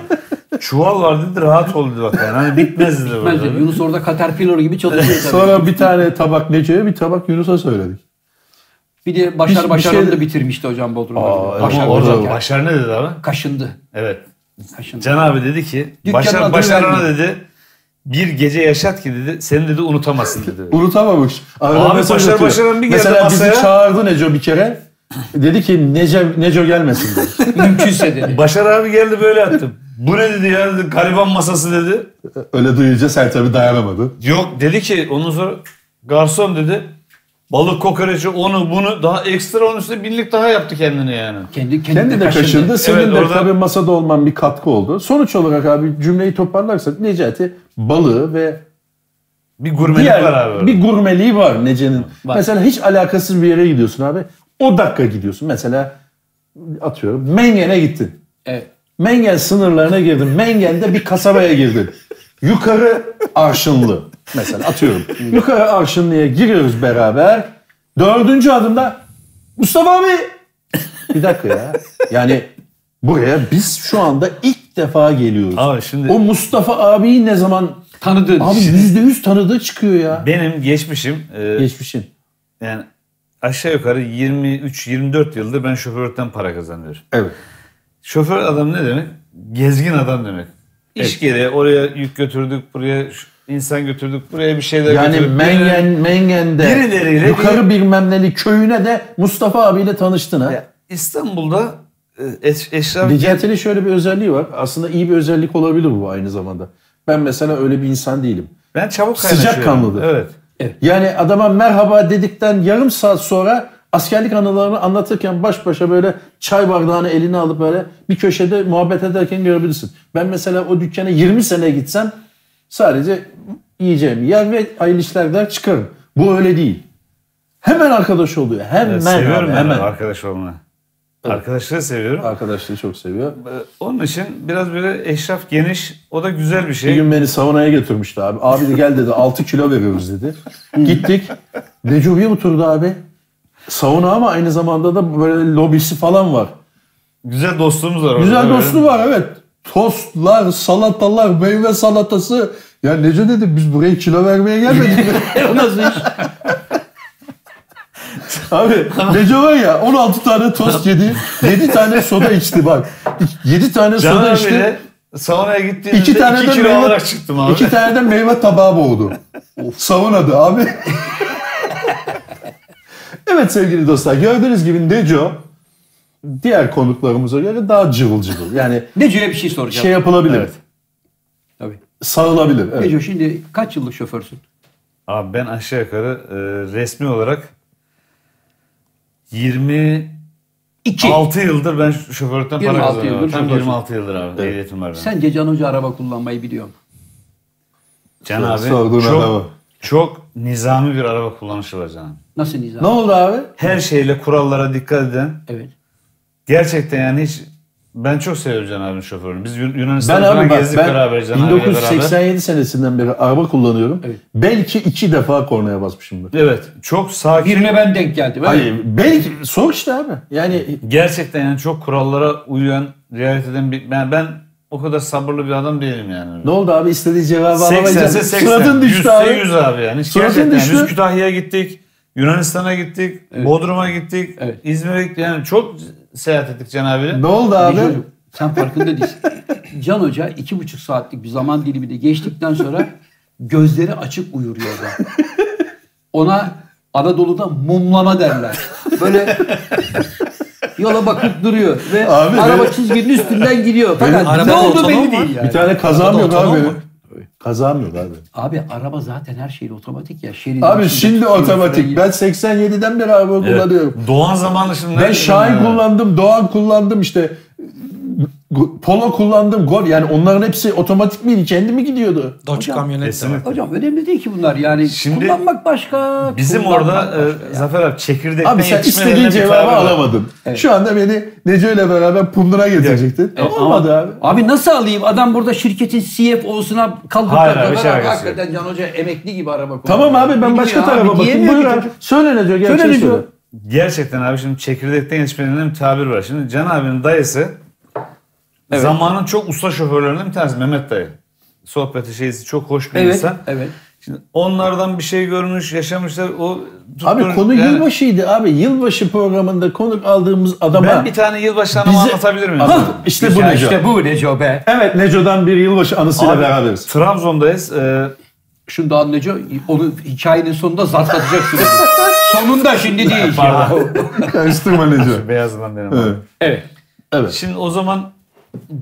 [SPEAKER 7] Çuval var dedi rahat ol dedi bak. Yani hani bitmez dedi.
[SPEAKER 1] Bence
[SPEAKER 7] Böyle.
[SPEAKER 1] Yunus orada Caterpillar gibi çalışıyor tabii.
[SPEAKER 2] Sonra bir tane tabak Nece'ye bir tabak Yunus'a söyledik.
[SPEAKER 1] Bir de Başar
[SPEAKER 2] Bir- bir
[SPEAKER 1] Başaran'ı
[SPEAKER 2] şey-
[SPEAKER 1] da bitirmişti hocam Bodrum'da.
[SPEAKER 2] Aa,
[SPEAKER 1] Başar
[SPEAKER 2] evet,
[SPEAKER 7] Orada
[SPEAKER 2] Orada-
[SPEAKER 1] Başar
[SPEAKER 7] Başar ne dedi abi?
[SPEAKER 1] kaşındı.
[SPEAKER 7] Evet.
[SPEAKER 1] Kaşındı.
[SPEAKER 7] Can abi dedi ki
[SPEAKER 1] Dükkanın adını
[SPEAKER 7] Başar, Başarana
[SPEAKER 1] vermiyor.
[SPEAKER 7] dedi bir gece yaşat ki dedi seni dedi unutamazsın dedi.
[SPEAKER 2] Unutamamış. Arada
[SPEAKER 7] Abi
[SPEAKER 2] mesaj
[SPEAKER 7] Başar
[SPEAKER 2] atıyor.
[SPEAKER 7] Başaran bir geldi
[SPEAKER 2] Mesela bizi
[SPEAKER 7] masaya.
[SPEAKER 2] çağırdı Neco bir kere. Dedi ki Nece, Neco gelmesin dedi.
[SPEAKER 1] Mümkünse dedi.
[SPEAKER 7] Başar abi geldi böyle attı. Bu ne dedi ya dedi gariban masası dedi.
[SPEAKER 2] Öyle duyunca sen tabii dayanamadı.
[SPEAKER 7] Yok dedi ki ondan sonra garson dedi. Balık kokoreçi onu bunu daha ekstra onun üstüne binlik daha yaptı kendini yani.
[SPEAKER 1] Kendi, kendi,
[SPEAKER 2] Kendi de kaşındı. Senin
[SPEAKER 7] Evet,
[SPEAKER 2] de
[SPEAKER 7] orada-
[SPEAKER 2] tabii masada olman bir katkı oldu. Sonuç olarak abi cümleyi toparlarsak Necati balığı ve
[SPEAKER 7] Bir gurmelik
[SPEAKER 2] diğer
[SPEAKER 7] var abi. orada.
[SPEAKER 2] bir gurmeliği var Nece'nin. Mesela hiç alakasız bir yere gidiyorsun abi. O dakika gidiyorsun. Mesela atıyorum Mengen'e gittin.
[SPEAKER 1] Evet.
[SPEAKER 2] Mengen sınırlarına girdin. Mengen'de bir kasabaya girdin. Yukarı Arşınlı. Mesela atıyorum. Yukarı Arşınlı'ya giriyoruz beraber. Dördüncü adımda Mustafa abi. Bir dakika ya. Yani buraya biz şu anda ilk defa geliyoruz.
[SPEAKER 7] Abi şimdi-
[SPEAKER 2] O Mustafa abiyi ne zaman
[SPEAKER 1] Tanıdığın.
[SPEAKER 2] abi yüzde yüz tanıdığı çıkıyor ya.
[SPEAKER 7] Benim geçmişim e,
[SPEAKER 2] Geçmişin.
[SPEAKER 7] yani aşağı yukarı 23-24 yıldır ben şoförlükten para kazanıyorum.
[SPEAKER 2] Evet.
[SPEAKER 7] Şoför adam ne demek? Gezgin adam demek. İş gereği oraya yük götürdük, buraya şu- insan götürdük, buraya bir şeyler
[SPEAKER 2] Yani
[SPEAKER 7] götürdük. Ee,
[SPEAKER 2] Mengen, Mengen'de
[SPEAKER 7] Birileriyle
[SPEAKER 2] yukarı bilmem neli köyüne de Mustafa abiyle tanıştın ha.
[SPEAKER 7] Ya İstanbul'da e, eş, eşraf
[SPEAKER 2] Dijitalin şöyle bir özelliği var. Aslında iyi bir özellik olabilir bu aynı zamanda. Ben mesela öyle bir insan değilim.
[SPEAKER 7] ben çabuk kaynaşıyorum.
[SPEAKER 2] Sıcak kanlıdır.
[SPEAKER 7] Evet.
[SPEAKER 2] Yani adama merhaba dedikten yarım saat sonra askerlik anılarını anlatırken baş başa böyle çay bardağını eline alıp böyle bir köşede muhabbet ederken görebilirsin. Ben mesela o dükkana 20 sene gitsem sadece yiyeceğim yer ve hayırlı işler der çıkarım. Bu öyle değil. Hemen arkadaş oluyor. Hemen
[SPEAKER 7] Ya seviyorum
[SPEAKER 2] abi,
[SPEAKER 7] ben
[SPEAKER 2] hemen.
[SPEAKER 7] arkadaş olmayı. Arkadaşları seviyorum.
[SPEAKER 2] Arkadaşları çok seviyor.
[SPEAKER 7] Ee, Onun için biraz böyle eşraf geniş. O da güzel bir
[SPEAKER 2] Bir
[SPEAKER 7] şey.
[SPEAKER 2] gün beni saunaya götürmüştü abi. Abi de gel dedi 6 kilo veriyoruz dedi. Gittik. Recubi'ye oturdu abi. Sauna ama aynı zamanda da böyle lobisi falan var.
[SPEAKER 7] Güzel dostluğumuz var. orada
[SPEAKER 2] Güzel
[SPEAKER 7] böyle.
[SPEAKER 2] dostu var evet. Tostlar, salatalar, meyve salatası. Ya Nece dedi biz buraya kilo vermeye gelmedik mi?
[SPEAKER 1] O nasıl iş?
[SPEAKER 2] Abi Nece var ya 16 tane tost yedi, 7 tane soda içti bak. 7 tane
[SPEAKER 7] Canan
[SPEAKER 2] soda
[SPEAKER 7] abiyle
[SPEAKER 2] içti.
[SPEAKER 7] saunaya gittiğimizde 2
[SPEAKER 2] İki tane de
[SPEAKER 7] kilo
[SPEAKER 2] meyve,
[SPEAKER 7] olarak çıktım abi.
[SPEAKER 2] İki tane de meyve tabağı boğdu. Savunadı abi. evet sevgili dostlar gördüğünüz gibi Neco diğer konuklarımıza göre daha cıvıl cıvıl. Yani
[SPEAKER 1] Neco'ya bir şey soracağım.
[SPEAKER 2] şey yapılabilir.
[SPEAKER 1] Tabii.
[SPEAKER 2] Sarılabilir. Evet.
[SPEAKER 1] Neco şimdi kaç yıllık şoförsün?
[SPEAKER 7] Abi ben aşağı yukarı e, resmi olarak 26
[SPEAKER 1] İki.
[SPEAKER 7] yıldır ben şu- şoförlükten para
[SPEAKER 1] 26
[SPEAKER 7] kazanıyorum.
[SPEAKER 1] yıldır
[SPEAKER 7] Tam
[SPEAKER 1] şoförsün.
[SPEAKER 7] 26 yıldır abi ehliyetim var benim.
[SPEAKER 1] Sence Can Hoca araba kullanmayı biliyor mu?
[SPEAKER 7] Can
[SPEAKER 2] Sor-
[SPEAKER 7] abi
[SPEAKER 2] sorduğun adama.
[SPEAKER 7] çok, çok nizami bir araba kullanışı var Can abi.
[SPEAKER 1] Nasıl
[SPEAKER 2] Ne
[SPEAKER 1] nizam?
[SPEAKER 2] oldu abi?
[SPEAKER 7] Her şeyle kurallara dikkat eden
[SPEAKER 1] Evet.
[SPEAKER 7] gerçekten yani hiç ben çok seviyorum Can abinin şoförünü. Biz Yun-
[SPEAKER 2] Ben
[SPEAKER 7] Yunanistan'da falan
[SPEAKER 2] abi bak
[SPEAKER 7] gezdik beraber Can
[SPEAKER 2] ben
[SPEAKER 7] abiyle beraber.
[SPEAKER 2] 1987 senesinden beri araba kullanıyorum.
[SPEAKER 1] Evet.
[SPEAKER 2] Belki iki defa kornaya basmışımdır.
[SPEAKER 7] Evet çok sakin.
[SPEAKER 1] Birine ben denk geldim. evet.
[SPEAKER 2] Hayır, belki soğuk işte abi. Yani
[SPEAKER 7] Gerçekten yani çok kurallara uyan, riayet eden bir... Ben, ben o kadar sabırlı bir adam değilim yani.
[SPEAKER 2] ne oldu abi istediği cevabı
[SPEAKER 7] 80 ise
[SPEAKER 2] alamayacaksın.
[SPEAKER 7] 80.
[SPEAKER 2] Suratın düştü
[SPEAKER 7] Yüzse
[SPEAKER 2] abi.
[SPEAKER 7] yüz abi yani.
[SPEAKER 2] Suratın
[SPEAKER 7] Gerçekten yani.
[SPEAKER 2] düştü.
[SPEAKER 7] Biz Kütahya'ya gittik. Yunanistan'a gittik. Bodrum'a gittik.
[SPEAKER 1] Evet.
[SPEAKER 7] İzmir'e gittik. Yani çok seyahat ettik Can abiyle.
[SPEAKER 2] Ne oldu abi?
[SPEAKER 1] Neco'cuğum, sen farkında değilsin. Can Hoca iki buçuk saatlik bir zaman dilimi de geçtikten sonra gözleri açık uyur yolda. Ona Anadolu'da mumlama derler. Böyle yola bakıp duruyor ve
[SPEAKER 2] Abi
[SPEAKER 1] araba
[SPEAKER 2] benim-
[SPEAKER 1] çizginin üstünden gidiyor. Fakat
[SPEAKER 4] Benim
[SPEAKER 1] ne
[SPEAKER 4] araba
[SPEAKER 1] oldu
[SPEAKER 4] otonom
[SPEAKER 1] belli
[SPEAKER 4] mu?
[SPEAKER 1] değil yani.
[SPEAKER 2] Bir tane kazam
[SPEAKER 4] Arabada
[SPEAKER 2] yok
[SPEAKER 4] otonom
[SPEAKER 2] abi.
[SPEAKER 4] mu?
[SPEAKER 2] Kazam yok abi.
[SPEAKER 1] Abi araba zaten her şeyle otomatik ya. Şeridin
[SPEAKER 2] Abi
[SPEAKER 1] içinde
[SPEAKER 2] şimdi
[SPEAKER 1] tutuyor,
[SPEAKER 2] otomatik.
[SPEAKER 1] fren-
[SPEAKER 2] Ben 87'den beri araba kullanıyorum.
[SPEAKER 7] Doğan zamanı şimdi
[SPEAKER 2] Ben
[SPEAKER 7] nerede
[SPEAKER 2] Şahin
[SPEAKER 7] bilmiyorum yani.
[SPEAKER 2] kullandım, Doğan kullandım işte. Polo kullandım, Gol. Yani onların hepsi otomatik miydi? Kendi mi gidiyordu?
[SPEAKER 4] Dodge kamyonet de var.
[SPEAKER 7] Kesinlikle.
[SPEAKER 1] Hocam önemli değil ki bunlar yani.
[SPEAKER 7] Şimdi
[SPEAKER 1] kullanmak başka.
[SPEAKER 7] Bizim
[SPEAKER 1] kullanmak
[SPEAKER 7] orada e,
[SPEAKER 1] başka ya.
[SPEAKER 7] Zafer abi çekirdekten
[SPEAKER 2] Abi sen
[SPEAKER 7] yetişmelerine
[SPEAKER 2] istediğin
[SPEAKER 7] bir
[SPEAKER 2] cevabı
[SPEAKER 7] tabir var.
[SPEAKER 2] alamadın. Şu anda beni Neco ile beraber Pundur'a getirecektin. Olmadı abi.
[SPEAKER 1] E, Abi nasıl alayım? Adam burada şirketin CFO'suna kalkıp
[SPEAKER 7] Hayır
[SPEAKER 1] da
[SPEAKER 7] abi, şey
[SPEAKER 1] kadar
[SPEAKER 7] alakası
[SPEAKER 1] hakikaten Can Hoca emekli gibi araba kullanıyor.
[SPEAKER 2] Tamam abi ben
[SPEAKER 1] Biliyor
[SPEAKER 2] başka
[SPEAKER 1] abi,
[SPEAKER 2] tarafa bakayım.
[SPEAKER 1] giyemiyor
[SPEAKER 2] Buyur
[SPEAKER 1] ki
[SPEAKER 2] abi.
[SPEAKER 1] çocuk.
[SPEAKER 2] Söyle Neco, gerçeği
[SPEAKER 1] Neco.
[SPEAKER 2] söyle.
[SPEAKER 7] Gerçekten abi şimdi çekirdekten yetişmelerine bir tabir var. Şimdi Can abinin dayısı zamanın çok usta şoförlerinden bir tanesi Mehmet dayı. Sohbeti şeysi çok hoş bir
[SPEAKER 1] Evet,
[SPEAKER 7] insan.
[SPEAKER 1] evet.
[SPEAKER 7] Şimdi onlardan bir şey görmüş, yaşamışlar. O
[SPEAKER 2] Abi
[SPEAKER 7] tutturun-
[SPEAKER 2] konu
[SPEAKER 7] yani
[SPEAKER 2] yılbaşıydı abi. Yılbaşı programında konuk aldığımız adama...
[SPEAKER 7] Ben bir tane yılbaşı anımı
[SPEAKER 2] Bize-
[SPEAKER 7] anlatabilir miyim?
[SPEAKER 2] Hah, işte bu
[SPEAKER 7] Hikaye-
[SPEAKER 2] Neco.
[SPEAKER 1] İşte bu Neco be.
[SPEAKER 2] Evet Neco'dan bir yılbaşı anısıyla
[SPEAKER 7] Abi,
[SPEAKER 2] beraberiz.
[SPEAKER 7] Trabzon'dayız. Ee,
[SPEAKER 1] Şunu da an Neco, onu hikayenin sonunda zartlatacaksınız. sonunda şimdi değil.
[SPEAKER 7] pardon.
[SPEAKER 2] Karıştırma Neco.
[SPEAKER 7] Beyazından denem.
[SPEAKER 2] Evet.
[SPEAKER 1] evet.
[SPEAKER 7] Şimdi o zaman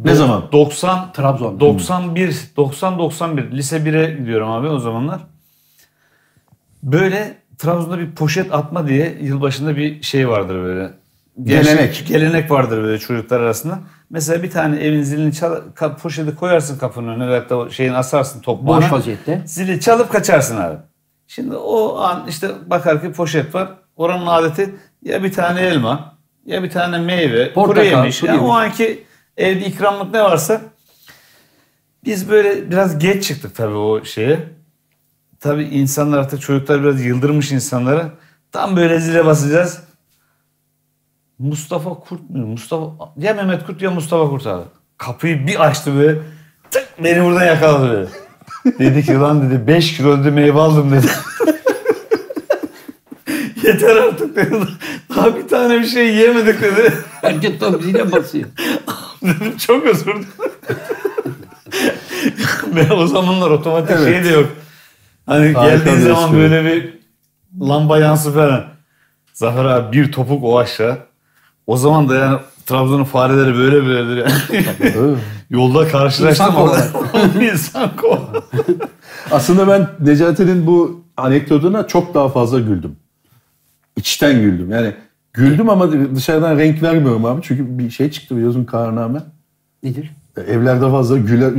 [SPEAKER 2] Ne zaman?
[SPEAKER 7] 90
[SPEAKER 1] Trabzon.
[SPEAKER 7] 91 90 91 lise 1'e gidiyorum abi o zamanlar. Böyle Trabzon'da bir poşet atma diye yılbaşında bir şey vardır böyle. Gençlik-
[SPEAKER 2] Gelenek.
[SPEAKER 7] Gelenek vardır böyle çocuklar arasında. Mesela bir tane evin zilini çal, ka- poşeti koyarsın kapının önüne veyahut da o şeyini asarsın tokmağına.
[SPEAKER 1] Boş vaziyette.
[SPEAKER 7] Zili çalıp kaçarsın abi. Şimdi o an işte bakar ki poşet var. Oranın adeti ya bir tane elma ya bir tane meyve,
[SPEAKER 1] Portakal,
[SPEAKER 7] kuru yemiş.
[SPEAKER 1] kuru
[SPEAKER 7] Yani
[SPEAKER 1] yemiş.
[SPEAKER 7] o anki evde ikramlık ne varsa biz böyle biraz geç çıktık tabii o şeye. Tabii insanlar artık çocuklar biraz yıldırmış insanlara. Tam böyle zile basacağız. Mustafa Kurt mu? Mustafa ya Mehmet Kurt ya Mustafa Kurt abi. Kapıyı bir açtı böyle. Tık beni buradan yakaladı böyle. dedi ki lan dedi 5 kilo dedi meyve aldım dedi. Yeter artık dedi. Daha bir tane bir şey yemedik dedi.
[SPEAKER 1] Önce tam zile basıyor.
[SPEAKER 7] Dedim, Çok özür dilerim. ben o zamanlar otomatik şey de yok. Hani
[SPEAKER 2] Harika
[SPEAKER 7] geldiği
[SPEAKER 2] bir
[SPEAKER 7] zaman
[SPEAKER 2] espri.
[SPEAKER 7] böyle bir lamba yansı falan. Zafer abi bir topuk o aşağı. O zaman da yani Trabzon'un fareleri böyle böyledir yani. Yolda karşılaştım
[SPEAKER 1] İnsan
[SPEAKER 7] orada. İnsan kovalar.
[SPEAKER 2] Aslında ben Necati'nin bu anekdotuna çok daha fazla güldüm. İçten güldüm. Yani güldüm ama dışarıdan renk vermiyorum abi. Çünkü bir şey çıktı biliyorsun kararname.
[SPEAKER 1] Nedir?
[SPEAKER 2] Ee, Evlerde fazla güler,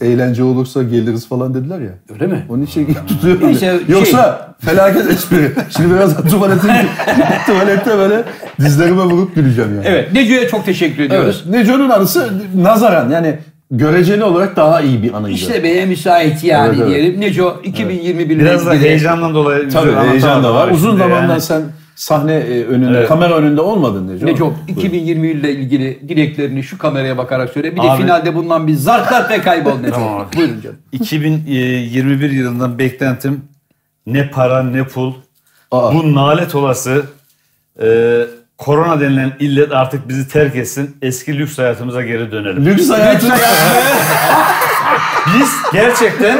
[SPEAKER 2] eğlence olursa geliriz falan dediler ya.
[SPEAKER 1] Öyle mi?
[SPEAKER 2] Onun için tutuyorum.
[SPEAKER 1] Neyse, şey-
[SPEAKER 2] Yoksa felaket espri. Şimdi biraz tuvalete, tuvalette böyle dizlerime vurup güleceğim yani.
[SPEAKER 1] Evet. Neco'ya çok teşekkür ediyoruz.
[SPEAKER 2] Evet. Neco'nun anısı nazaran yani göreceli olarak daha iyi bir anıydı.
[SPEAKER 1] İşte beye müsait yani
[SPEAKER 2] Evet, evet.
[SPEAKER 1] diyelim. Neco 2021
[SPEAKER 7] Biraz da
[SPEAKER 1] bir de-
[SPEAKER 7] heyecandan dolayı.
[SPEAKER 2] Tabii
[SPEAKER 7] üzüyorum.
[SPEAKER 2] heyecan da
[SPEAKER 7] Anlatamadım
[SPEAKER 2] var.
[SPEAKER 7] abi
[SPEAKER 2] Uzun
[SPEAKER 7] şimdi
[SPEAKER 2] zamandan
[SPEAKER 7] yani.
[SPEAKER 2] sen sahne e, önünde,
[SPEAKER 7] Evet.
[SPEAKER 2] kamera önünde olmadın Neco.
[SPEAKER 1] Neco
[SPEAKER 2] Buyurun.
[SPEAKER 1] 2020 ile ilgili dileklerini şu kameraya bakarak söyle. Bir de
[SPEAKER 7] Abi-
[SPEAKER 1] finalde bulunan bir zart zart ve kaybol Neco.
[SPEAKER 7] Tamam abi.
[SPEAKER 1] Buyurun canım.
[SPEAKER 7] 2021 yılından beklentim ne para ne pul.
[SPEAKER 2] Aa.
[SPEAKER 7] Bu nalet olası e, korona denilen illet artık bizi terk etsin. Eski lüks hayatımıza geri dönelim.
[SPEAKER 2] Lüks hayatı
[SPEAKER 7] Biz gerçekten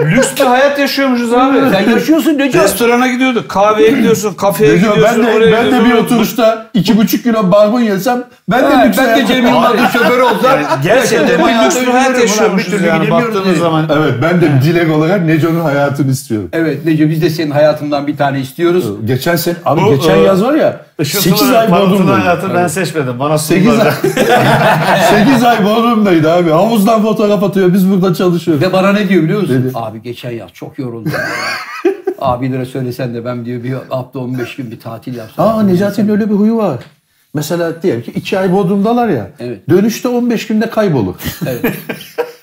[SPEAKER 7] lüks bir hayat yaşıyormuşuz abi.
[SPEAKER 1] Sen yaşıyorsun Neco.
[SPEAKER 7] Restorana gidiyorduk, kahveye gidiyorsun, kafeye
[SPEAKER 2] Neco ben
[SPEAKER 7] gidiyorsun,
[SPEAKER 2] de,
[SPEAKER 7] oraya
[SPEAKER 2] ben de bir
[SPEAKER 7] gidiyorsun.
[SPEAKER 2] oturuşta iki buçuk kilo barbun yesem ben de
[SPEAKER 1] Ha,
[SPEAKER 2] lüks
[SPEAKER 1] ben de
[SPEAKER 2] hayatı-
[SPEAKER 1] Cem Yılmaz'ın şoförü olsam.
[SPEAKER 7] Yani gerçekten bir lüks bir hayat yaşıyormuşuz yani baktığınız zaman.
[SPEAKER 2] Evet ben de dilek olarak Neco'nun hayatını istiyorum.
[SPEAKER 1] Evet Neco biz de senin hayatından bir tane istiyoruz.
[SPEAKER 2] Geçen sen abi
[SPEAKER 7] Bu,
[SPEAKER 2] geçen
[SPEAKER 7] e,
[SPEAKER 2] yaz var ya 8
[SPEAKER 7] Işıltılı,
[SPEAKER 2] ay
[SPEAKER 7] parıltılı
[SPEAKER 2] Bodrum'daydı.
[SPEAKER 7] hayatı ben seçmedim. Bana
[SPEAKER 2] 8 ay
[SPEAKER 7] sunulmadı.
[SPEAKER 2] 8 ay Bodrum'daydı abi. Havuzdan fotoğraf atıyor. Biz burada çalışıyoruz.
[SPEAKER 1] Ve bana ne diyor biliyor musun?
[SPEAKER 2] Ne diyor?
[SPEAKER 1] Abi geçen yaz çok yoruldum. ya. Abi lira söylesen de ben diyor bir hafta 15 gün bir tatil yapsam.
[SPEAKER 2] Aa Necati'nin öyle bir huyu var. Mesela diyelim ki 2 ay Bodrum'dalar ya.
[SPEAKER 1] Evet.
[SPEAKER 2] Dönüşte 15 günde kaybolur.
[SPEAKER 1] Evet.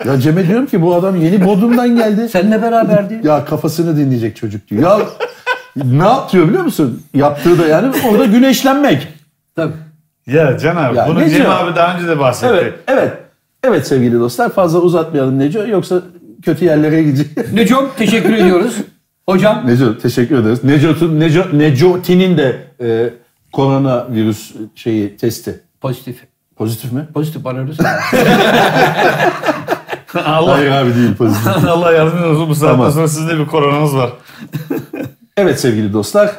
[SPEAKER 2] ya Cem'e diyorum ki bu adam yeni Bodrum'dan geldi.
[SPEAKER 1] Seninle beraberdi.
[SPEAKER 2] Ya kafasını dinleyecek çocuk diyor. Ya ne yapıyor biliyor musun? Yaptığı da yani orada güneşlenmek.
[SPEAKER 1] Tabii.
[SPEAKER 7] Ya Can abi
[SPEAKER 2] Ya
[SPEAKER 7] bunu
[SPEAKER 2] ne
[SPEAKER 7] Cem
[SPEAKER 2] diyor?
[SPEAKER 7] abi daha önce de bahsetti.
[SPEAKER 2] Evet, evet. Evet sevgili dostlar fazla uzatmayalım Neco yoksa kötü yerlere gidecek.
[SPEAKER 1] Necom teşekkür ediyoruz. Hocam
[SPEAKER 2] Neco teşekkür ederiz. Necot'un Neco Necoti'nin de e, koronavirüs şeyi testi
[SPEAKER 1] pozitif.
[SPEAKER 2] pozitif mi?
[SPEAKER 1] Pozitif arıyoruz.
[SPEAKER 7] Allah
[SPEAKER 2] Hayır abi değil pozitif.
[SPEAKER 7] Allah yardımcınız olsun bu saatten
[SPEAKER 2] Tamam.
[SPEAKER 7] sonra sizin de bir koronanız var.
[SPEAKER 2] evet sevgili dostlar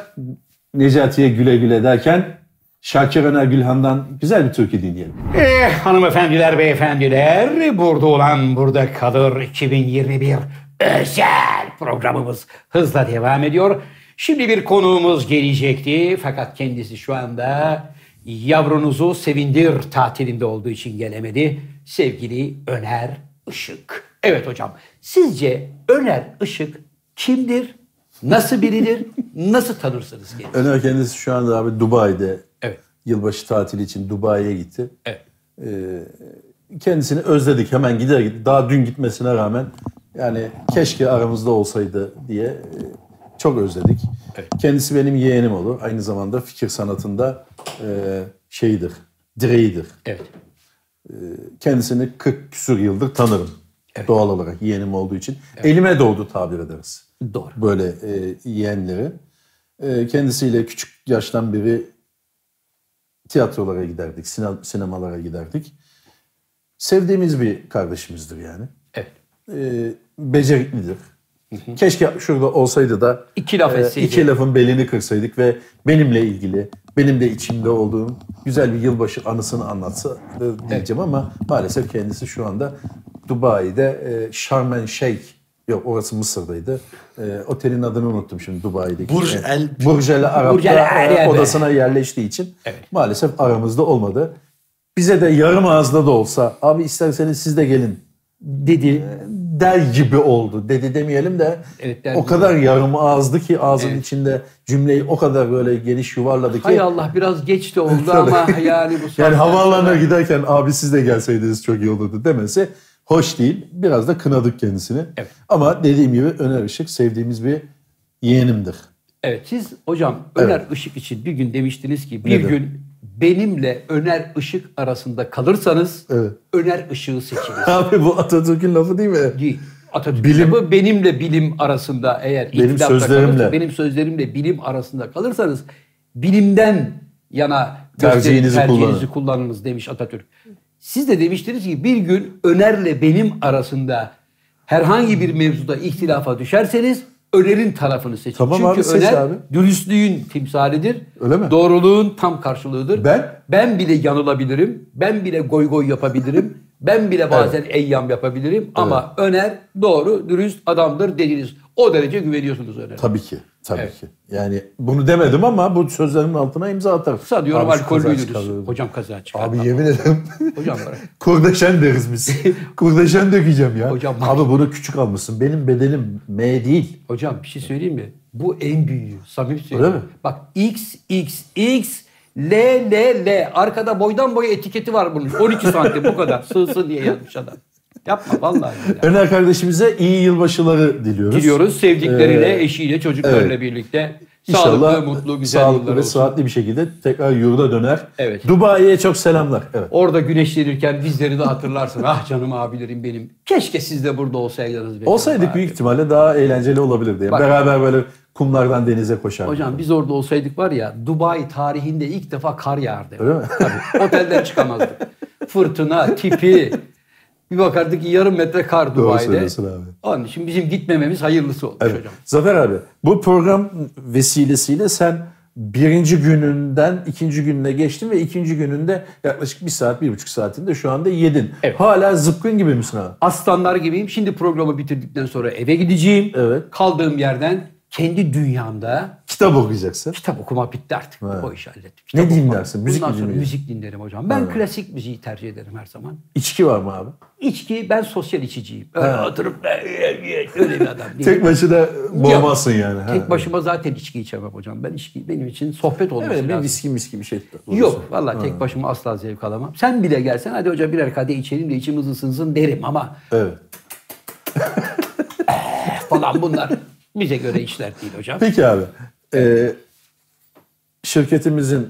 [SPEAKER 2] Necati'ye güle güle derken Şakir Öner Gülhan'dan güzel bir türkü dinleyelim.
[SPEAKER 5] Eh hanımefendiler, beyefendiler, burada olan burada kalır 2021 özel programımız hızla devam ediyor. Şimdi bir konuğumuz gelecekti fakat kendisi şu anda yavrunuzu sevindir tatilinde olduğu için gelemedi. Sevgili Öner Işık. Evet hocam, sizce Öner Işık kimdir? Nasıl biridir? Nasıl tanırsınız kendisini?
[SPEAKER 2] Öner kendisi şu anda abi Dubai'de
[SPEAKER 5] Evet.
[SPEAKER 2] yılbaşı tatili için Dubai'ye gitti. Ee,
[SPEAKER 5] Evet.
[SPEAKER 2] kendisini özledik hemen gider git- daha dün gitmesine rağmen yani keşke aramızda olsaydı diye e, çok özledik. Kendisi benim yeğenim olur. Aynı zamanda fikir sanatında e, şeyidir, direğidir.
[SPEAKER 5] Evet.
[SPEAKER 2] Kendisini 40 küsur yıldır tanırım. Doğal olarak yeğenim olduğu için. Elime doğdu tabir ederiz.
[SPEAKER 5] Doğru.
[SPEAKER 2] Böyle e, yeğenleri. E, kendisiyle küçük yaştan beri tiyatrolara giderdik, sine- sinemalara giderdik. Sevdiğimiz bir kardeşimizdir yani.
[SPEAKER 5] Evet.
[SPEAKER 2] E, beceriklidir. Keşke şurada olsaydı da e,
[SPEAKER 1] İki laf etseydi.
[SPEAKER 2] iki şey lafın belini kırsaydık ve benimle ilgili, benim de içimde olduğum güzel bir yılbaşı anısını anlatsa e, diyeceğim ama maalesef kendisi şu anda Dubai'de e, Sharm el Sheikh Yok orası Mısır'daydı. E, otelin adını unuttum şimdi Dubai'deki. E,
[SPEAKER 4] Burj el-
[SPEAKER 2] Burj el Arab'da
[SPEAKER 1] Burj el
[SPEAKER 2] e,
[SPEAKER 1] Arab.
[SPEAKER 2] odasına yerleştiği için maalesef aramızda olmadı. Bize de yarım ağızda da olsa abi isterseniz siz de gelin e,
[SPEAKER 1] Dedi.
[SPEAKER 2] der gibi oldu. Dedi demeyelim de
[SPEAKER 1] Evet, der
[SPEAKER 2] o
[SPEAKER 1] gibi.
[SPEAKER 2] kadar yarım ağızdı ki ağzın içinde cümleyi o kadar böyle geniş yuvarladı ki.
[SPEAKER 1] Hay Allah biraz geç de oldu ama yani bu
[SPEAKER 2] yani
[SPEAKER 1] saatten
[SPEAKER 2] havaalanına
[SPEAKER 1] sonra-
[SPEAKER 2] giderken abi siz de gelseydiniz çok iyi olurdu demesi hoş değil. Biraz da kınadık kendisini. Ama dediğim gibi Öner Işık sevdiğimiz bir yeğenimdir.
[SPEAKER 1] Evet siz hocam Öner Işık için bir gün demiştiniz ki bir
[SPEAKER 2] Neden?
[SPEAKER 1] gün benimle Öner Işık arasında kalırsanız
[SPEAKER 2] Evet.
[SPEAKER 1] Öner Işık'ı seçiniz.
[SPEAKER 2] Abi bu Atatürk'ün lafı değil mi?
[SPEAKER 1] Değil. Atatürk
[SPEAKER 2] Bilim-
[SPEAKER 1] kitabı benimle bilim arasında eğer
[SPEAKER 2] Benim
[SPEAKER 1] ihtilafta
[SPEAKER 2] sözlerimle.
[SPEAKER 1] kalırsa- benim sözlerimle bilim arasında kalırsanız bilimden yana gösterin,
[SPEAKER 2] Tercihinizi
[SPEAKER 1] tercihinizi kullanınız demiş Atatürk. Siz de demiştiniz ki bir gün Öner'le benim arasında herhangi bir mevzuda ihtilafa düşerseniz Öner'in tarafını seçin.
[SPEAKER 2] Tamam
[SPEAKER 1] Çünkü
[SPEAKER 2] abi, seç
[SPEAKER 1] Öner
[SPEAKER 2] abi.
[SPEAKER 1] dürüstlüğün timsalidir.
[SPEAKER 2] Öyle mi?
[SPEAKER 1] Doğruluğun tam karşılığıdır.
[SPEAKER 2] Ben?
[SPEAKER 1] Ben bile yanılabilirim. Ben bile goy goy yapabilirim. ben bile bazen eyyam yapabilirim. Ama Öner doğru, dürüst adamdır dediniz. O derece güveniyorsunuz öyle.
[SPEAKER 2] Tabii ki. Tabii
[SPEAKER 1] Evet.
[SPEAKER 2] ki. Yani bunu demedim ama bu sözlerimin altına imza atarım.
[SPEAKER 1] Kısa diyorum
[SPEAKER 2] Abi şu
[SPEAKER 1] alkol
[SPEAKER 2] kaza
[SPEAKER 1] büyüdünüz.
[SPEAKER 2] çıkardı.
[SPEAKER 1] Hocam kaza çıkar.
[SPEAKER 2] Abi yemin ederim.
[SPEAKER 1] Hocam bırak.
[SPEAKER 2] Kurdeşen deriz biz. Kurdeşen dökeceğim ya.
[SPEAKER 1] Hocam bak.
[SPEAKER 2] Abi bunu küçük almışsın. Benim bedenim M değil.
[SPEAKER 1] Hocam bir şey söyleyeyim mi? Bu en büyüğü. Samimi söylüyorum.
[SPEAKER 2] mi?
[SPEAKER 1] Bak X, X, X, L, L, L. Arkada boydan boya etiketi var bunun. 12 santim bu kadar. Sığ sığ diye yazmış adam. Yapma vallahi. Ya.
[SPEAKER 2] Öner kardeşimize iyi yılbaşıları diliyoruz.
[SPEAKER 1] Diliyoruz sevdikleriyle,
[SPEAKER 2] Ee,
[SPEAKER 1] eşiyle, çocuklarıyla
[SPEAKER 2] evet.
[SPEAKER 1] birlikte.
[SPEAKER 2] İnşallah
[SPEAKER 1] sağlıklı, mutlu, güzel
[SPEAKER 2] sağlıklı
[SPEAKER 1] yıllar
[SPEAKER 2] ve
[SPEAKER 1] olsun.
[SPEAKER 2] sıhhatli bir şekilde tekrar yurda döner.
[SPEAKER 1] Evet.
[SPEAKER 2] Dubai'ye çok selamlar. Evet.
[SPEAKER 1] Orada güneşlenirken bizleri de hatırlarsın. ah canım abilerim benim. Keşke siz de burada olsaydınız. benim
[SPEAKER 2] Olsaydık
[SPEAKER 1] abi.
[SPEAKER 2] büyük ihtimalle daha eğlenceli olabilirdi. Yani
[SPEAKER 1] Bak-
[SPEAKER 2] Beraber böyle kumlardan denize koşardık.
[SPEAKER 1] Hocam biz orada olsaydık var ya Dubai tarihinde ilk defa kar yağardı.
[SPEAKER 2] Öyle mi?
[SPEAKER 1] Tabii, otelden çıkamazdık. Fırtına, tipi. Bir bakardık ki yarım metre kar
[SPEAKER 2] Doğru
[SPEAKER 1] Dubai'de.
[SPEAKER 2] söylüyorsun abi.
[SPEAKER 1] Onun için bizim gitmememiz hayırlısı olmuş
[SPEAKER 2] Evet.
[SPEAKER 1] hocam.
[SPEAKER 2] Zafer abi bu program vesilesiyle sen birinci gününden ikinci gününe geçtin ve ikinci gününde yaklaşık bir saat, bir buçuk saatinde şu anda yedin.
[SPEAKER 1] Evet.
[SPEAKER 2] Hala zıpkın gibi misin abi?
[SPEAKER 1] Aslanlar gibiyim. Şimdi programı bitirdikten sonra eve gideceğim.
[SPEAKER 2] Evet.
[SPEAKER 1] Kaldığım yerden kendi dünyamda
[SPEAKER 2] Kitap okuyacaksın.
[SPEAKER 1] kitap okuma bitti artık. O işi hallettim.
[SPEAKER 2] Ne
[SPEAKER 1] Kitap okuma.
[SPEAKER 2] dinlersin? Müzik mi
[SPEAKER 1] Bundan sonra
[SPEAKER 2] dinliyorsun?
[SPEAKER 1] müzik dinlerim hocam. Ben klasik müziği tercih ederim her zaman.
[SPEAKER 2] İçki var mı abi?
[SPEAKER 1] İçki ben sosyal içiciyim. Öyle oturup öyle bir adam değilim.
[SPEAKER 2] Tek başına
[SPEAKER 1] Yok.
[SPEAKER 2] boğmazsın yani. Ha,
[SPEAKER 1] Tek başıma zaten içki içemem hocam. Ben içki benim için sohbet olması
[SPEAKER 2] Evet, bir
[SPEAKER 1] lazım.
[SPEAKER 2] viski miski bir şey. tutulursa.
[SPEAKER 1] Yok vallahi tek başıma asla zevk alamam. Sen bile gelsen hadi hocam birer kadeh içelim de içimiz ısınsın derim ama
[SPEAKER 2] Evet.
[SPEAKER 1] falan bunlar bize göre işler değil hocam.
[SPEAKER 2] Peki abi. Ee, şirketimizin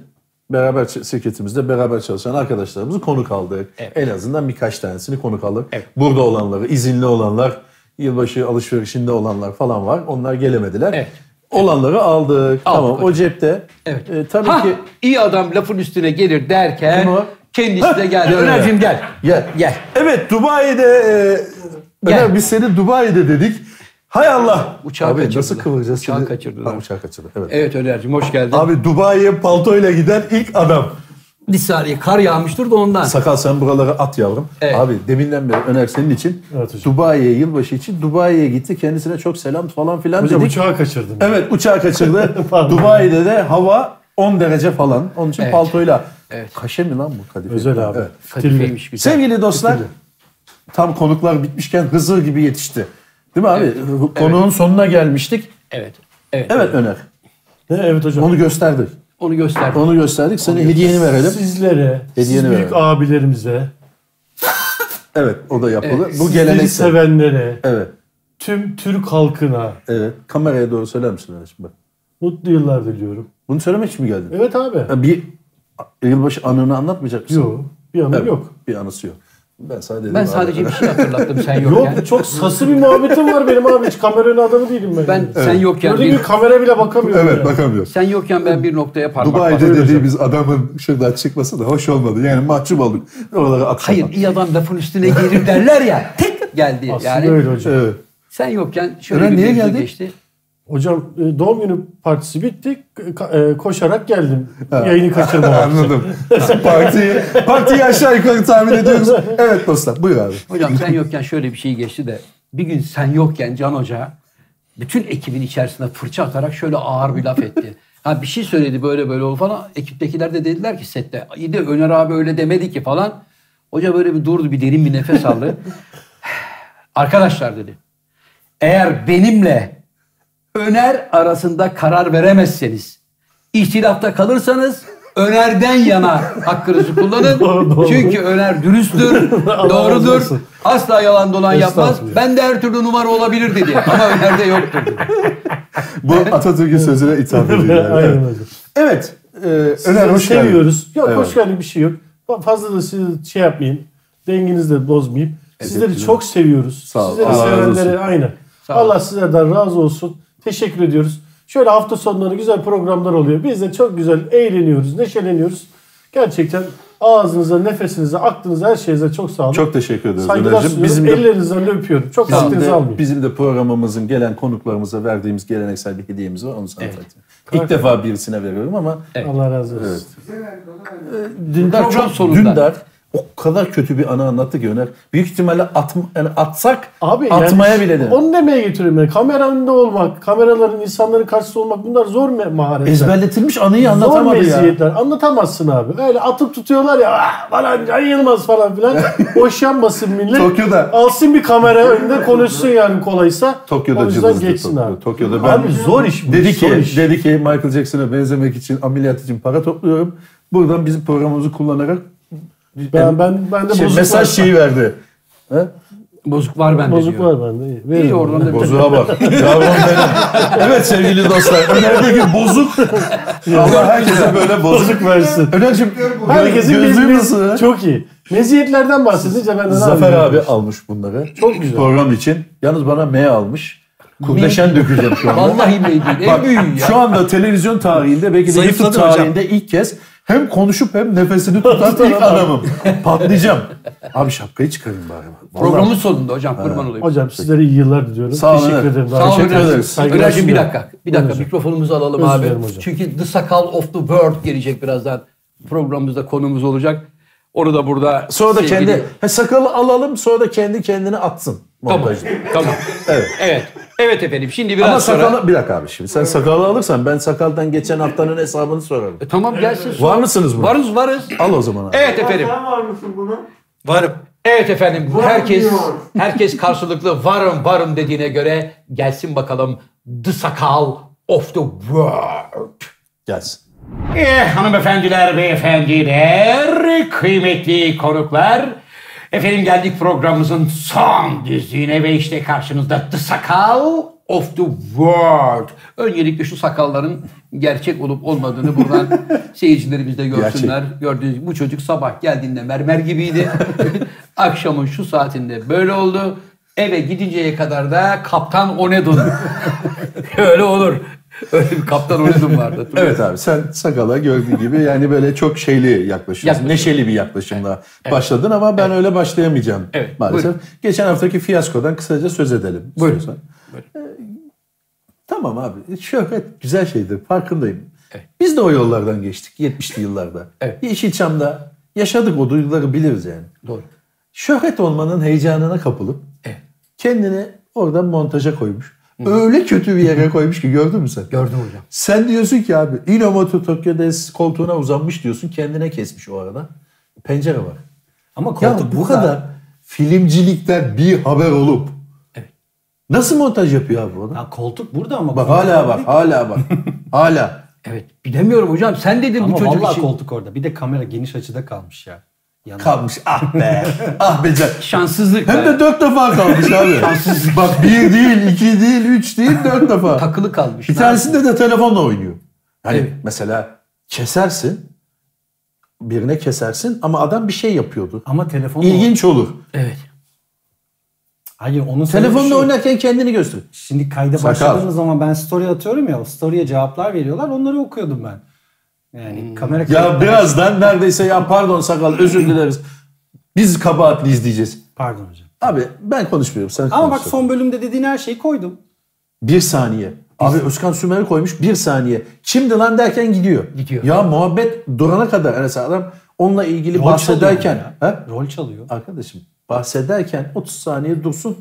[SPEAKER 2] beraber şirketimizde beraber çalışan arkadaşlarımızı konuk aldık.
[SPEAKER 1] Evet.
[SPEAKER 2] En azından birkaç tanesini konuk aldık.
[SPEAKER 1] Evet.
[SPEAKER 2] Burada olanları, izinli olanlar, yılbaşı alışverişinde olanlar falan var. Onlar gelemediler.
[SPEAKER 1] Evet.
[SPEAKER 2] Olanları aldık. tamam
[SPEAKER 1] hocam.
[SPEAKER 2] o cepte.
[SPEAKER 1] Evet.
[SPEAKER 2] Ee, tabii
[SPEAKER 1] ha,
[SPEAKER 2] ki
[SPEAKER 1] iyi adam lafın üstüne gelir derken
[SPEAKER 2] Bunu-
[SPEAKER 1] kendisi de geldi. Önercim gel.
[SPEAKER 2] Gel.
[SPEAKER 1] Gel.
[SPEAKER 2] Evet Dubai'de e,
[SPEAKER 1] Gel.
[SPEAKER 2] Ömer, biz seni Dubai'de dedik. Hay Allah.
[SPEAKER 1] Uçağı
[SPEAKER 2] Abi nasıl
[SPEAKER 1] kaçırdılar.
[SPEAKER 2] kıvıracağız
[SPEAKER 1] Uçağı
[SPEAKER 2] şimdi?
[SPEAKER 1] kaçırdılar.
[SPEAKER 2] Ha, uçağı kaçırdı. Evet.
[SPEAKER 1] Evet Önercim hoş geldin.
[SPEAKER 2] Abi Dubai'ye paltoyla giden ilk adam.
[SPEAKER 1] Bir saniye kar yağmıştır da ondan.
[SPEAKER 2] Sakal sen buralara at yavrum.
[SPEAKER 1] Evet.
[SPEAKER 2] Abi deminden beri Öner senin için Dubai'ye yılbaşı için Dubai'ye gitti. Kendisine çok selam falan filan
[SPEAKER 9] Hocam
[SPEAKER 2] dedik.
[SPEAKER 9] uçağı kaçırdım.
[SPEAKER 2] Evet uçağı kaçırdı.
[SPEAKER 9] Pardon.
[SPEAKER 2] Dubai'de de hava 10 derece falan. Onun için
[SPEAKER 1] Evet.
[SPEAKER 2] paltoyla.
[SPEAKER 1] Evet.
[SPEAKER 2] Kaşe mi lan bu kadife?
[SPEAKER 9] Özel abi.
[SPEAKER 2] Evet.
[SPEAKER 1] Kadifeymiş güzel.
[SPEAKER 2] Sevgili dostlar tam konuklar bitmişken Hızır gibi yetişti. Değil mi abi? Konuğun sonuna gelmiştik.
[SPEAKER 1] Evet. Evet.
[SPEAKER 2] Evet Öner.
[SPEAKER 9] Ne? Evet hocam.
[SPEAKER 2] Onu gösterdik.
[SPEAKER 1] Onu göster.
[SPEAKER 2] Onu gösterdik. Senin hediyeni verelim.
[SPEAKER 9] Sizlere, siz
[SPEAKER 2] Hediyeni
[SPEAKER 9] büyük
[SPEAKER 2] verelim.
[SPEAKER 9] abilerimize,
[SPEAKER 2] Evet o da yapılır.
[SPEAKER 1] Evet.
[SPEAKER 2] Bu
[SPEAKER 9] sizleri
[SPEAKER 2] geleneksel.
[SPEAKER 9] sevenlere,
[SPEAKER 2] Evet.
[SPEAKER 9] tüm Türk halkına
[SPEAKER 2] Evet. Ee, Kameraya doğru söyler misin Enes? Bak.
[SPEAKER 9] mutlu yıllar diliyorum.
[SPEAKER 2] Bunu söylemek için mi geldin?
[SPEAKER 9] Evet abi.
[SPEAKER 2] Ha, Bir yılbaşı anını anlatmayacak mısın?
[SPEAKER 9] Yok. Bir anı
[SPEAKER 2] Evet,
[SPEAKER 9] yok.
[SPEAKER 2] Bir anısı yok. Ben sadece dedim
[SPEAKER 1] Ben
[SPEAKER 2] abi.
[SPEAKER 1] sadece bir şey hatırlattım sen yokken.
[SPEAKER 9] Yok çok sası bir muhabbetim var benim abi. Hiç kameranın adamı değilim ben.
[SPEAKER 1] Ben sen yokken
[SPEAKER 9] Gördüğün
[SPEAKER 1] bir,
[SPEAKER 9] gibi kamera bile bakamıyorum.
[SPEAKER 2] Evet
[SPEAKER 9] ya.
[SPEAKER 2] bakamıyoruz.
[SPEAKER 1] sen yokken ben bir noktaya parmak bastım.
[SPEAKER 2] Dubai'de dediğimiz adamın şuradan çıkması da hoş olmadı. Yani mahcup olduk. Oralara atlamak.
[SPEAKER 1] Hayır iyi adam lafın üstüne gelir derler ya. Tek geldi
[SPEAKER 9] Aslında
[SPEAKER 1] yani.
[SPEAKER 9] öyle hocam.
[SPEAKER 2] Evet.
[SPEAKER 1] Sen yokken şöyle bir
[SPEAKER 2] Ömer, niye
[SPEAKER 1] mevzu
[SPEAKER 2] geldin?
[SPEAKER 1] geçti.
[SPEAKER 9] Hocam e, doğum günü partisi bitti. Ka- e, Koşarak geldim. Yayını kaçırmamak için.
[SPEAKER 2] Anladım. partiyi, partiyi aşağı yukarı tahmin ediyoruz. Evet dostlar buyur abi.
[SPEAKER 1] Hocam sen yokken şöyle bir şey geçti de bir gün sen yokken Can Hoca bütün ekibin içerisinde fırça atarak şöyle ağır bir laf etti. Ha bir şey söyledi böyle böyle oldu falan. Ekiptekiler de dediler ki sette. İyi de Öner abi öyle demedi ki falan. Hoca böyle bir durdu bir derin bir nefes aldı. Arkadaşlar dedi. Eğer benimle Öner arasında karar veremezseniz, ihtilafta kalırsanız Öner'den yana hakkınızı kullanın.
[SPEAKER 9] Doğru, doğru.
[SPEAKER 1] Çünkü Öner dürüsttür,
[SPEAKER 9] razı
[SPEAKER 1] doğrudur,
[SPEAKER 9] olsun.
[SPEAKER 1] asla yalan dolan yapmaz.
[SPEAKER 9] Estağfurullah.
[SPEAKER 1] Ben de her türlü numara olabilir dedi ama Öner'de yoktur dedi.
[SPEAKER 2] Bu Atatürk'ün sözüne ithaf ediyor. Yani.
[SPEAKER 9] Aynen
[SPEAKER 2] Evet.
[SPEAKER 9] hocam.
[SPEAKER 2] Evet. Ee, Öner
[SPEAKER 9] Sizleri
[SPEAKER 2] hoş geldin.
[SPEAKER 9] seviyoruz. Yok
[SPEAKER 2] Evet.
[SPEAKER 9] hoş geldin bir şey yok. Fa- Fazla da sizi şey yapmayayım. Denginizi de bozmayayım. Sizleri çok seviyoruz.
[SPEAKER 2] Sağ ol.
[SPEAKER 9] Sizleri
[SPEAKER 2] Allah razı olsun.
[SPEAKER 9] sevenlere aynen.
[SPEAKER 1] ol.
[SPEAKER 9] Allah sizlerden razı olsun. Teşekkür ediyoruz. Şöyle hafta sonları güzel programlar oluyor. Biz de çok güzel eğleniyoruz, neşeleniyoruz. Gerçekten ağzınıza, nefesinize, aklınıza, her şeyinize çok sağ olun.
[SPEAKER 2] Çok teşekkür ederiz
[SPEAKER 9] Saygılar
[SPEAKER 2] Öner'cim.
[SPEAKER 9] sunuyorum.
[SPEAKER 2] Bizim de-
[SPEAKER 9] Ellerinizden de öpüyorum. Çok
[SPEAKER 2] Bizim
[SPEAKER 9] vaktinizi
[SPEAKER 2] de,
[SPEAKER 9] almayayım.
[SPEAKER 2] bizim de programımızın gelen konuklarımıza verdiğimiz geleneksel bir hediyemiz var. Onu sana tanıtayım. İlk defa birisine veriyorum ama
[SPEAKER 9] Allah razı olsun.
[SPEAKER 2] Dündar
[SPEAKER 1] Program
[SPEAKER 2] çok
[SPEAKER 1] sonunda.
[SPEAKER 2] Dündar o kadar kötü bir anı anlattı ki Öner. Büyük ihtimalle atm- yani atsak
[SPEAKER 9] Abi yani
[SPEAKER 2] atmaya bile derim.
[SPEAKER 9] Onu demeye getiriyorum ben. Kameranın olmak, kameraların insanların karşısında olmak bunlar zor me- maharetler.
[SPEAKER 2] Ezberletilmiş anıyı
[SPEAKER 9] Zor
[SPEAKER 2] anlatamadı ya.
[SPEAKER 9] meziyetler. Anlatamazsın abi. Öyle atıp tutuyorlar ya. "Ah, Falan Can Yılmaz falan filan. Boş yanmasın millet.
[SPEAKER 2] Tokyo'da.
[SPEAKER 9] Alsın bir kamera önünde konuşsun yani kolaysa.
[SPEAKER 2] Tokyo'da
[SPEAKER 9] O yüzden
[SPEAKER 2] cılızdı
[SPEAKER 9] geçsin
[SPEAKER 2] Tokyo.
[SPEAKER 9] abi.
[SPEAKER 2] Tokyo'da ben
[SPEAKER 9] Abi zor iş bu.
[SPEAKER 2] dedi
[SPEAKER 9] zor
[SPEAKER 2] ki
[SPEAKER 9] iş.
[SPEAKER 2] dedi ki Michael Jackson'a benzemek için ameliyat için para topluyorum. Buradan bizim programımızı kullanarak
[SPEAKER 9] ben, ben, ben de
[SPEAKER 2] şey,
[SPEAKER 9] bozuk
[SPEAKER 2] mesaj
[SPEAKER 9] var.
[SPEAKER 2] şeyi verdi.
[SPEAKER 1] Bozuk var bende
[SPEAKER 9] Bozuk
[SPEAKER 1] diyor.
[SPEAKER 9] var bende. iyi.
[SPEAKER 1] İyi,
[SPEAKER 9] Veririm.
[SPEAKER 1] oradan da bir
[SPEAKER 2] Bozuğa bak. Yavrum benim. Evet sevgili dostlar. Öner Bugün bozuk. Allah herkese böyle bozuk.
[SPEAKER 9] Bozuk versin.
[SPEAKER 2] Önerciğim
[SPEAKER 9] Herkesin
[SPEAKER 2] gözlüğü
[SPEAKER 9] mez-
[SPEAKER 2] nasıl?
[SPEAKER 9] Çok iyi. Meziyetlerden bahsedince ben de ne
[SPEAKER 2] Zafer
[SPEAKER 9] yapayım?
[SPEAKER 2] abi almış bunları.
[SPEAKER 9] Çok güzel.
[SPEAKER 2] Program için. Yalnız bana M almış. Kurdeşen dökeceğim şu anda.
[SPEAKER 1] Vallahi meydan. En
[SPEAKER 2] Bak,
[SPEAKER 1] büyüğü ya.
[SPEAKER 2] şu anda televizyon tarihinde belki de
[SPEAKER 4] Zayıfladı
[SPEAKER 2] YouTube
[SPEAKER 4] hocam.
[SPEAKER 2] tarihinde ilk kez hem konuşup hem nefesini tutan ilk adamım. Patlayacağım. Abi şapkayı çıkarın bari. Vallahi.
[SPEAKER 1] Programın sonunda hocam kurban olayım.
[SPEAKER 9] Hocam sizlere iyi yıllar diliyorum.
[SPEAKER 2] Sağ olun,
[SPEAKER 9] Teşekkür
[SPEAKER 2] evet.
[SPEAKER 9] ederim.
[SPEAKER 1] Sağ olun
[SPEAKER 2] Teşekkür
[SPEAKER 1] Önerciğim.
[SPEAKER 2] ederiz.
[SPEAKER 9] Saygılar
[SPEAKER 1] Önerciğim bir
[SPEAKER 9] sunuyorum.
[SPEAKER 1] dakika. Bir dakika
[SPEAKER 9] Buyurun
[SPEAKER 1] mikrofonumuzu alalım
[SPEAKER 9] Özür
[SPEAKER 1] abi.
[SPEAKER 9] dilerim hocam.
[SPEAKER 1] Çünkü The Sakal of the World gelecek birazdan. Programımızda konumuz olacak. Orada burada
[SPEAKER 2] Sonra da
[SPEAKER 1] sevgili-
[SPEAKER 2] kendi he, sakalı alalım sonra da kendi kendini atsın.
[SPEAKER 1] Tamam.
[SPEAKER 2] montajda.
[SPEAKER 1] tamam.
[SPEAKER 2] Evet.
[SPEAKER 1] Evet. Evet efendim. Şimdi biraz
[SPEAKER 2] Ama
[SPEAKER 1] sonra
[SPEAKER 2] sakalı bir dakika abi şimdi sen sakalı alırsan ben sakaldan geçen haftanın hesabını sorarım.
[SPEAKER 1] E, tamam gelsin.
[SPEAKER 2] Var mısınız buna?
[SPEAKER 1] Varız varız.
[SPEAKER 2] Al o zaman abi.
[SPEAKER 1] Evet efendim.
[SPEAKER 6] Sen var mısın buna?
[SPEAKER 4] Varım.
[SPEAKER 1] Evet efendim. herkes
[SPEAKER 6] diyor.
[SPEAKER 1] herkes karşılıklı varım varım dediğine göre gelsin bakalım The Sakal of the World.
[SPEAKER 2] Gelsin.
[SPEAKER 5] Eh, hanımefendiler, beyefendiler, kıymetli konuklar. Efendim geldik programımızın son düzlüğüne ve işte karşınızda The Sakal
[SPEAKER 1] Of the World. Öncelikle şu sakalların gerçek olup olmadığını buradan seyircilerimiz de görsünler. Gördüğünüz gibi bu çocuk sabah geldiğinde mermer gibiydi. Akşamın şu saatinde böyle oldu. Eve gidinceye kadar da Kaptan Onedon. Öyle olur. Öyle bir Kaptan Onedon vardı.
[SPEAKER 2] Evet abi sen sakala gördüğün gibi yani böyle çok şeyli yaklaşıyorsun.
[SPEAKER 1] Yaklaşıyorum.
[SPEAKER 2] Neşeli bir yaklaşımla başladın ama ben öyle başlayamayacağım
[SPEAKER 1] Evet,
[SPEAKER 2] maalesef.
[SPEAKER 1] buyurun.
[SPEAKER 2] Geçen haftaki fiyaskodan kısaca söz edelim.
[SPEAKER 1] Buyurun.
[SPEAKER 2] istiyorsan. Ee, Tamam abi şöhret güzel şeydir farkındayım.
[SPEAKER 1] Evet.
[SPEAKER 2] Biz de o yollardan geçtik 70'li yıllarda.
[SPEAKER 1] Evet.
[SPEAKER 2] Yeşilçam'da yaşadık o duyguları biliriz yani.
[SPEAKER 1] Doğru.
[SPEAKER 2] Şöhret olmanın heyecanına kapılıp
[SPEAKER 1] Evet.
[SPEAKER 2] kendini oradan montaja koymuş. Öyle kötü bir yere koymuş ki gördün mü sen?
[SPEAKER 1] Gördüm hocam.
[SPEAKER 2] Sen diyorsun ki abi Inomoto Tokyo'da koltuğuna uzanmış diyorsun. Kendine kesmiş o arada. Pencere var.
[SPEAKER 4] Ama koltuk
[SPEAKER 2] Ya bu kadar filmcilikten bir haber olup nasıl montaj yapıyor abi onu?
[SPEAKER 4] Ya koltuk burada ama.
[SPEAKER 2] Bak hala bak hala bak. hala.
[SPEAKER 1] Evet. Bilemiyorum hocam. Sen dedin
[SPEAKER 4] Ama
[SPEAKER 1] bu çocuk
[SPEAKER 4] vallahi
[SPEAKER 1] için.
[SPEAKER 4] koltuk orada. Bir de kamera geniş açıda kalmış ya. Yanında.
[SPEAKER 2] Kalmış ah be. ah be can.
[SPEAKER 1] Şanssızlık.
[SPEAKER 2] Hem de dört defa kalmış abi. bak bir değil, iki değil, üç değil, dört defa.
[SPEAKER 1] takılı kalmış.
[SPEAKER 2] Bir
[SPEAKER 1] Ne
[SPEAKER 2] tanesinde de telefonla oynuyor. Hani
[SPEAKER 1] Evet.
[SPEAKER 2] mesela kesersin. Birine kesersin ama adam bir şey yapıyordu.
[SPEAKER 4] Ama telefon
[SPEAKER 2] İlginç olur.
[SPEAKER 1] Evet.
[SPEAKER 4] Hayır onun sebebi
[SPEAKER 2] Telefonla
[SPEAKER 4] şu.
[SPEAKER 2] oynarken kendini göster.
[SPEAKER 4] Şimdi kayda
[SPEAKER 2] Sakal.
[SPEAKER 4] başladığımız zaman ben story atıyorum ya. o Story'e cevaplar veriyorlar. Onları okuyordum ben. Yani kamera
[SPEAKER 2] Ya
[SPEAKER 4] kayıtları-
[SPEAKER 2] birazdan neredeyse ya pardon sakal özür dileriz. Biz kabahatliyiz diyeceğiz.
[SPEAKER 4] Pardon hocam.
[SPEAKER 2] Abi ben konuşmuyorum sen
[SPEAKER 4] Ama bak
[SPEAKER 2] konuş.
[SPEAKER 4] son bölümde dediğin her şeyi koydum.
[SPEAKER 2] Bir saniye. Abi Özkan Sümer'i koymuş bir saniye. Şimdi lan derken gidiyor.
[SPEAKER 1] Gidiyor.
[SPEAKER 2] Ya muhabbet durana kadar. Yani mesela adam onunla ilgili
[SPEAKER 4] Rol
[SPEAKER 2] bahsederken.
[SPEAKER 4] çalıyor ya.
[SPEAKER 2] He?
[SPEAKER 4] Rol çalıyor.
[SPEAKER 2] Arkadaşım bahsederken 30 saniye dursun.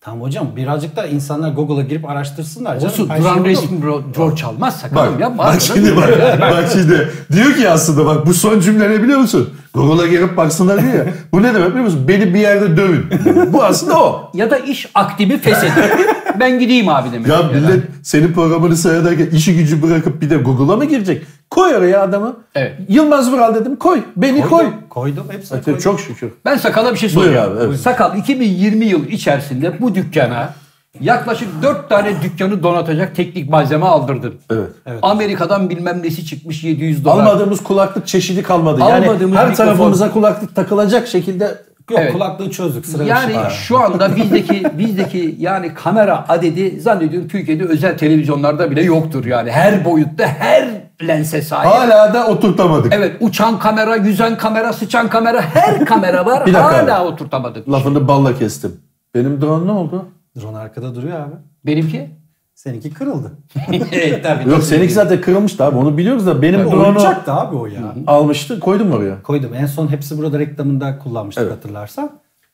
[SPEAKER 4] Tamam hocam birazcık da insanlar Google'a girip araştırsınlar. Canım,
[SPEAKER 1] Olsun
[SPEAKER 4] Her şey
[SPEAKER 1] duran
[SPEAKER 4] orada mı?
[SPEAKER 1] resmi bro- rol çalmaz sakalım
[SPEAKER 2] Bak,
[SPEAKER 1] ya.
[SPEAKER 2] bak şimdi bak, bak şimdi. Diyor ki aslında bak bu son cümle ne biliyor musun? Google'a girip baksınlar diyor ya. Bu ne demek biliyor musun? Beni bir yerde dövün. Bu aslında o.
[SPEAKER 1] Ya da iş aktibi feshedin. ben gideyim abi demek.
[SPEAKER 2] Ya millet senin programını seyrederken işi gücü bırakıp bir de Google'a mı girecek? Koy oraya adamı.
[SPEAKER 1] Evet.
[SPEAKER 2] Yılmaz Vural dedim koy. Beni koy.
[SPEAKER 4] Koydum hepsini
[SPEAKER 2] Zaten
[SPEAKER 4] koydum.
[SPEAKER 2] Çok şükür.
[SPEAKER 1] Ben sakala bir şey soruyorum.
[SPEAKER 2] abi, evet.
[SPEAKER 1] Sakal 2020 yıl içerisinde bu dükkana yaklaşık 4 tane dükkanı donatacak teknik malzeme aldırdın.
[SPEAKER 2] Evet.
[SPEAKER 1] Amerika'dan bilmem nesi çıkmış 700 dolar.
[SPEAKER 2] Almadığımız kulaklık çeşidi kalmadı. Yani
[SPEAKER 1] Almadığımız
[SPEAKER 2] her
[SPEAKER 1] mikrofon.
[SPEAKER 2] tarafımıza kulaklık takılacak şekilde
[SPEAKER 4] Yok
[SPEAKER 1] Evet.
[SPEAKER 4] kulaklığı çözdük sıra
[SPEAKER 1] Yani şu anda bizdeki bizdeki yani kamera adedi zannediyorum Türkiye'de özel televizyonlarda bile yoktur yani. Her boyutta her lense sahip.
[SPEAKER 2] hala da oturtamadık.
[SPEAKER 1] Evet uçan kamera, yüzen kamera, sıçan kamera her kamera var.
[SPEAKER 2] Bir dakika
[SPEAKER 1] hala oturtamadık.
[SPEAKER 2] Lafını balla kestim. Benim drone ne oldu?
[SPEAKER 4] Drone arkada duruyor abi.
[SPEAKER 1] Benimki?
[SPEAKER 4] Seninki kırıldı.
[SPEAKER 1] Evet, tabii.
[SPEAKER 2] Yok seninki zaten kırılmıştı abi onu biliyoruz da benim drone'u
[SPEAKER 4] Oyuncaktı abi o ya.
[SPEAKER 2] almıştı koydum oraya.
[SPEAKER 4] Koydum. En son hepsi burada reklamında kullanmıştık hatırlarsan.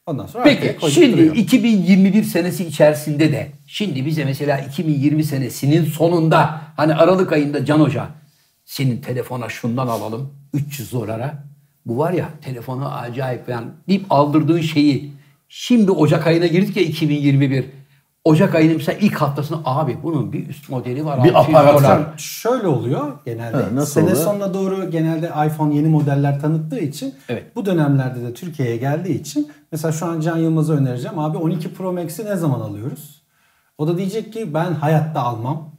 [SPEAKER 4] Ondan sonra arkaya
[SPEAKER 1] Peki
[SPEAKER 4] koyduk
[SPEAKER 1] şimdi
[SPEAKER 4] duruyor.
[SPEAKER 1] 2021 senesi içerisinde de şimdi bize mesela 2020 senesinin sonunda hani Aralık ayında Can Hoca senin telefona şundan alalım 300 dolara. Bu var ya telefonu acayip yani deyip aldırdığın şeyi şimdi Ocak ayına girdik ya 2021. Ocak ayının mesela ilk haftasında abi bunun bir üst modeli var.
[SPEAKER 2] Bir
[SPEAKER 1] 600
[SPEAKER 2] aparat
[SPEAKER 1] dolar.
[SPEAKER 2] var.
[SPEAKER 4] Şöyle oluyor genelde.
[SPEAKER 2] Ha, nasıl
[SPEAKER 4] Sene
[SPEAKER 2] oluyor?
[SPEAKER 4] sonuna doğru genelde iPhone yeni modeller tanıttığı için
[SPEAKER 1] Evet.
[SPEAKER 4] bu dönemlerde de Türkiye'ye geldiği için mesela şu an Can Yılmaz'a önereceğim. Abi 12 Pro Max'i ne zaman alıyoruz? O da diyecek ki ben hayatta almam.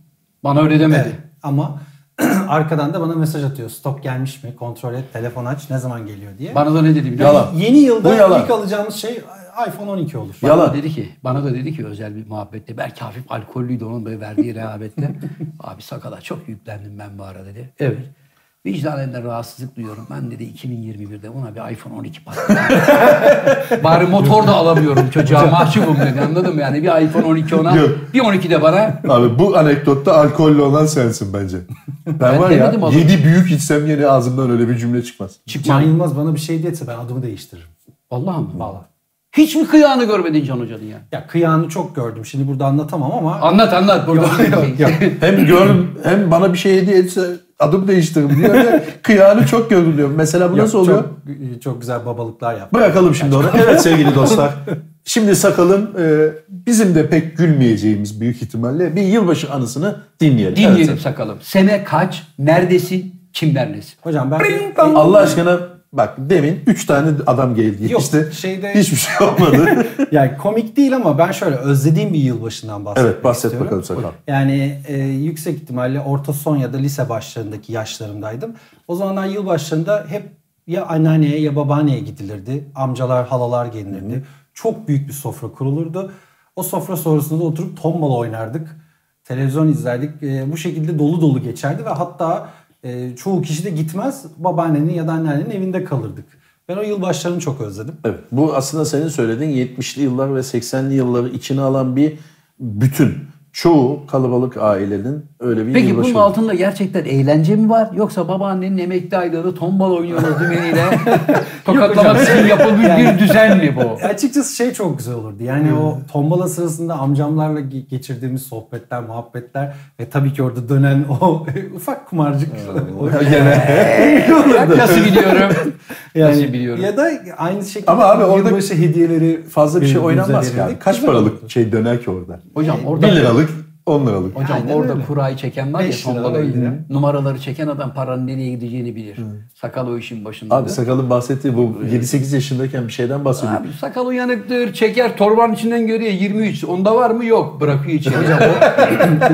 [SPEAKER 1] Bana öyle demedi.
[SPEAKER 4] Evet. Ama arkadan da bana mesaj atıyor. Stok gelmiş mi? Kontrol et. Telefon aç. Ne zaman geliyor diye.
[SPEAKER 1] Bana da ne dedi biliyor
[SPEAKER 2] Yalan.
[SPEAKER 1] musun?
[SPEAKER 4] Yeni
[SPEAKER 2] Bu
[SPEAKER 4] yılda
[SPEAKER 2] yalan.
[SPEAKER 4] ilk alacağımız şey iPhone 12 olur.
[SPEAKER 1] Bana
[SPEAKER 2] Yalan.
[SPEAKER 1] da dedi ki, bana da dedi ki özel bir muhabbette belki hafif alkollüydü onun böyle verdiği rehavette. Abi sakala çok yüklendim ben bu ara dedi. Evet. Vicdanımda rahatsızlık duyuyorum. Ben dedi 2021'de ona bir iPhone 12 patladı. Bari motor da alamıyorum çocuğa mahcubum dedi anladın mı? Yani bir iPhone 12 ona
[SPEAKER 2] Yok.
[SPEAKER 1] bir 12 de bana.
[SPEAKER 2] Abi bu anekdotta alkollü olan sensin bence. Ben, var ya
[SPEAKER 1] demedim oğlum.
[SPEAKER 2] yedi büyük içsem yine ağzımdan öyle bir cümle çıkmaz.
[SPEAKER 4] Can Yılmaz bana bir şey diyetse ben adımı değiştiririm.
[SPEAKER 1] Vallahi mı?
[SPEAKER 4] Vallahi.
[SPEAKER 1] Hiç mi kıyağını görmedin Can Hoca'nın ya?
[SPEAKER 4] Ya kıyağını çok gördüm. Şimdi burada anlatamam ama
[SPEAKER 1] Anlat anlat burada.
[SPEAKER 4] Yok, yok.
[SPEAKER 2] Hem gör hem bana bir şey hediye etse adım değiştiririm diyor. ya, Kıyağını çok görülüyor. Mesela bu nasıl
[SPEAKER 4] Yok,
[SPEAKER 2] oluyor?
[SPEAKER 4] Çok, çok güzel babalıklar yaptı.
[SPEAKER 2] Bırakalım şimdi onu. Evet sevgili dostlar. Şimdi sakalın e, bizim de pek gülmeyeceğimiz büyük ihtimalle bir yılbaşı anısını dinleyelim.
[SPEAKER 1] Dinleyelim
[SPEAKER 2] Evet.
[SPEAKER 1] sakalım. Sene kaç? Neredesin? Kimlerlesin?
[SPEAKER 4] Hocam ben
[SPEAKER 2] E, Allah aşkına bak demin 3 tane adam geldi.
[SPEAKER 4] Yok,
[SPEAKER 2] işte
[SPEAKER 4] şeyde-
[SPEAKER 2] hiçbir şey olmadı.
[SPEAKER 4] yani komik değil ama ben şöyle özlediğim bir yılbaşından bahsetmek
[SPEAKER 2] evet bahset
[SPEAKER 4] istiyorum.
[SPEAKER 2] bakalım sakal.
[SPEAKER 4] Yani e, yüksek ihtimalle orta son ya da lise başlarındaki yaşlarımdaydım. O zamanlar yılbaşlarında hep ya anneanneye ya babaanneye gidilirdi. Amcalar, halalar gelinirdi. Çok büyük bir sofra kurulurdu. O sofra sonrasında da oturup tombala oynardık. Televizyon izlerdik. E, bu şekilde dolu dolu geçerdi ve hatta e, çoğu kişi de gitmez babaannenin ya da anneannenin evinde kalırdık. Ben o yılbaşlarını çok özledim.
[SPEAKER 2] Evet, bu aslında senin söylediğin 70'li yıllar ve 80'li yılları içine alan bir bütün. Çoğu kalabalık ailenin öyle bir
[SPEAKER 1] Peki
[SPEAKER 2] yılbaşı
[SPEAKER 1] bunun
[SPEAKER 2] oldu.
[SPEAKER 1] altında gerçekten eğlence mi var? Yoksa babaannenin emekli aylığını tombal oynuyoruz dümeniyle tokatlamak için yapılmış bir düzen mi bu?
[SPEAKER 4] E, Açıkçası şey çok güzel olurdu. Yani
[SPEAKER 2] Hmm.
[SPEAKER 4] o tombala sırasında amcamlarla ge- geçirdiğimiz sohbetler, muhabbetler ve tabii ki orada dönen o ufak kumarcık. o-
[SPEAKER 1] Bak Nasıl biliyorum? Nasıl biliyorum?
[SPEAKER 4] Ya da aynı şekilde
[SPEAKER 2] şey Ama abi orada
[SPEAKER 4] yılbaşı hediyeleri
[SPEAKER 2] fazla bir şey
[SPEAKER 4] birbirimize
[SPEAKER 2] oynanmaz ki
[SPEAKER 4] verirdik.
[SPEAKER 2] abi. Kaç
[SPEAKER 4] Güzel
[SPEAKER 2] paralık
[SPEAKER 4] olurdu.
[SPEAKER 2] şey döner ki orada?
[SPEAKER 1] Hocam orada
[SPEAKER 2] 1 liralık, 10 liralık.
[SPEAKER 1] Hocam
[SPEAKER 4] Aynen
[SPEAKER 1] orada
[SPEAKER 4] öyle.
[SPEAKER 1] kurayı çeken var ya
[SPEAKER 4] Beş lira,
[SPEAKER 1] tombal
[SPEAKER 4] on
[SPEAKER 1] oyunu.
[SPEAKER 4] lira.
[SPEAKER 1] Numaraları çeken adam paranın nereye gideceğini bilir. Sakal o işin başında.
[SPEAKER 2] Abi sakalın bahsettiği bu 7-8 yaşındayken bir şeyden bahsediyor.
[SPEAKER 1] Abi sakal uyanıktır, çeker, torbanın içinden görüyor 23. Onda var mı? Yok. Bırakıyor içeri.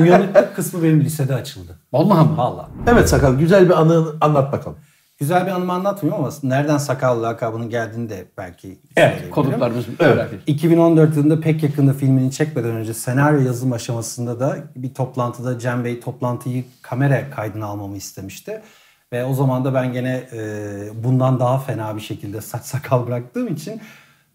[SPEAKER 4] Uyanıklık kısmı benim lisede açıldı.
[SPEAKER 1] Vallahi mı?
[SPEAKER 4] Valla.
[SPEAKER 2] Evet sakal güzel bir anı anlat bakalım.
[SPEAKER 4] Güzel bir anımı anlatmıyorum ama nereden sakal lakabının geldiğini de belki söyleyebilirim.
[SPEAKER 1] Konuklarımız merak ediyor.
[SPEAKER 4] 2014 yılında pek yakında filmini çekmeden önce senaryo yazım aşamasında da bir toplantıda Cem Bey toplantıyı kamera kaydına almamı istemişti. Ve o zaman da ben gene e, bundan daha fena bir şekilde saç sakal bıraktığım için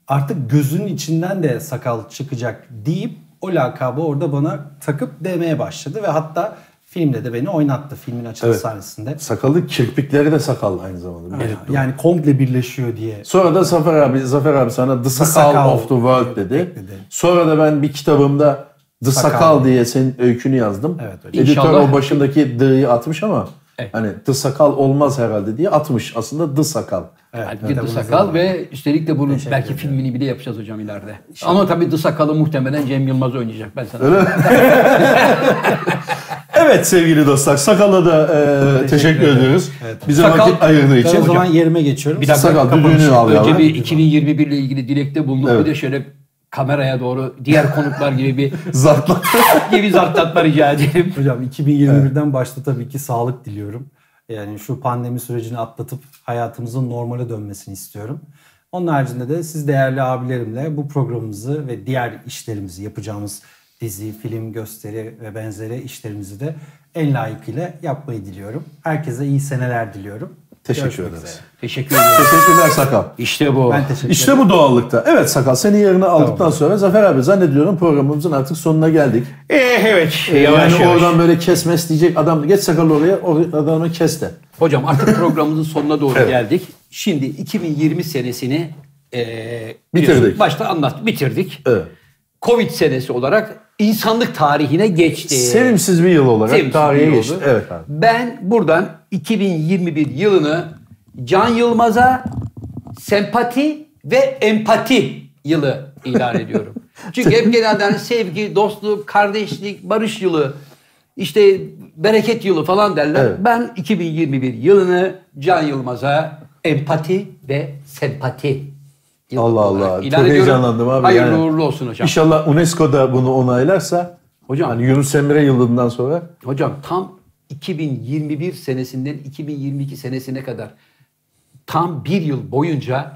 [SPEAKER 4] artık gözünün içinden de sakal çıkacak deyip o lakabı orada bana takıp demeye başladı. Ve hatta filmde de beni oynattı filmin açılış
[SPEAKER 2] Evet.
[SPEAKER 4] sahnesinde.
[SPEAKER 2] Sakalı kirpikleri de sakal aynı zamanda.
[SPEAKER 4] Yani,
[SPEAKER 2] belirtli.
[SPEAKER 4] yani komple birleşiyor diye
[SPEAKER 2] Sonra da Zafer abi, Zafer abi sana The Sakal,
[SPEAKER 4] Sakal
[SPEAKER 2] of the World dedi.
[SPEAKER 4] ekledi.
[SPEAKER 2] Sonra da ben bir kitabımda The Sakal,
[SPEAKER 4] Sakal.
[SPEAKER 2] diye senin öykünü yazdım.
[SPEAKER 4] Evet hocam.
[SPEAKER 2] Editör
[SPEAKER 1] İnşallah.
[SPEAKER 2] o başındaki D'yi atmış ama
[SPEAKER 1] Evet.
[SPEAKER 2] hani The Sakal olmaz herhalde diye atmış. Aslında The Sakal.
[SPEAKER 1] Evet, Sakal ve üstelik de bunun belki filmini bile yapacağız hocam ileride. Ama tabii Dı Sakal'ı muhtemelen Cem Yılmaz oynayacak ben sana. söyleyeyim.
[SPEAKER 2] Evet sevgili dostlar Sakal'a da e, teşekkür, ediyoruz. Bize
[SPEAKER 1] Sakal-
[SPEAKER 2] vakit ayırdığı
[SPEAKER 4] Ben
[SPEAKER 2] için.
[SPEAKER 4] o zaman yerime geçiyorum.
[SPEAKER 2] Bir dakika, Sakal düdüğünü al ya.
[SPEAKER 1] Önce bir 2021 ile ilgili dilekte bulunup
[SPEAKER 2] Evet.
[SPEAKER 1] bir de şöyle kameraya doğru diğer konuklar gibi bir
[SPEAKER 2] Zartla.
[SPEAKER 1] gibi zartlatma rica edeyim.
[SPEAKER 4] Hocam 2021'den başta tabii ki sağlık diliyorum. Yani şu pandemi sürecini atlatıp hayatımızın normale dönmesini istiyorum. Onun haricinde de siz değerli abilerimle bu programımızı ve diğer işlerimizi yapacağımız dizi, film, gösteri ve benzeri işlerimizi de en layıkıyla yapmayı diliyorum. Herkese iyi seneler diliyorum.
[SPEAKER 2] Teşekkür ederiz.
[SPEAKER 1] Teşekkür ederim.
[SPEAKER 2] Teşekkürler Sakal.
[SPEAKER 1] İşte bu.
[SPEAKER 4] Ben teşekkür
[SPEAKER 2] İşte bu doğallıkta. Evet Sakal seni yerine aldıktan sonra Zafer abi zannediyorum programımızın artık sonuna geldik.
[SPEAKER 5] Eh, evet.
[SPEAKER 2] Ee, yani
[SPEAKER 5] yavaş yavaş.
[SPEAKER 2] oradan böyle kesmez diyecek adam. Geç Sakal'ı oraya o adamı kes de.
[SPEAKER 1] Hocam artık programımızın sonuna doğru geldik. Şimdi 2020 senesini eee,
[SPEAKER 2] Bitirdik.
[SPEAKER 1] biliyorsun, Başta anlat bitirdik.
[SPEAKER 2] Evet.
[SPEAKER 1] Covid senesi olarak insanlık tarihine geçti.
[SPEAKER 2] Sevimsiz bir yıl olarak
[SPEAKER 1] Ee, Sevimsiz bir
[SPEAKER 2] tarihe
[SPEAKER 1] yıl
[SPEAKER 2] geçti.
[SPEAKER 1] oldu.
[SPEAKER 2] Evet abi.
[SPEAKER 1] Ben buradan 2021 yılını Can Yılmaz'a sempati ve empati yılı ilan ediyorum. Çünkü hep genelde hani sevgi, dostluk, kardeşlik, barış yılı, işte bereket yılı falan derler.
[SPEAKER 2] Evet.
[SPEAKER 1] Ben 2021 yılını Can Yılmaz'a empati ve sempati yılı
[SPEAKER 2] Allah
[SPEAKER 1] olarak
[SPEAKER 2] Allah. Çok heyecanlandım abi.
[SPEAKER 1] Hayırlı
[SPEAKER 2] yani.
[SPEAKER 1] uğurlu olsun hocam.
[SPEAKER 2] İnşallah UNESCO da bunu onaylarsa
[SPEAKER 1] Hocam.
[SPEAKER 2] hani Yunus Emre yılından sonra
[SPEAKER 1] Hocam tam 2021 senesinden 2022 senesine kadar tam bir yıl boyunca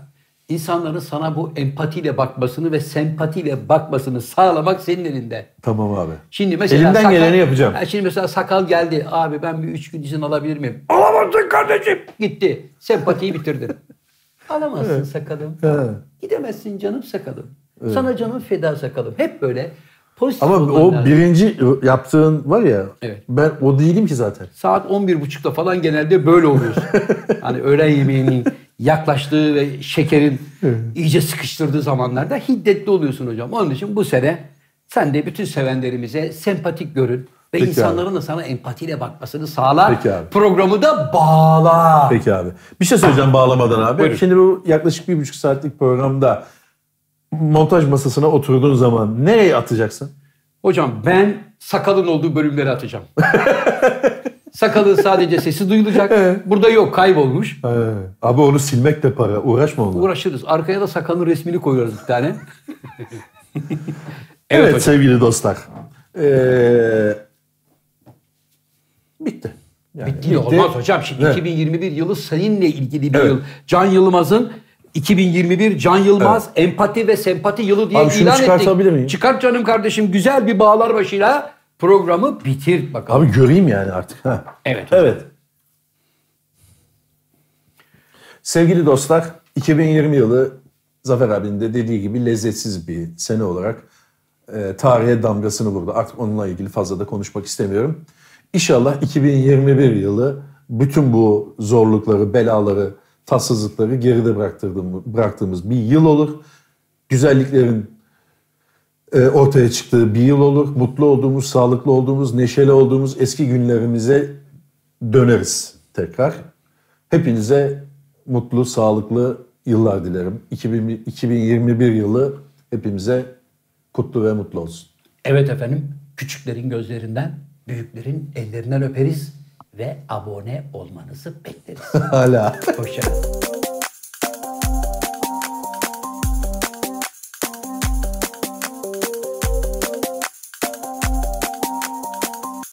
[SPEAKER 1] insanların sana bu empatiyle bakmasını ve sempatiyle bakmasını sağlamak senin elinde.
[SPEAKER 2] tamam abi.
[SPEAKER 1] Şimdi mesela
[SPEAKER 2] Elimden geleni yapacağım.
[SPEAKER 1] Ha, Şimdi mesela sakal geldi. Abi ben bir üç gün izin alabilir miyim? Alamazsın kardeşim. Gitti. Sempatiyi bitirdin. Alamazsın sakalım. Gidemezsin canım sakalım. Sana canım feda sakalım. Hep böyle pozitif
[SPEAKER 2] Ama
[SPEAKER 1] olman
[SPEAKER 2] o
[SPEAKER 1] lazım.
[SPEAKER 2] birinci yaptığın var ya
[SPEAKER 1] Evet.
[SPEAKER 2] ben o değilim ki zaten.
[SPEAKER 1] Saat 11.30'da falan genelde böyle oluyorsun. hani öğlen yemeğinin yaklaştığı ve şekerin iyice sıkıştırdığı zamanlarda hiddetli oluyorsun hocam. Onun için bu sene sen de bütün sevenlerimize sempatik görün ve
[SPEAKER 2] Peki
[SPEAKER 1] insanların da sana empatiyle bakmasını sağla.
[SPEAKER 2] Peki abi.
[SPEAKER 1] Programı da bağla.
[SPEAKER 2] Peki abi. Bir şey söyleyeceğim bağlamadan abi.
[SPEAKER 1] Buyurun.
[SPEAKER 2] Şimdi bu yaklaşık bir buçuk saatlik programda montaj masasına oturduğun zaman nereye atacaksın?
[SPEAKER 1] Hocam ben sakalın olduğu bölümleri atacağım. sakalın sadece sesi duyulacak. Burada yok kaybolmuş.
[SPEAKER 2] Ee, abi onu silmek de para. Uğraşma onunla.
[SPEAKER 1] Uğraşırız. Arkaya da sakalın resmini koyuyoruz bir tane.
[SPEAKER 2] evet sevgili dostlar. Ee, bitti. Yani
[SPEAKER 1] Bitti de olmaz hocam. Şimdi
[SPEAKER 2] Evet.
[SPEAKER 1] 2021 yılı seninle ilgili bir
[SPEAKER 2] Evet.
[SPEAKER 1] yıl. Can Yılmaz'ın 2021 Can Yılmaz empati ve sempati yılı diye
[SPEAKER 2] Abi şunu
[SPEAKER 1] ilan
[SPEAKER 2] çıkartabilir
[SPEAKER 1] ettik.
[SPEAKER 2] miyim?
[SPEAKER 1] Çıkart canım kardeşim güzel bir bağlar başıyla programı bitir bakalım.
[SPEAKER 2] Abi göreyim yani artık. Ha.
[SPEAKER 1] Evet.
[SPEAKER 2] Evet. Sevgili dostlar, 2020 yılı Zafer abinin de dediği gibi lezzetsiz bir sene olarak e, tarihe damgasını vurdu. Artık onunla ilgili fazla da konuşmak istemiyorum. İnşallah 2021 yılı bütün bu zorlukları, belaları, tatsızlıkları geride bıraktırdığımız, bıraktığımız bir yıl olur. Güzelliklerin e, ortaya çıktığı bir yıl olur. Mutlu olduğumuz, sağlıklı olduğumuz, neşeli olduğumuz eski günlerimize döneriz tekrar. Hepinize mutlu, sağlıklı yıllar dilerim. 2000 2021 yılı hepimize kutlu ve mutlu olsun.
[SPEAKER 1] Evet efendim. Küçüklerin gözlerinden, büyüklerin ellerinden öperiz ve abone olmanızı bekleriz.
[SPEAKER 2] Hala.
[SPEAKER 1] Hoşçakalın.